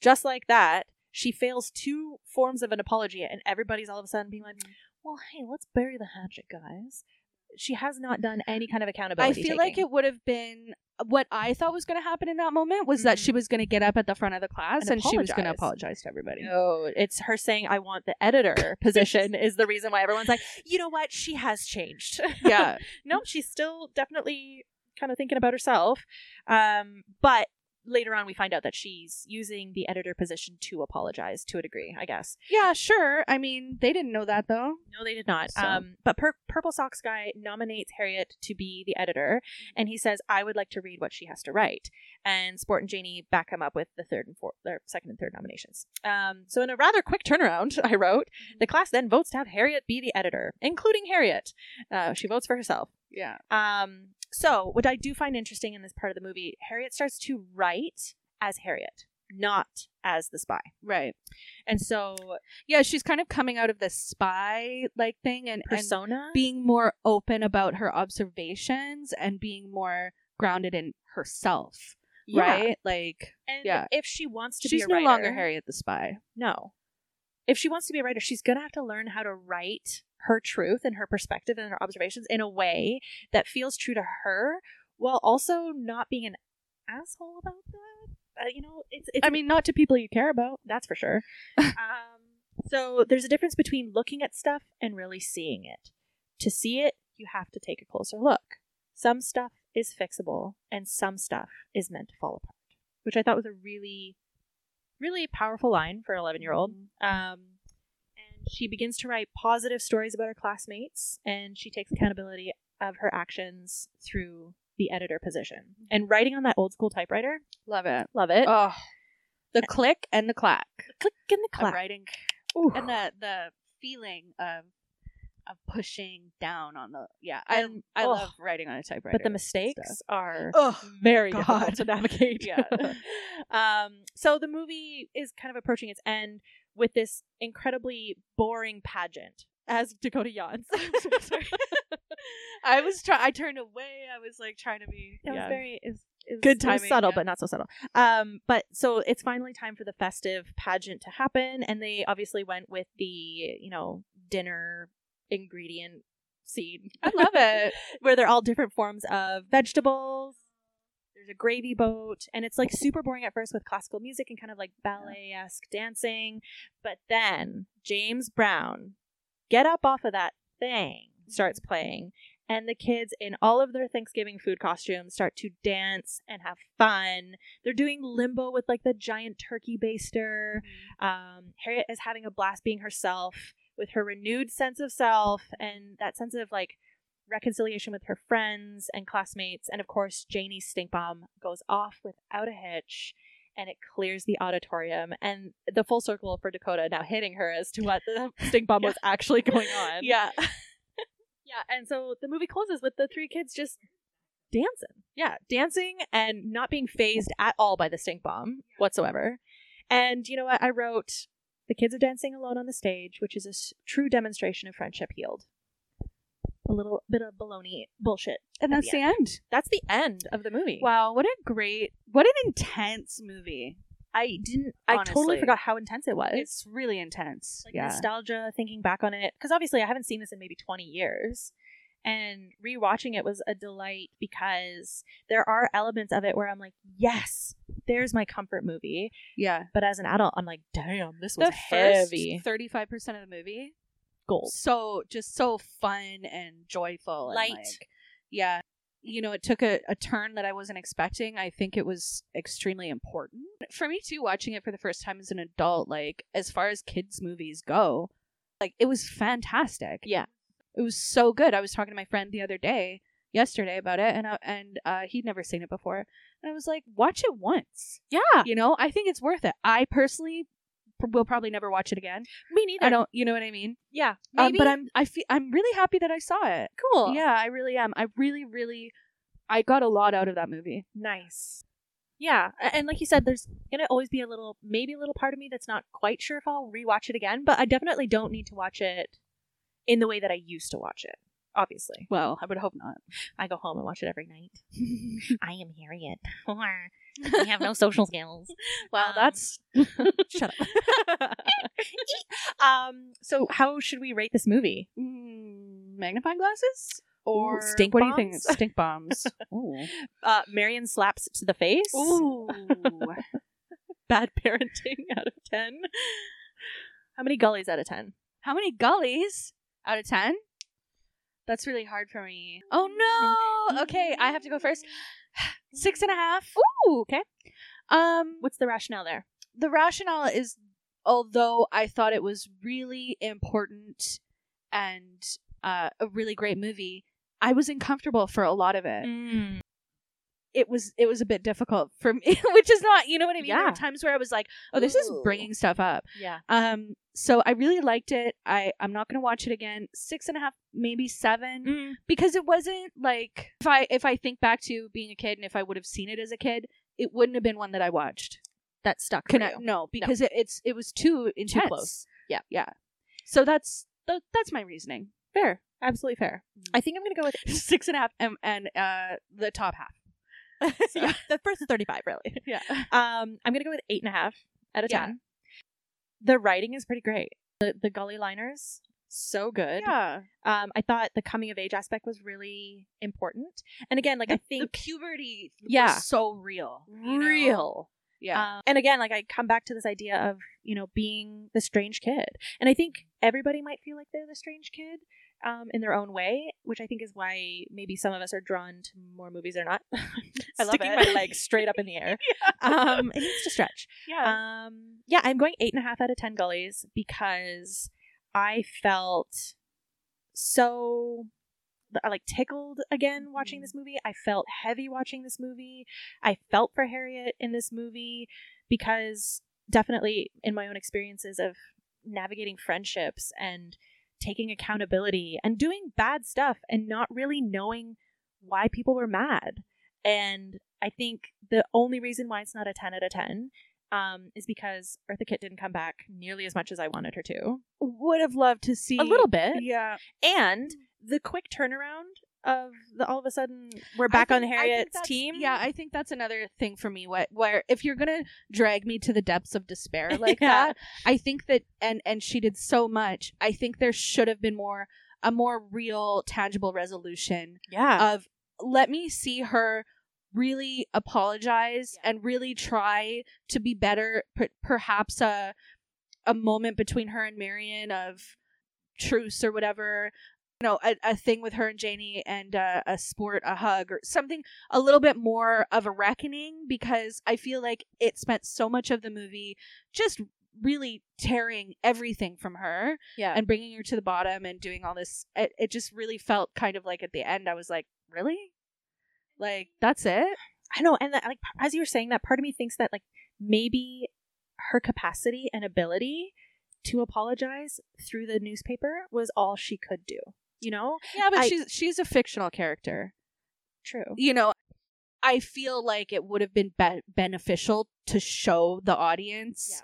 [SPEAKER 2] just like that, she fails two forms of an apology, and everybody's all of a sudden being like, "Well, hey, let's bury the hatchet, guys." She has not done any kind of
[SPEAKER 1] I
[SPEAKER 2] accountability.
[SPEAKER 1] feel like it would have been what I thought was going to happen in that moment was that
[SPEAKER 2] Mhm.
[SPEAKER 1] she was going to get up at the front of the class Mm-hmm. and,
[SPEAKER 2] And
[SPEAKER 1] she was going to
[SPEAKER 2] apologize.
[SPEAKER 1] apologize to everybody.
[SPEAKER 2] No, it's her saying, "I want the
[SPEAKER 1] [LAUGHS]
[SPEAKER 2] editor position," is the reason why everyone's like, "You know what? She has changed." [LAUGHS]
[SPEAKER 1] [LAUGHS] Yeah,
[SPEAKER 2] nope, she's still definitely kind of thinking about herself. Um, but later on, we find out that she's using the editor position to apologize to a degree, I guess.
[SPEAKER 1] yeah, sure. I mean, they didn't know that though.
[SPEAKER 2] No, they did not.
[SPEAKER 1] So-
[SPEAKER 2] Um, but Pur- Purple Socks Guy nominates Harriet to be the editor,
[SPEAKER 1] Mm-hmm.
[SPEAKER 2] and he says, "I would like to read what she has to write." And Sport and Janie back him up with the third and fourth, or second and third nominations. Um, so in a rather quick turnaround, [LAUGHS] I wrote
[SPEAKER 1] Mm-hmm.
[SPEAKER 2] the class then votes to have Harriet be the editor, including Harriet. Uh, she votes for herself.
[SPEAKER 1] Yeah,
[SPEAKER 2] Um, so what I do find interesting in this part of the movie, Harriet starts to write as Harriet, not as the spy,
[SPEAKER 1] right.
[SPEAKER 2] and so
[SPEAKER 1] Yeah, she's kind of coming out of this spy like thing and and
[SPEAKER 2] persona.
[SPEAKER 1] being more open about her observations and being more grounded in herself,
[SPEAKER 2] Yeah.
[SPEAKER 1] right? Like
[SPEAKER 2] And
[SPEAKER 1] Yeah.
[SPEAKER 2] if she wants to
[SPEAKER 1] she's
[SPEAKER 2] be a
[SPEAKER 1] no
[SPEAKER 2] writer,
[SPEAKER 1] longer Harriet the Spy.
[SPEAKER 2] No. If she wants to be a writer, she's going to have to learn how to write her truth and her perspective and her observations in a way that feels true to her while also not being an asshole about that. Uh, you know, it's, it's
[SPEAKER 1] I mean, not to people you care about.
[SPEAKER 2] that's
[SPEAKER 1] [LAUGHS]
[SPEAKER 2] for sure. um, so there's a difference between looking at stuff and really seeing it. To see it, you have to take a closer look. Some stuff is fixable, and some stuff is meant to fall apart, which I thought was a really, really powerful line for an 11 year old. Um, and she begins to write positive stories about her classmates, and she takes accountability of her actions through the editor position. And writing on that old school typewriter,
[SPEAKER 1] Love it. [LAUGHS]
[SPEAKER 2] love it.
[SPEAKER 1] Oh, the click and the clack.
[SPEAKER 2] Click in the
[SPEAKER 1] of
[SPEAKER 2] clap.
[SPEAKER 1] writing
[SPEAKER 2] Ooh.
[SPEAKER 1] and the the feeling of of pushing down on the yeah.
[SPEAKER 2] And-
[SPEAKER 1] I I
[SPEAKER 2] oh.
[SPEAKER 1] love writing on a typewriter.
[SPEAKER 2] but the mistakes are
[SPEAKER 1] Oh,
[SPEAKER 2] very
[SPEAKER 1] God.
[SPEAKER 2] difficult to navigate.
[SPEAKER 1] Yeah.
[SPEAKER 2] [LAUGHS] um, so the movie is kind of approaching its end with this incredibly boring pageant as
[SPEAKER 1] [LAUGHS]
[SPEAKER 2] Dakota [LAUGHS] yawns.
[SPEAKER 1] Sorry. I was trying. I turned away. I was like trying to be.
[SPEAKER 2] That
[SPEAKER 1] yeah.
[SPEAKER 2] was very is
[SPEAKER 1] Good
[SPEAKER 2] it was
[SPEAKER 1] timing,
[SPEAKER 2] subtle
[SPEAKER 1] yeah.
[SPEAKER 2] but not so subtle. Um, but so it's finally time for the festive pageant to happen, and they obviously went with the you know dinner ingredient scene.
[SPEAKER 1] I love [LAUGHS] it.
[SPEAKER 2] where they're all different forms of vegetables. There's a gravy boat, and it's like super boring at first with classical music and kind of like ballet esque dancing. But then James Brown, get up off of that thing, starts playing, and the kids in all of their Thanksgiving food costumes start to dance and have fun. They're doing limbo with like the giant turkey baster.
[SPEAKER 1] Mm-hmm.
[SPEAKER 2] Um, Harriet is having a blast being herself with her renewed sense of self and that sense of like reconciliation with her friends and classmates. And of course, Janie's stink bomb goes off without a hitch and it clears the auditorium and the full circle for Dakota now hitting her as to what the [LAUGHS] stink bomb was actually
[SPEAKER 1] [LAUGHS]
[SPEAKER 2] going on.
[SPEAKER 1] Yeah.
[SPEAKER 2] Yeah, and so the movie closes with the three kids just dancing. Yeah, dancing and not being phased at all by the stink bomb whatsoever. And you know what? I wrote The kids are dancing alone on the stage, which is a s- true demonstration of friendship healed. A little bit of baloney bullshit.
[SPEAKER 1] And
[SPEAKER 2] at
[SPEAKER 1] that's the end.
[SPEAKER 2] That's the end of the movie.
[SPEAKER 1] Wow, what a great, what an intense movie. I didn't.
[SPEAKER 2] I totally
[SPEAKER 1] honestly.
[SPEAKER 2] forgot how intense it was.
[SPEAKER 1] It's really intense.
[SPEAKER 2] like
[SPEAKER 1] yeah.
[SPEAKER 2] nostalgia thinking back on it because obviously i haven't seen this in maybe 20 years and rewatching it was a delight because there are elements of it where i'm like yes there's my comfort movie
[SPEAKER 1] yeah.
[SPEAKER 2] but as an adult i'm like damn this was
[SPEAKER 1] The
[SPEAKER 2] heavy
[SPEAKER 1] first thirty-five percent of the movie,
[SPEAKER 2] gold
[SPEAKER 1] so just so fun and joyful, and
[SPEAKER 2] Light.
[SPEAKER 1] like- yeah, you know, it took a, a turn that I wasn't expecting. I think it was extremely important for me too. Watching it for the first time as an adult, like as far as kids' movies go, like it was fantastic.
[SPEAKER 2] Yeah.
[SPEAKER 1] it was so good. I was talking to my friend the other day, yesterday, about it, and I, and uh, he'd never seen it before, and I was like, watch it once.
[SPEAKER 2] yeah
[SPEAKER 1] You know, I think it's worth it. I personally pr- will probably never watch it again.
[SPEAKER 2] me neither
[SPEAKER 1] I don't, you know what I mean?
[SPEAKER 2] yeah
[SPEAKER 1] Um,
[SPEAKER 2] maybe
[SPEAKER 1] but I'm I feel I'm really happy that I saw it.
[SPEAKER 2] cool
[SPEAKER 1] Yeah, I really am. I really really I got a lot out of that movie.
[SPEAKER 2] nice yeah a- and like you said there's gonna always be a little maybe a little part of me that's not quite sure if i'll rewatch it again but i definitely don't need to watch it in the way that i used to watch it obviously
[SPEAKER 1] Well, I would hope not.
[SPEAKER 2] I go home and watch it every [LAUGHS] night. I am Harriet. [LAUGHS] Or I have no social skills.
[SPEAKER 1] Well,
[SPEAKER 2] Um,
[SPEAKER 1] that's
[SPEAKER 2] Shut up. [LAUGHS] um, so how should we rate this movie?
[SPEAKER 1] mm, magnifying glasses or
[SPEAKER 2] stink
[SPEAKER 1] what do you think?
[SPEAKER 2] bombs?
[SPEAKER 1] Stink [LAUGHS] bombs. Ooh.
[SPEAKER 2] [LAUGHS] Uh, Marion slaps to the face.
[SPEAKER 1] [LAUGHS] Ooh.
[SPEAKER 2] Bad [LAUGHS] parenting [LAUGHS] out of 10. How many gullies out of 10?
[SPEAKER 1] How many gullies out of 10? That's really hard for me. Oh no. Okay, I have to go first. Six and a half.
[SPEAKER 2] Ooh, okay.
[SPEAKER 1] Um,
[SPEAKER 2] What's the rationale there?
[SPEAKER 1] the rationale is although I thought it was really important and uh, a really great movie, I was uncomfortable for a lot of it.
[SPEAKER 2] Mm.
[SPEAKER 1] It was it was a bit difficult for me, [LAUGHS] which is not you know what I mean. There
[SPEAKER 2] Yeah.
[SPEAKER 1] were times where I was like, oh, this is
[SPEAKER 2] Ooh.
[SPEAKER 1] bringing stuff up.
[SPEAKER 2] Yeah.
[SPEAKER 1] Um, so I really liked it. I I'm not gonna watch it again. Six and a half, maybe seven,
[SPEAKER 2] Mm.
[SPEAKER 1] because it wasn't like if I if I think back to being a kid and if I would have seen it as a kid, it wouldn't have been one that I watched
[SPEAKER 2] That stuck. for
[SPEAKER 1] connect.
[SPEAKER 2] you.
[SPEAKER 1] No, because It, it's it was too intense.
[SPEAKER 2] close. Yeah.
[SPEAKER 1] yeah. So that's th- that's my reasoning. [LAUGHS]
[SPEAKER 2] Fair. Absolutely fair. I think I'm going to go with
[SPEAKER 1] Six and a half, and, and uh, the top half.
[SPEAKER 2] yeah, [LAUGHS] the first 35, really.
[SPEAKER 1] [LAUGHS] Yeah,
[SPEAKER 2] Um, I'm gonna go with eight and a half out of
[SPEAKER 1] Yeah.
[SPEAKER 2] ten. The writing is pretty great. The the gully liners, so good.
[SPEAKER 1] yeah.
[SPEAKER 2] Um, I thought the coming of age aspect was really important. And again, like I
[SPEAKER 1] The
[SPEAKER 2] think
[SPEAKER 1] puberty,
[SPEAKER 2] Yeah.
[SPEAKER 1] was so real, you know?
[SPEAKER 2] real. [LAUGHS]
[SPEAKER 1] Yeah,
[SPEAKER 2] Um, and again, like I come back to this idea of you know being the strange kid, and I think everybody might feel like they're the strange kid um, in their own way, which I think is why maybe some of us are drawn to more movies or not. [LAUGHS] I love
[SPEAKER 1] Sticking
[SPEAKER 2] it.
[SPEAKER 1] my
[SPEAKER 2] legs straight up in
[SPEAKER 1] [LAUGHS]
[SPEAKER 2] the air. Um, it needs to stretch.
[SPEAKER 1] yeah.
[SPEAKER 2] Um, yeah, I'm going eight and a half out of ten gullies because I felt so like tickled again watching this movie. I felt heavy watching this movie. I felt for Harriet in this movie because definitely in my own experiences of navigating friendships and taking accountability and doing bad stuff and not really knowing why people were mad. And I think the only reason why it's not a 10 out of 10 um, is because Eartha Kitt didn't come back nearly as much as I wanted her to.
[SPEAKER 1] Would have loved to see
[SPEAKER 2] A little bit.
[SPEAKER 1] Yeah,
[SPEAKER 2] And the quick turnaround of the all of a sudden we're back
[SPEAKER 1] I
[SPEAKER 2] on
[SPEAKER 1] think- I think
[SPEAKER 2] Harriet's
[SPEAKER 1] that's-
[SPEAKER 2] team.
[SPEAKER 1] Yeah, I think that's another thing for me. What where if you're gonna drag me to the depths of
[SPEAKER 2] [LAUGHS]
[SPEAKER 1] despair like
[SPEAKER 2] Yeah.
[SPEAKER 1] that, I think that and and she did so much. I think there should have been more a more real, tangible resolution
[SPEAKER 2] yeah.
[SPEAKER 1] of let me see her really apologize and really try to be better per- perhaps a a moment between her and Marion of truce or whatever you know a, a thing with her and Janie and uh, a sport a hug or something a little bit more of a reckoning because I feel like it spent so much of the movie just really tearing everything from her
[SPEAKER 2] yeah.
[SPEAKER 1] and bringing her to the bottom and doing all this it, it just really felt kind of like at the end i was like really like that's it
[SPEAKER 2] I know, and that, like as you were saying that, part of me thinks that like maybe her capacity and ability to apologize through the newspaper was all she could do. You know,
[SPEAKER 1] yeah but
[SPEAKER 2] I-
[SPEAKER 1] she's she's a fictional character
[SPEAKER 2] true.
[SPEAKER 1] you know i feel like it would have been be- beneficial to show the audience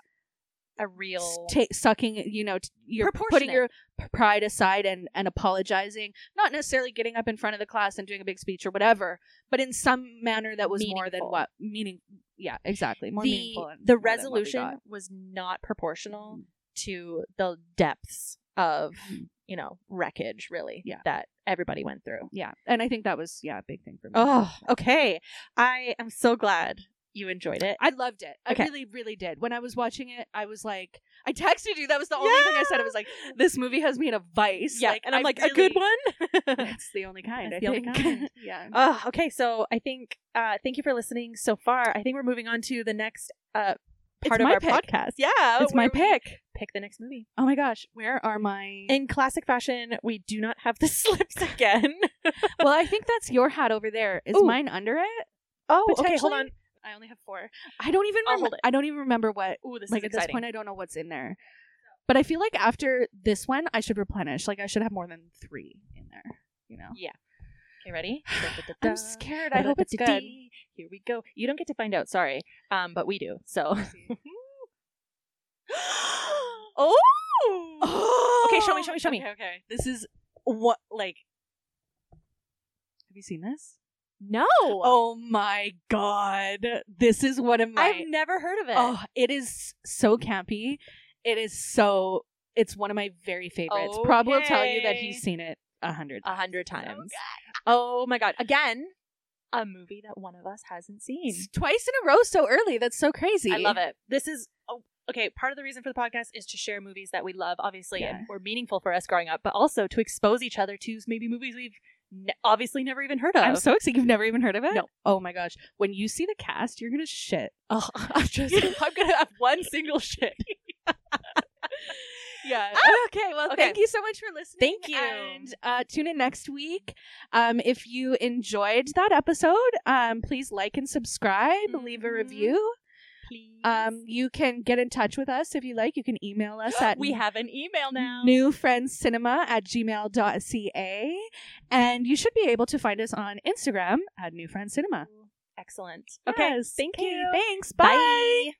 [SPEAKER 2] a real
[SPEAKER 1] s- ta- sucking, you know, t- you're putting
[SPEAKER 2] Proportionate.
[SPEAKER 1] your p- pride aside and, and apologizing, not necessarily getting up in front of the class and doing a big speech or whatever, but in some manner that was more than
[SPEAKER 2] Meaningful.
[SPEAKER 1] what meaning. Yeah, exactly. More
[SPEAKER 2] the
[SPEAKER 1] meaningful. and
[SPEAKER 2] the
[SPEAKER 1] more than what Mm-hmm. we
[SPEAKER 2] resolution
[SPEAKER 1] got.
[SPEAKER 2] was not proportional to the depths of
[SPEAKER 1] Um,
[SPEAKER 2] you know wreckage really
[SPEAKER 1] Mm-hmm. Yeah.
[SPEAKER 2] that everybody went through.
[SPEAKER 1] Yeah, and I think that was yeah a big thing for me.
[SPEAKER 2] Oh, okay. I am so glad you enjoyed it.
[SPEAKER 1] I loved it. I
[SPEAKER 2] Okay.
[SPEAKER 1] really, really did. When I was watching it, I was like, I texted you. That was the only thing I said. I was like, this movie has me in a vice.
[SPEAKER 2] yeah, and I'm like a good
[SPEAKER 1] really- [LAUGHS]
[SPEAKER 2] one. [LAUGHS]
[SPEAKER 1] That's the only kind.
[SPEAKER 2] That's
[SPEAKER 1] I
[SPEAKER 2] the only
[SPEAKER 1] think.
[SPEAKER 2] kind.
[SPEAKER 1] [LAUGHS] yeah.
[SPEAKER 2] Oh, okay. So I think uh thank you for listening so far. I think we're moving on to the next uh
[SPEAKER 1] It's
[SPEAKER 2] part of
[SPEAKER 1] my
[SPEAKER 2] our
[SPEAKER 1] pick.
[SPEAKER 2] podcast. Yeah,
[SPEAKER 1] It's my
[SPEAKER 2] where we
[SPEAKER 1] pick.
[SPEAKER 2] Pick the next movie.
[SPEAKER 1] Oh my gosh, where are my?
[SPEAKER 2] In classic fashion, we do not have the [LAUGHS] slips
[SPEAKER 1] [LAUGHS]
[SPEAKER 2] again.
[SPEAKER 1] well, I think that's your hat over there. Is
[SPEAKER 2] Ooh.
[SPEAKER 1] mine under it?
[SPEAKER 2] oh, okay. Hold
[SPEAKER 1] Potentially?
[SPEAKER 2] on. I only have four.
[SPEAKER 1] I don't even
[SPEAKER 2] I'll
[SPEAKER 1] remember.
[SPEAKER 2] hold it.
[SPEAKER 1] I don't even remember what.
[SPEAKER 2] Ooh, this
[SPEAKER 1] Like
[SPEAKER 2] is
[SPEAKER 1] at this
[SPEAKER 2] exciting.
[SPEAKER 1] point, I don't know what's in there. But I feel like after this one, I should replenish. Like I should have more than three in there. You know. [SIGHS]
[SPEAKER 2] okay, ready?
[SPEAKER 1] I'm scared. I hope it's good. [LAUGHS]
[SPEAKER 2] Here we go. You don't get to find out. Sorry, um, but we do. So. [LAUGHS]
[SPEAKER 1] [GASPS]
[SPEAKER 2] oh. Okay, show me, show me, show me.
[SPEAKER 1] Oh! Okay, okay.
[SPEAKER 2] This is what like
[SPEAKER 1] Have you seen this?
[SPEAKER 2] no.
[SPEAKER 1] Oh my god. This is one of my
[SPEAKER 2] I've never heard of it.
[SPEAKER 1] Oh, it is so campy. It is so it's one of my very favorites. Prob will tell you that he's
[SPEAKER 2] Okay. Uh,
[SPEAKER 1] seen it a hundred
[SPEAKER 2] a hundred
[SPEAKER 1] So
[SPEAKER 2] times. Oh my god! Again, a movie that one of us hasn't seen.
[SPEAKER 1] It's twice in a row so early. That's so crazy.
[SPEAKER 2] I love it. This is oh, okay. Part of the reason for the podcast is to share movies that we love, obviously,
[SPEAKER 1] Yeah.
[SPEAKER 2] and were meaningful for us growing up, but also to expose each other to maybe movies we've ne- obviously never even heard of.
[SPEAKER 1] I'm so excited. You've never even heard of it?
[SPEAKER 2] No.
[SPEAKER 1] Oh my gosh. When you see the cast, you're gonna shit.
[SPEAKER 2] oh, I'm just [LAUGHS] I'm gonna have one
[SPEAKER 1] [LAUGHS]
[SPEAKER 2] single shit.
[SPEAKER 1] Yeah.
[SPEAKER 2] okay, well,
[SPEAKER 1] Ah, Thank you so much for listening.
[SPEAKER 2] Thank you.
[SPEAKER 1] And uh, tune in next week. Um, if you enjoyed that episode, um, please like and subscribe, leave a
[SPEAKER 2] Mhm.
[SPEAKER 1] review.
[SPEAKER 2] Please.
[SPEAKER 1] Um, you can get in touch with us if you like. You can email
[SPEAKER 2] [GASPS]
[SPEAKER 1] us at
[SPEAKER 2] we have an email now.
[SPEAKER 1] newfriendscinema at gmail.ca. And you should be able to find us on Instagram at newfriendscinema.
[SPEAKER 2] Excellent. Okay.
[SPEAKER 1] Yes.
[SPEAKER 2] Thank
[SPEAKER 1] Okay,
[SPEAKER 2] you.
[SPEAKER 1] Thanks. Bye.
[SPEAKER 2] Bye.